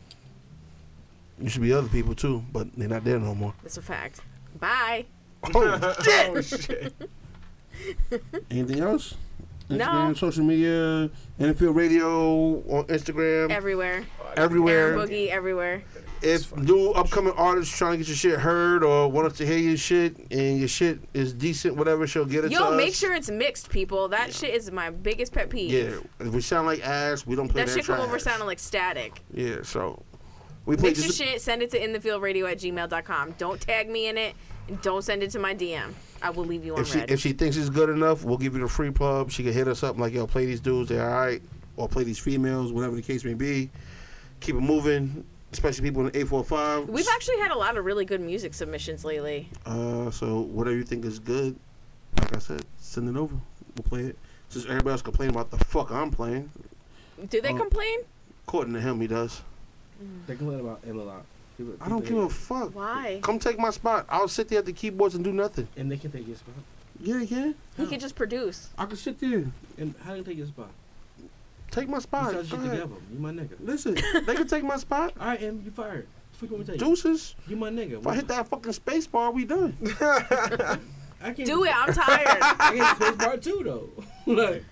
S4: You should be other people too, but they're not there no more.
S5: That's a fact. Bye.
S4: Oh,
S2: Oh shit.
S4: anything else?
S5: No.
S4: Instagram, social media, NFL radio on Instagram,
S5: Everywhere.
S4: everywhere.
S5: Aaron Boogie everywhere.
S4: If new upcoming artists trying to get your shit heard or want us to hear your shit and your shit is decent, whatever, she'll get it to
S5: Yo,
S4: us.
S5: make sure it's mixed, people. That shit is my biggest pet peeve.
S4: Yeah, if we sound like ass, we don't play
S5: That,
S4: that,
S5: shit come over
S4: trash.
S5: sounding like static.
S4: Yeah, so we play
S5: Mix your
S4: just.
S5: shit, send it to inthefieldradio at gmail.com. Don't tag me in it, and don't send it to my DM. I will leave you on
S4: If she
S5: red.
S4: if she thinks it's good enough, we'll give you the free pub. She can hit us up like yo, play these dudes, they're all right, or play these females, whatever the case may be. Keep it moving, especially people in the eight four five.
S5: We've actually had a lot of really good music submissions lately.
S4: Uh, so whatever you think is good, like I said, send it over. We'll play it. Since everybody else complaining about the fuck I'm playing,
S5: Do they
S4: Oh.
S5: complain?
S4: according to him, he does.
S3: they complain about him a lot. People-
S4: I don't give
S3: people-
S4: a fuck.
S5: Why?
S4: Come take my spot. I'll sit there at the keyboards and do nothing.
S3: And they can take your spot.
S4: Yeah, yeah.
S5: He could just produce.
S4: I can sit there.
S3: And how do you take your spot?
S4: Take my
S3: You
S4: spot.
S3: started
S4: Go
S3: shit
S4: ahead.
S3: together. You my nigga.
S4: Listen, they can take my spot.
S3: All right, and you fired. Fuck what we tell you.
S4: Deuces.
S3: You my nigga.
S4: If I hit that fucking space bar, we done.
S3: I can't
S5: Do it. I'm tired.
S3: I can't space bar too though. like,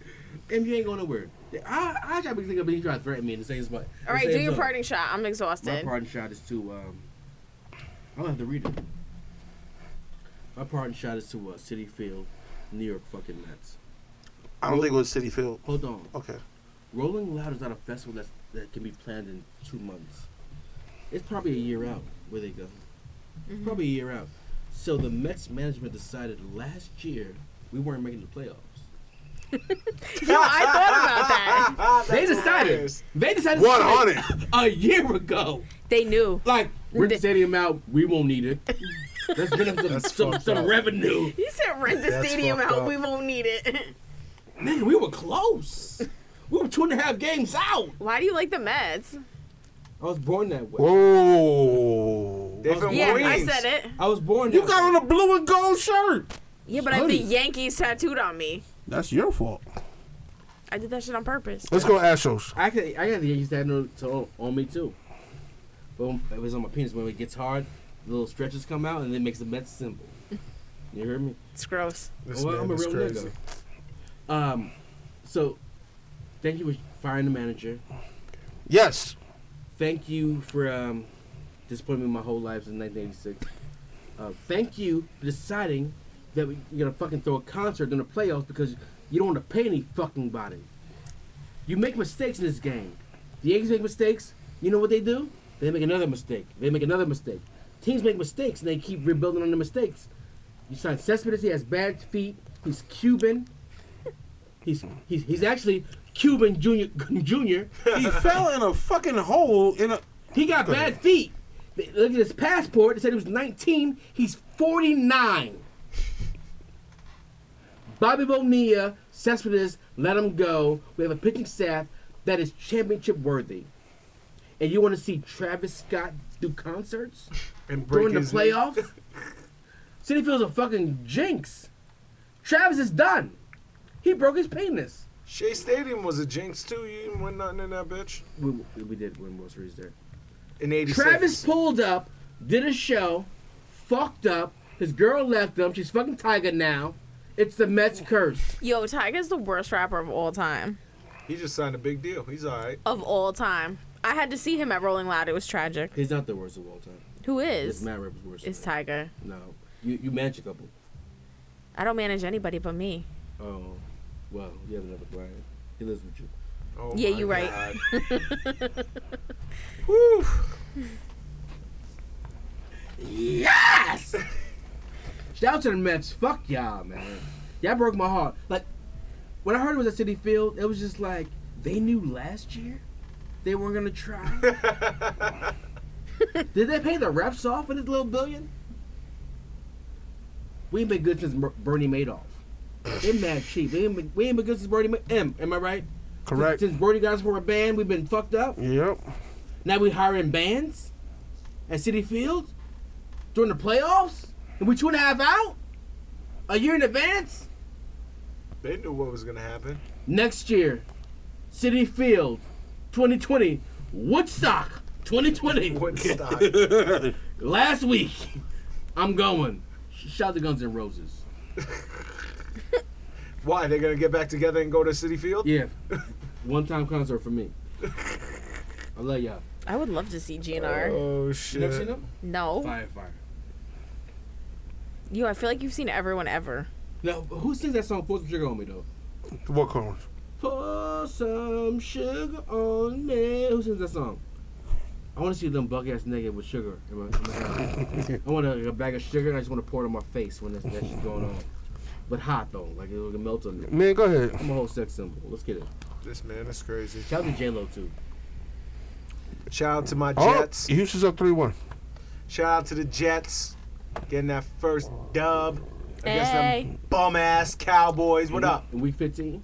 S3: and you ain't going nowhere. I I gotta be thinking about you trying to threaten me in the same spot.
S5: All right, do your parting shot. I'm
S3: My
S5: exhausted.
S3: parting shot is to um. I'm gonna have to read it. My parting shot is to uh, City Field, New York fucking Nets.
S4: I don't think it was City Field.
S3: Hold on.
S4: Okay.
S3: Rolling Loud is not a festival that's, that can be planned in two months. It's probably a year out where they go. It's probably a year out. So the Mets management decided last year we weren't making the playoffs.
S5: Yo, I
S2: Ah,
S5: thought about that.
S3: they decided.
S2: hilarious.
S3: They decided
S4: One
S3: to
S4: on
S3: do
S4: it.
S3: it a year ago.
S5: They knew.
S3: Like we're the stadium out. We won't need it. Let's get them some, some,
S2: fucked
S3: some
S2: up.
S3: revenue.
S5: He said, rent the
S2: That's
S5: stadium
S2: fucked
S5: out.
S2: up.
S5: We won't need it.
S3: Nigga, we were close. We were two and a half games out.
S5: Why do you like the Mets?
S3: I was born that way.
S4: Whoa.
S2: They from
S5: Yeah, I
S2: Queens.
S5: said it.
S3: I was born.
S4: You
S3: that
S4: got
S3: way.
S4: on a blue and gold shirt.
S5: Yeah, but I have the Yankees tattooed on me.
S4: That's your fault.
S5: I did that shit on purpose.
S4: Let's go Astros.
S3: I could, I got the Yankees tattoo to, on, on me too. But when- it was on my penis. When it gets hard, the little stretches come out, and it makes the Mets symbol. You hear me?
S5: It's gross.
S2: This
S3: Well,
S2: man
S3: I'm a
S2: is
S3: real
S2: crazy.
S3: nigga. Um, so thank you for firing the manager.
S4: Yes.
S3: Thank you for um, disappointing me my whole life since 1986. Uh, thank you for deciding that we, you're gonna fucking throw a concert in the playoffs because you don't want to pay any fucking body. You make mistakes in this game. The Yankees make mistakes. You know what they do? They make another mistake. They make another mistake. Teams make mistakes and they keep rebuilding on the mistakes. You sign Cespedes. He has bad feet. He's Cuban. He's he's, he's actually Cuban Junior Junior.
S4: he fell in a fucking hole in a.
S3: He got bad feet. They Look at his passport. It said he was 19. He's 49. Bobby Bonilla, Cespedes, let him go. We have a pitching staff that is championship worthy. And you want to see Travis Scott do concerts
S2: And break
S3: during the
S2: his knee.
S3: playoffs? City Field's a fucking jinx. Travis is done. He broke his penis.
S2: Shea Stadium was a jinx too. You didn't win nothing in that bitch.
S3: We, we did win World Series there.
S2: In '86.
S3: Travis pulled up, did a show, fucked up. His girl left him. She's fucking Tiger now. It's the Mets curse.
S5: Yo, Tiger's the worst rapper of all time.
S2: He just signed a big deal. He's all right.
S5: Of all time. I had to see him at Rolling Loud. It was tragic.
S3: He's not the worst of all time.
S5: Who
S3: It's
S5: is?
S3: Matt Rivers worse.
S5: Is
S3: than
S5: Tiger.
S3: him. No, you you manage a couple.
S5: I don't manage anybody but me.
S3: Oh, well, you have another client. He lives with you.
S2: Oh
S5: Yeah,
S2: my
S5: you right.
S2: God.
S3: Yes. Shout out to the Mets. Fuck y'all, man. Y'all broke my heart. Like What I heard was at City Field, it was just like they knew last year they weren't gonna try. Did they pay the refs off for this little billion? We ain't been good since Mer- Bernie Madoff. They mad cheap. We ain't been, we ain't been good since Bernie. Ma- am, am I right?
S4: Correct.
S3: Since, since Bernie got us for a band, we've been fucked up.
S4: Yep.
S3: Now we hiring bands at City Field during the playoffs, and we two and a half out a year in advance.
S2: They knew what was gonna happen.
S3: Next year, City Field, 2020, Woodstock, 2020.
S2: Woodstock.
S3: Last week, I'm going. Shout out to Guns N' Roses.
S2: Why they're gonna get back together and go to City Field?
S3: Yeah, one time concert for me. I love y'all.
S5: I would love to see GNR.
S2: Oh
S3: You never seen
S2: shit!
S3: them?
S5: No,
S3: Fire, fire.
S5: you. I feel like you've seen everyone ever.
S3: Now, who sings that song? Put some sugar on me, though.
S4: What Collins?
S3: Pour some sugar on me. Who sings that song? I want to see them buck ass nigga with sugar. In my, in my hand. I want a, a bag of sugar and I just want to pour it on my face when that's, that shit's going on. But hot though, like it'll melt on me.
S4: Man, go ahead.
S3: I'm a whole sex symbol. Let's get it.
S2: This man is crazy.
S3: Shout out to J Lo too.
S2: Shout out to my
S4: Oh,
S2: Jets.
S4: Houston's up three one.
S2: Shout out to the Jets, getting that first dub against
S5: Hey.
S2: them bum ass Cowboys. What
S3: In-
S2: up?
S3: In week 15.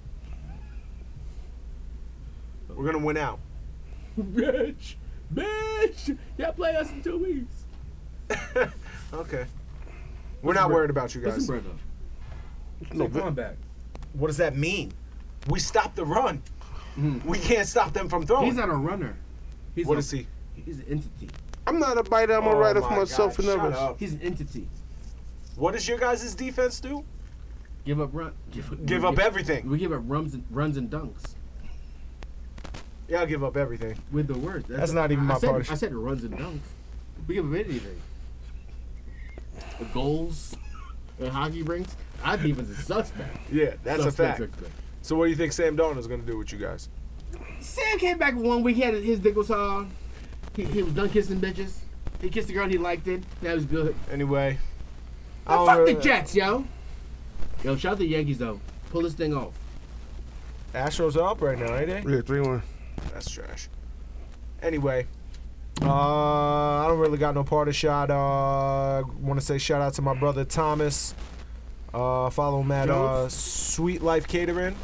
S2: We're gonna win out.
S3: bitch, bitch, y'all play us in two weeks.
S2: Okay. We're not
S3: Bro-
S2: worried about you
S3: Listen,
S2: guys.
S3: brother.
S4: No,
S3: Come on back.
S2: What does that mean? We stopped the run. We can't stop them from throwing.
S3: Mm-hmm. He's not a runner. He's
S2: what
S3: a-
S2: is he?
S3: He's an entity.
S4: I'm not a biter. I'm a
S2: Oh
S4: writer for
S2: my
S4: myself
S2: God,
S4: and
S2: shut
S4: others.
S2: up.
S3: He's an entity.
S2: What does your guys' defense do?
S3: Give up run. Give up,
S2: Give
S3: we
S2: up
S3: gi-
S2: everything.
S3: We give up runs and, runs and dunks
S2: Y'all give up everything.
S3: with the word.
S2: That's not even my
S3: I said,
S2: part of
S3: I
S2: shit.
S3: said runs and dunks. We give up anything. The goals and hockey rings. Our defense is suspect.
S2: Yeah, that's a
S3: Suspect,
S2: fact.
S3: suspect.
S2: So what do you think Sam Donald's gonna do with you guys?
S3: Sam came back one week. He had his dick was hard. He, he was done kissing bitches. He kissed a girl. He liked it. That was good.
S2: Anyway. I
S3: Now,
S2: don't
S3: fuck the
S2: really-
S3: Jets, yo. Yo, shout out to the Yankees though. Pull this thing off.
S2: Astros are up right now, ain't they?
S4: Yeah, three one.
S2: That's trash. Anyway, uh, I don't really got no part of shot. Uh, want to say shout out to my brother Thomas. Uh, follow him at uh, Sweet Life Catering.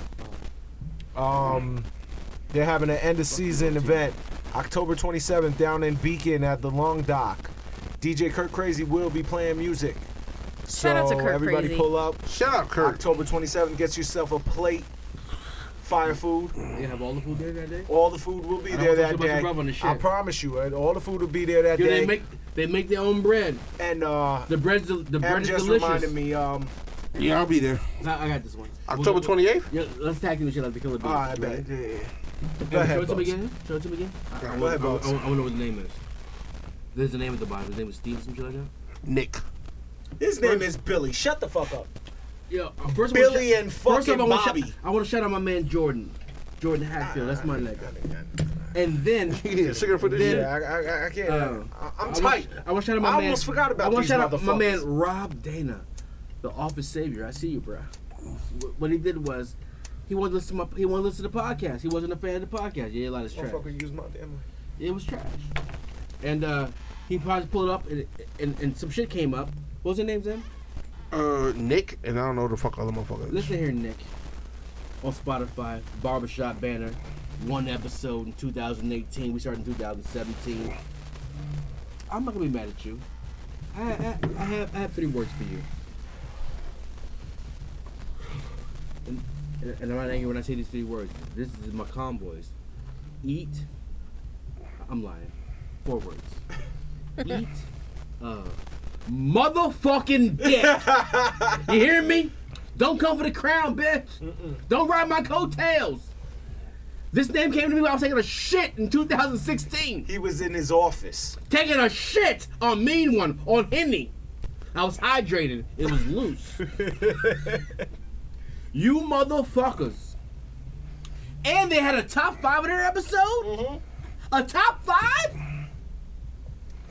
S2: Um, they're having an end of season event, October 27th, down in Beacon at the Long Dock. DJ Kirk Crazy will be playing music.
S5: Shout out to
S2: So
S5: Kirk
S2: everybody
S5: Crazy.
S2: pull up.
S4: Shut up, Kurt.
S2: October 27th, get yourself a plate. Fire food.
S3: They have all the food there that day.
S2: All the food will be
S3: I
S2: there
S3: don't want to
S2: that
S3: talk about your
S2: day.
S3: brother and the
S2: I
S3: shit.
S2: promise you, and all the food will be there that
S3: Yo,
S2: day.
S3: they make they make their own bread.
S2: and uh,
S3: The bread's del- the bread
S2: Em
S3: is
S2: just
S3: delicious.
S2: reminded me. Um,
S4: Yeah, I'll be there.
S3: Nah, I got this one.
S4: October twenty eighth.
S3: Yeah, let's tag team each other to kill a
S2: all right, ah, I
S3: beat.
S2: bet. Yeah, yeah, yeah. Go
S3: Hey, Show
S2: ahead,
S3: it to him
S2: Bucks.
S3: again. Show it to him again. I- I
S2: Go
S3: wanna-
S2: ahead,
S3: I wanna-
S2: Bucks.
S3: I want to know what the name is. There's a name at the bottom. His name is Steve or something like that.
S4: Nick.
S2: His name is Billy. Shut the fuck up.
S3: Yeah, uh, first I wanna
S2: Billy
S3: shout-
S2: and
S3: first
S2: fucking
S3: off, I wanna
S2: Bobby.
S3: shout- I want to shout out my man Jordan, Jordan Hatfield. That's my nigga. And then,
S4: You need a cigarette for this
S3: Then-
S4: shit.
S2: Yeah, Ah, I, I, I can't.
S3: uh,
S2: I,
S3: I
S2: I'm
S3: wanna-
S2: tight.
S3: I want to shout out my
S2: I
S3: man.
S2: almost forgot about
S3: I want
S2: these
S3: to shout out my man
S2: motherfuckers.
S3: Rob Dana, the office savior. I see you, bro. What he did was, he wanted to listen to my, he wanted to listen to the podcast. He wasn't a fan of the podcast. Yeah, a lot of trash.
S2: Motherfucker, use my damn. mic.
S3: It was trash. And uh, he probably pulled up and, and and some shit came up. What was the name, Zim?
S4: Uh, Nick, and I don't know who the fuck other motherfucker. is.
S3: Listen here, Nick. On Spotify, Barbershop Banner, one episode in 2018. We started in 2017. I'm not gonna be mad at you. I, I, I have I have three words for you. And, and- and I'm not angry when I say these three words. This is my convoys. Eat. I'm lying. Four words. Eat. Uh, motherfucking dick. You hear me? Don't come for the crown, bitch. Don't ride my coattails. This name came to me when I was taking a shit in 2016.
S2: He was in his office.
S3: Taking a shit on Mean One, on Henny. I was hydrated. It was loose. you motherfuckers. And they had a top five in their episode? A top five?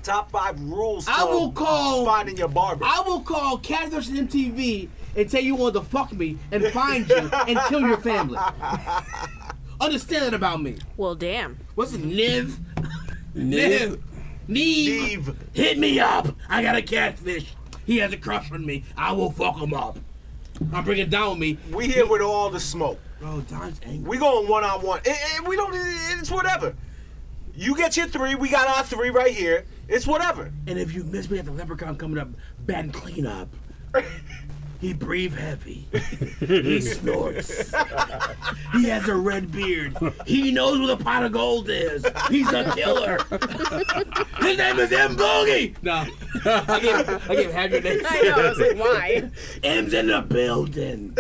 S2: Top five rules.
S3: I
S2: to
S3: will call
S2: Oh, finding your barber.
S3: I will call Cat versus MTV until you want to fuck me and find you and kill your family. Understand that about me.
S5: Well, damn.
S3: What's it? Niv? Niv. Neve. Hit me up. I got a catfish. He has a crush on me. I will fuck him up. I'll bring it down with me.
S2: We here with all the smoke.
S3: Bro, Don's angry.
S2: We going one on one. And we don't. It's whatever. You get your three. We got our three right here. It's whatever.
S3: And if you miss me at the leprechaun coming up, bad and clean up. He breathe heavy. He snorts. he has a red beard. He knows where the pot of gold is. He's a killer. His name is M Boogie. No, I gave, I gave half your name.
S5: I know. I was like, why?
S3: M's in the building.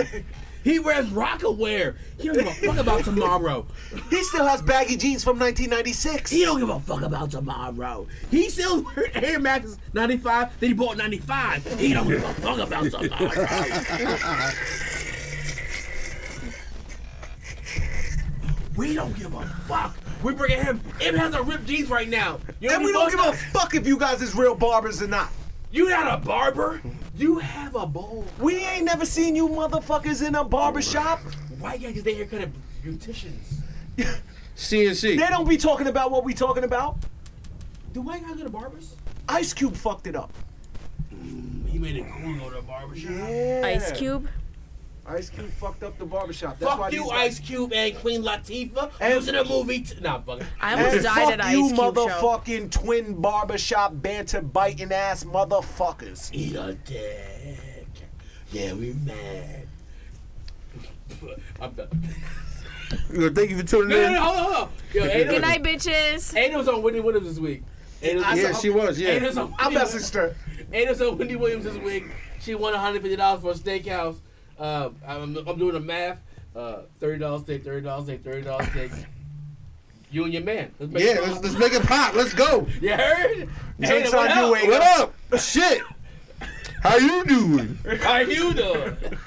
S3: He wears rocker wear. He don't give a fuck about tomorrow.
S2: He still has baggy jeans from 1996.
S3: He don't give a fuck about tomorrow. He still wearing Air Max 95 that he bought in 95. He don't give a fuck about tomorrow. we don't give a fuck. We bringing him. M has a ripped jeans right now. You know
S2: and
S3: what
S2: we
S3: he
S2: don't
S3: bought
S2: give
S3: now?
S2: a fuck if you guys is real barbers or not.
S3: You not a barber. You have a bowl.
S2: We ain't never seen you motherfuckers in a barber shop.
S3: White guys get their haircut at beauticians.
S2: They
S4: CNC.
S2: don't be talking about what we talking about.
S3: Do white guys go to barbers?
S2: Ice Cube fucked it up.
S3: He made it cool to go to a barbershop.
S5: Ice Cube.
S2: Ice Cube fucked up the barbershop. That's why
S3: Fuck you,
S2: these-
S3: Ice Cube and Queen Latifah. And was in a movie. T- nah, fuck it.
S5: I
S2: And
S5: almost died
S2: fuck
S5: at Ice
S2: you,
S5: Cube show.
S2: motherfucking twin barbershop banter biting ass motherfuckers.
S3: Eat a dick. Yeah, we mad. I'm done.
S4: Thank you for tuning
S3: No, no, no,
S4: in.
S3: hold on, hold on. Yo, Ada,
S5: Good night, bitches.
S3: Ada was on Wendy Williams this week. Ada was,
S4: Yeah, she was.
S3: Ada
S4: Yeah.
S3: was on
S2: I
S3: Wendy-
S2: messaged her.
S3: Ada was on Wendy Williams this week. She won $150 for a steakhouse. Uh, I'm, I'm doing the math. Uh, $30 steak, $30 steak, $30 steak. You and your man. Let's make it
S4: Yeah.
S3: pop.
S4: Let's, let's make it pop. Let's go.
S3: You heard?
S2: Drinks
S3: Ada,
S2: on
S3: what
S2: you, Ada.
S3: up?
S4: What up? Shit. How you doing?
S3: How you doing?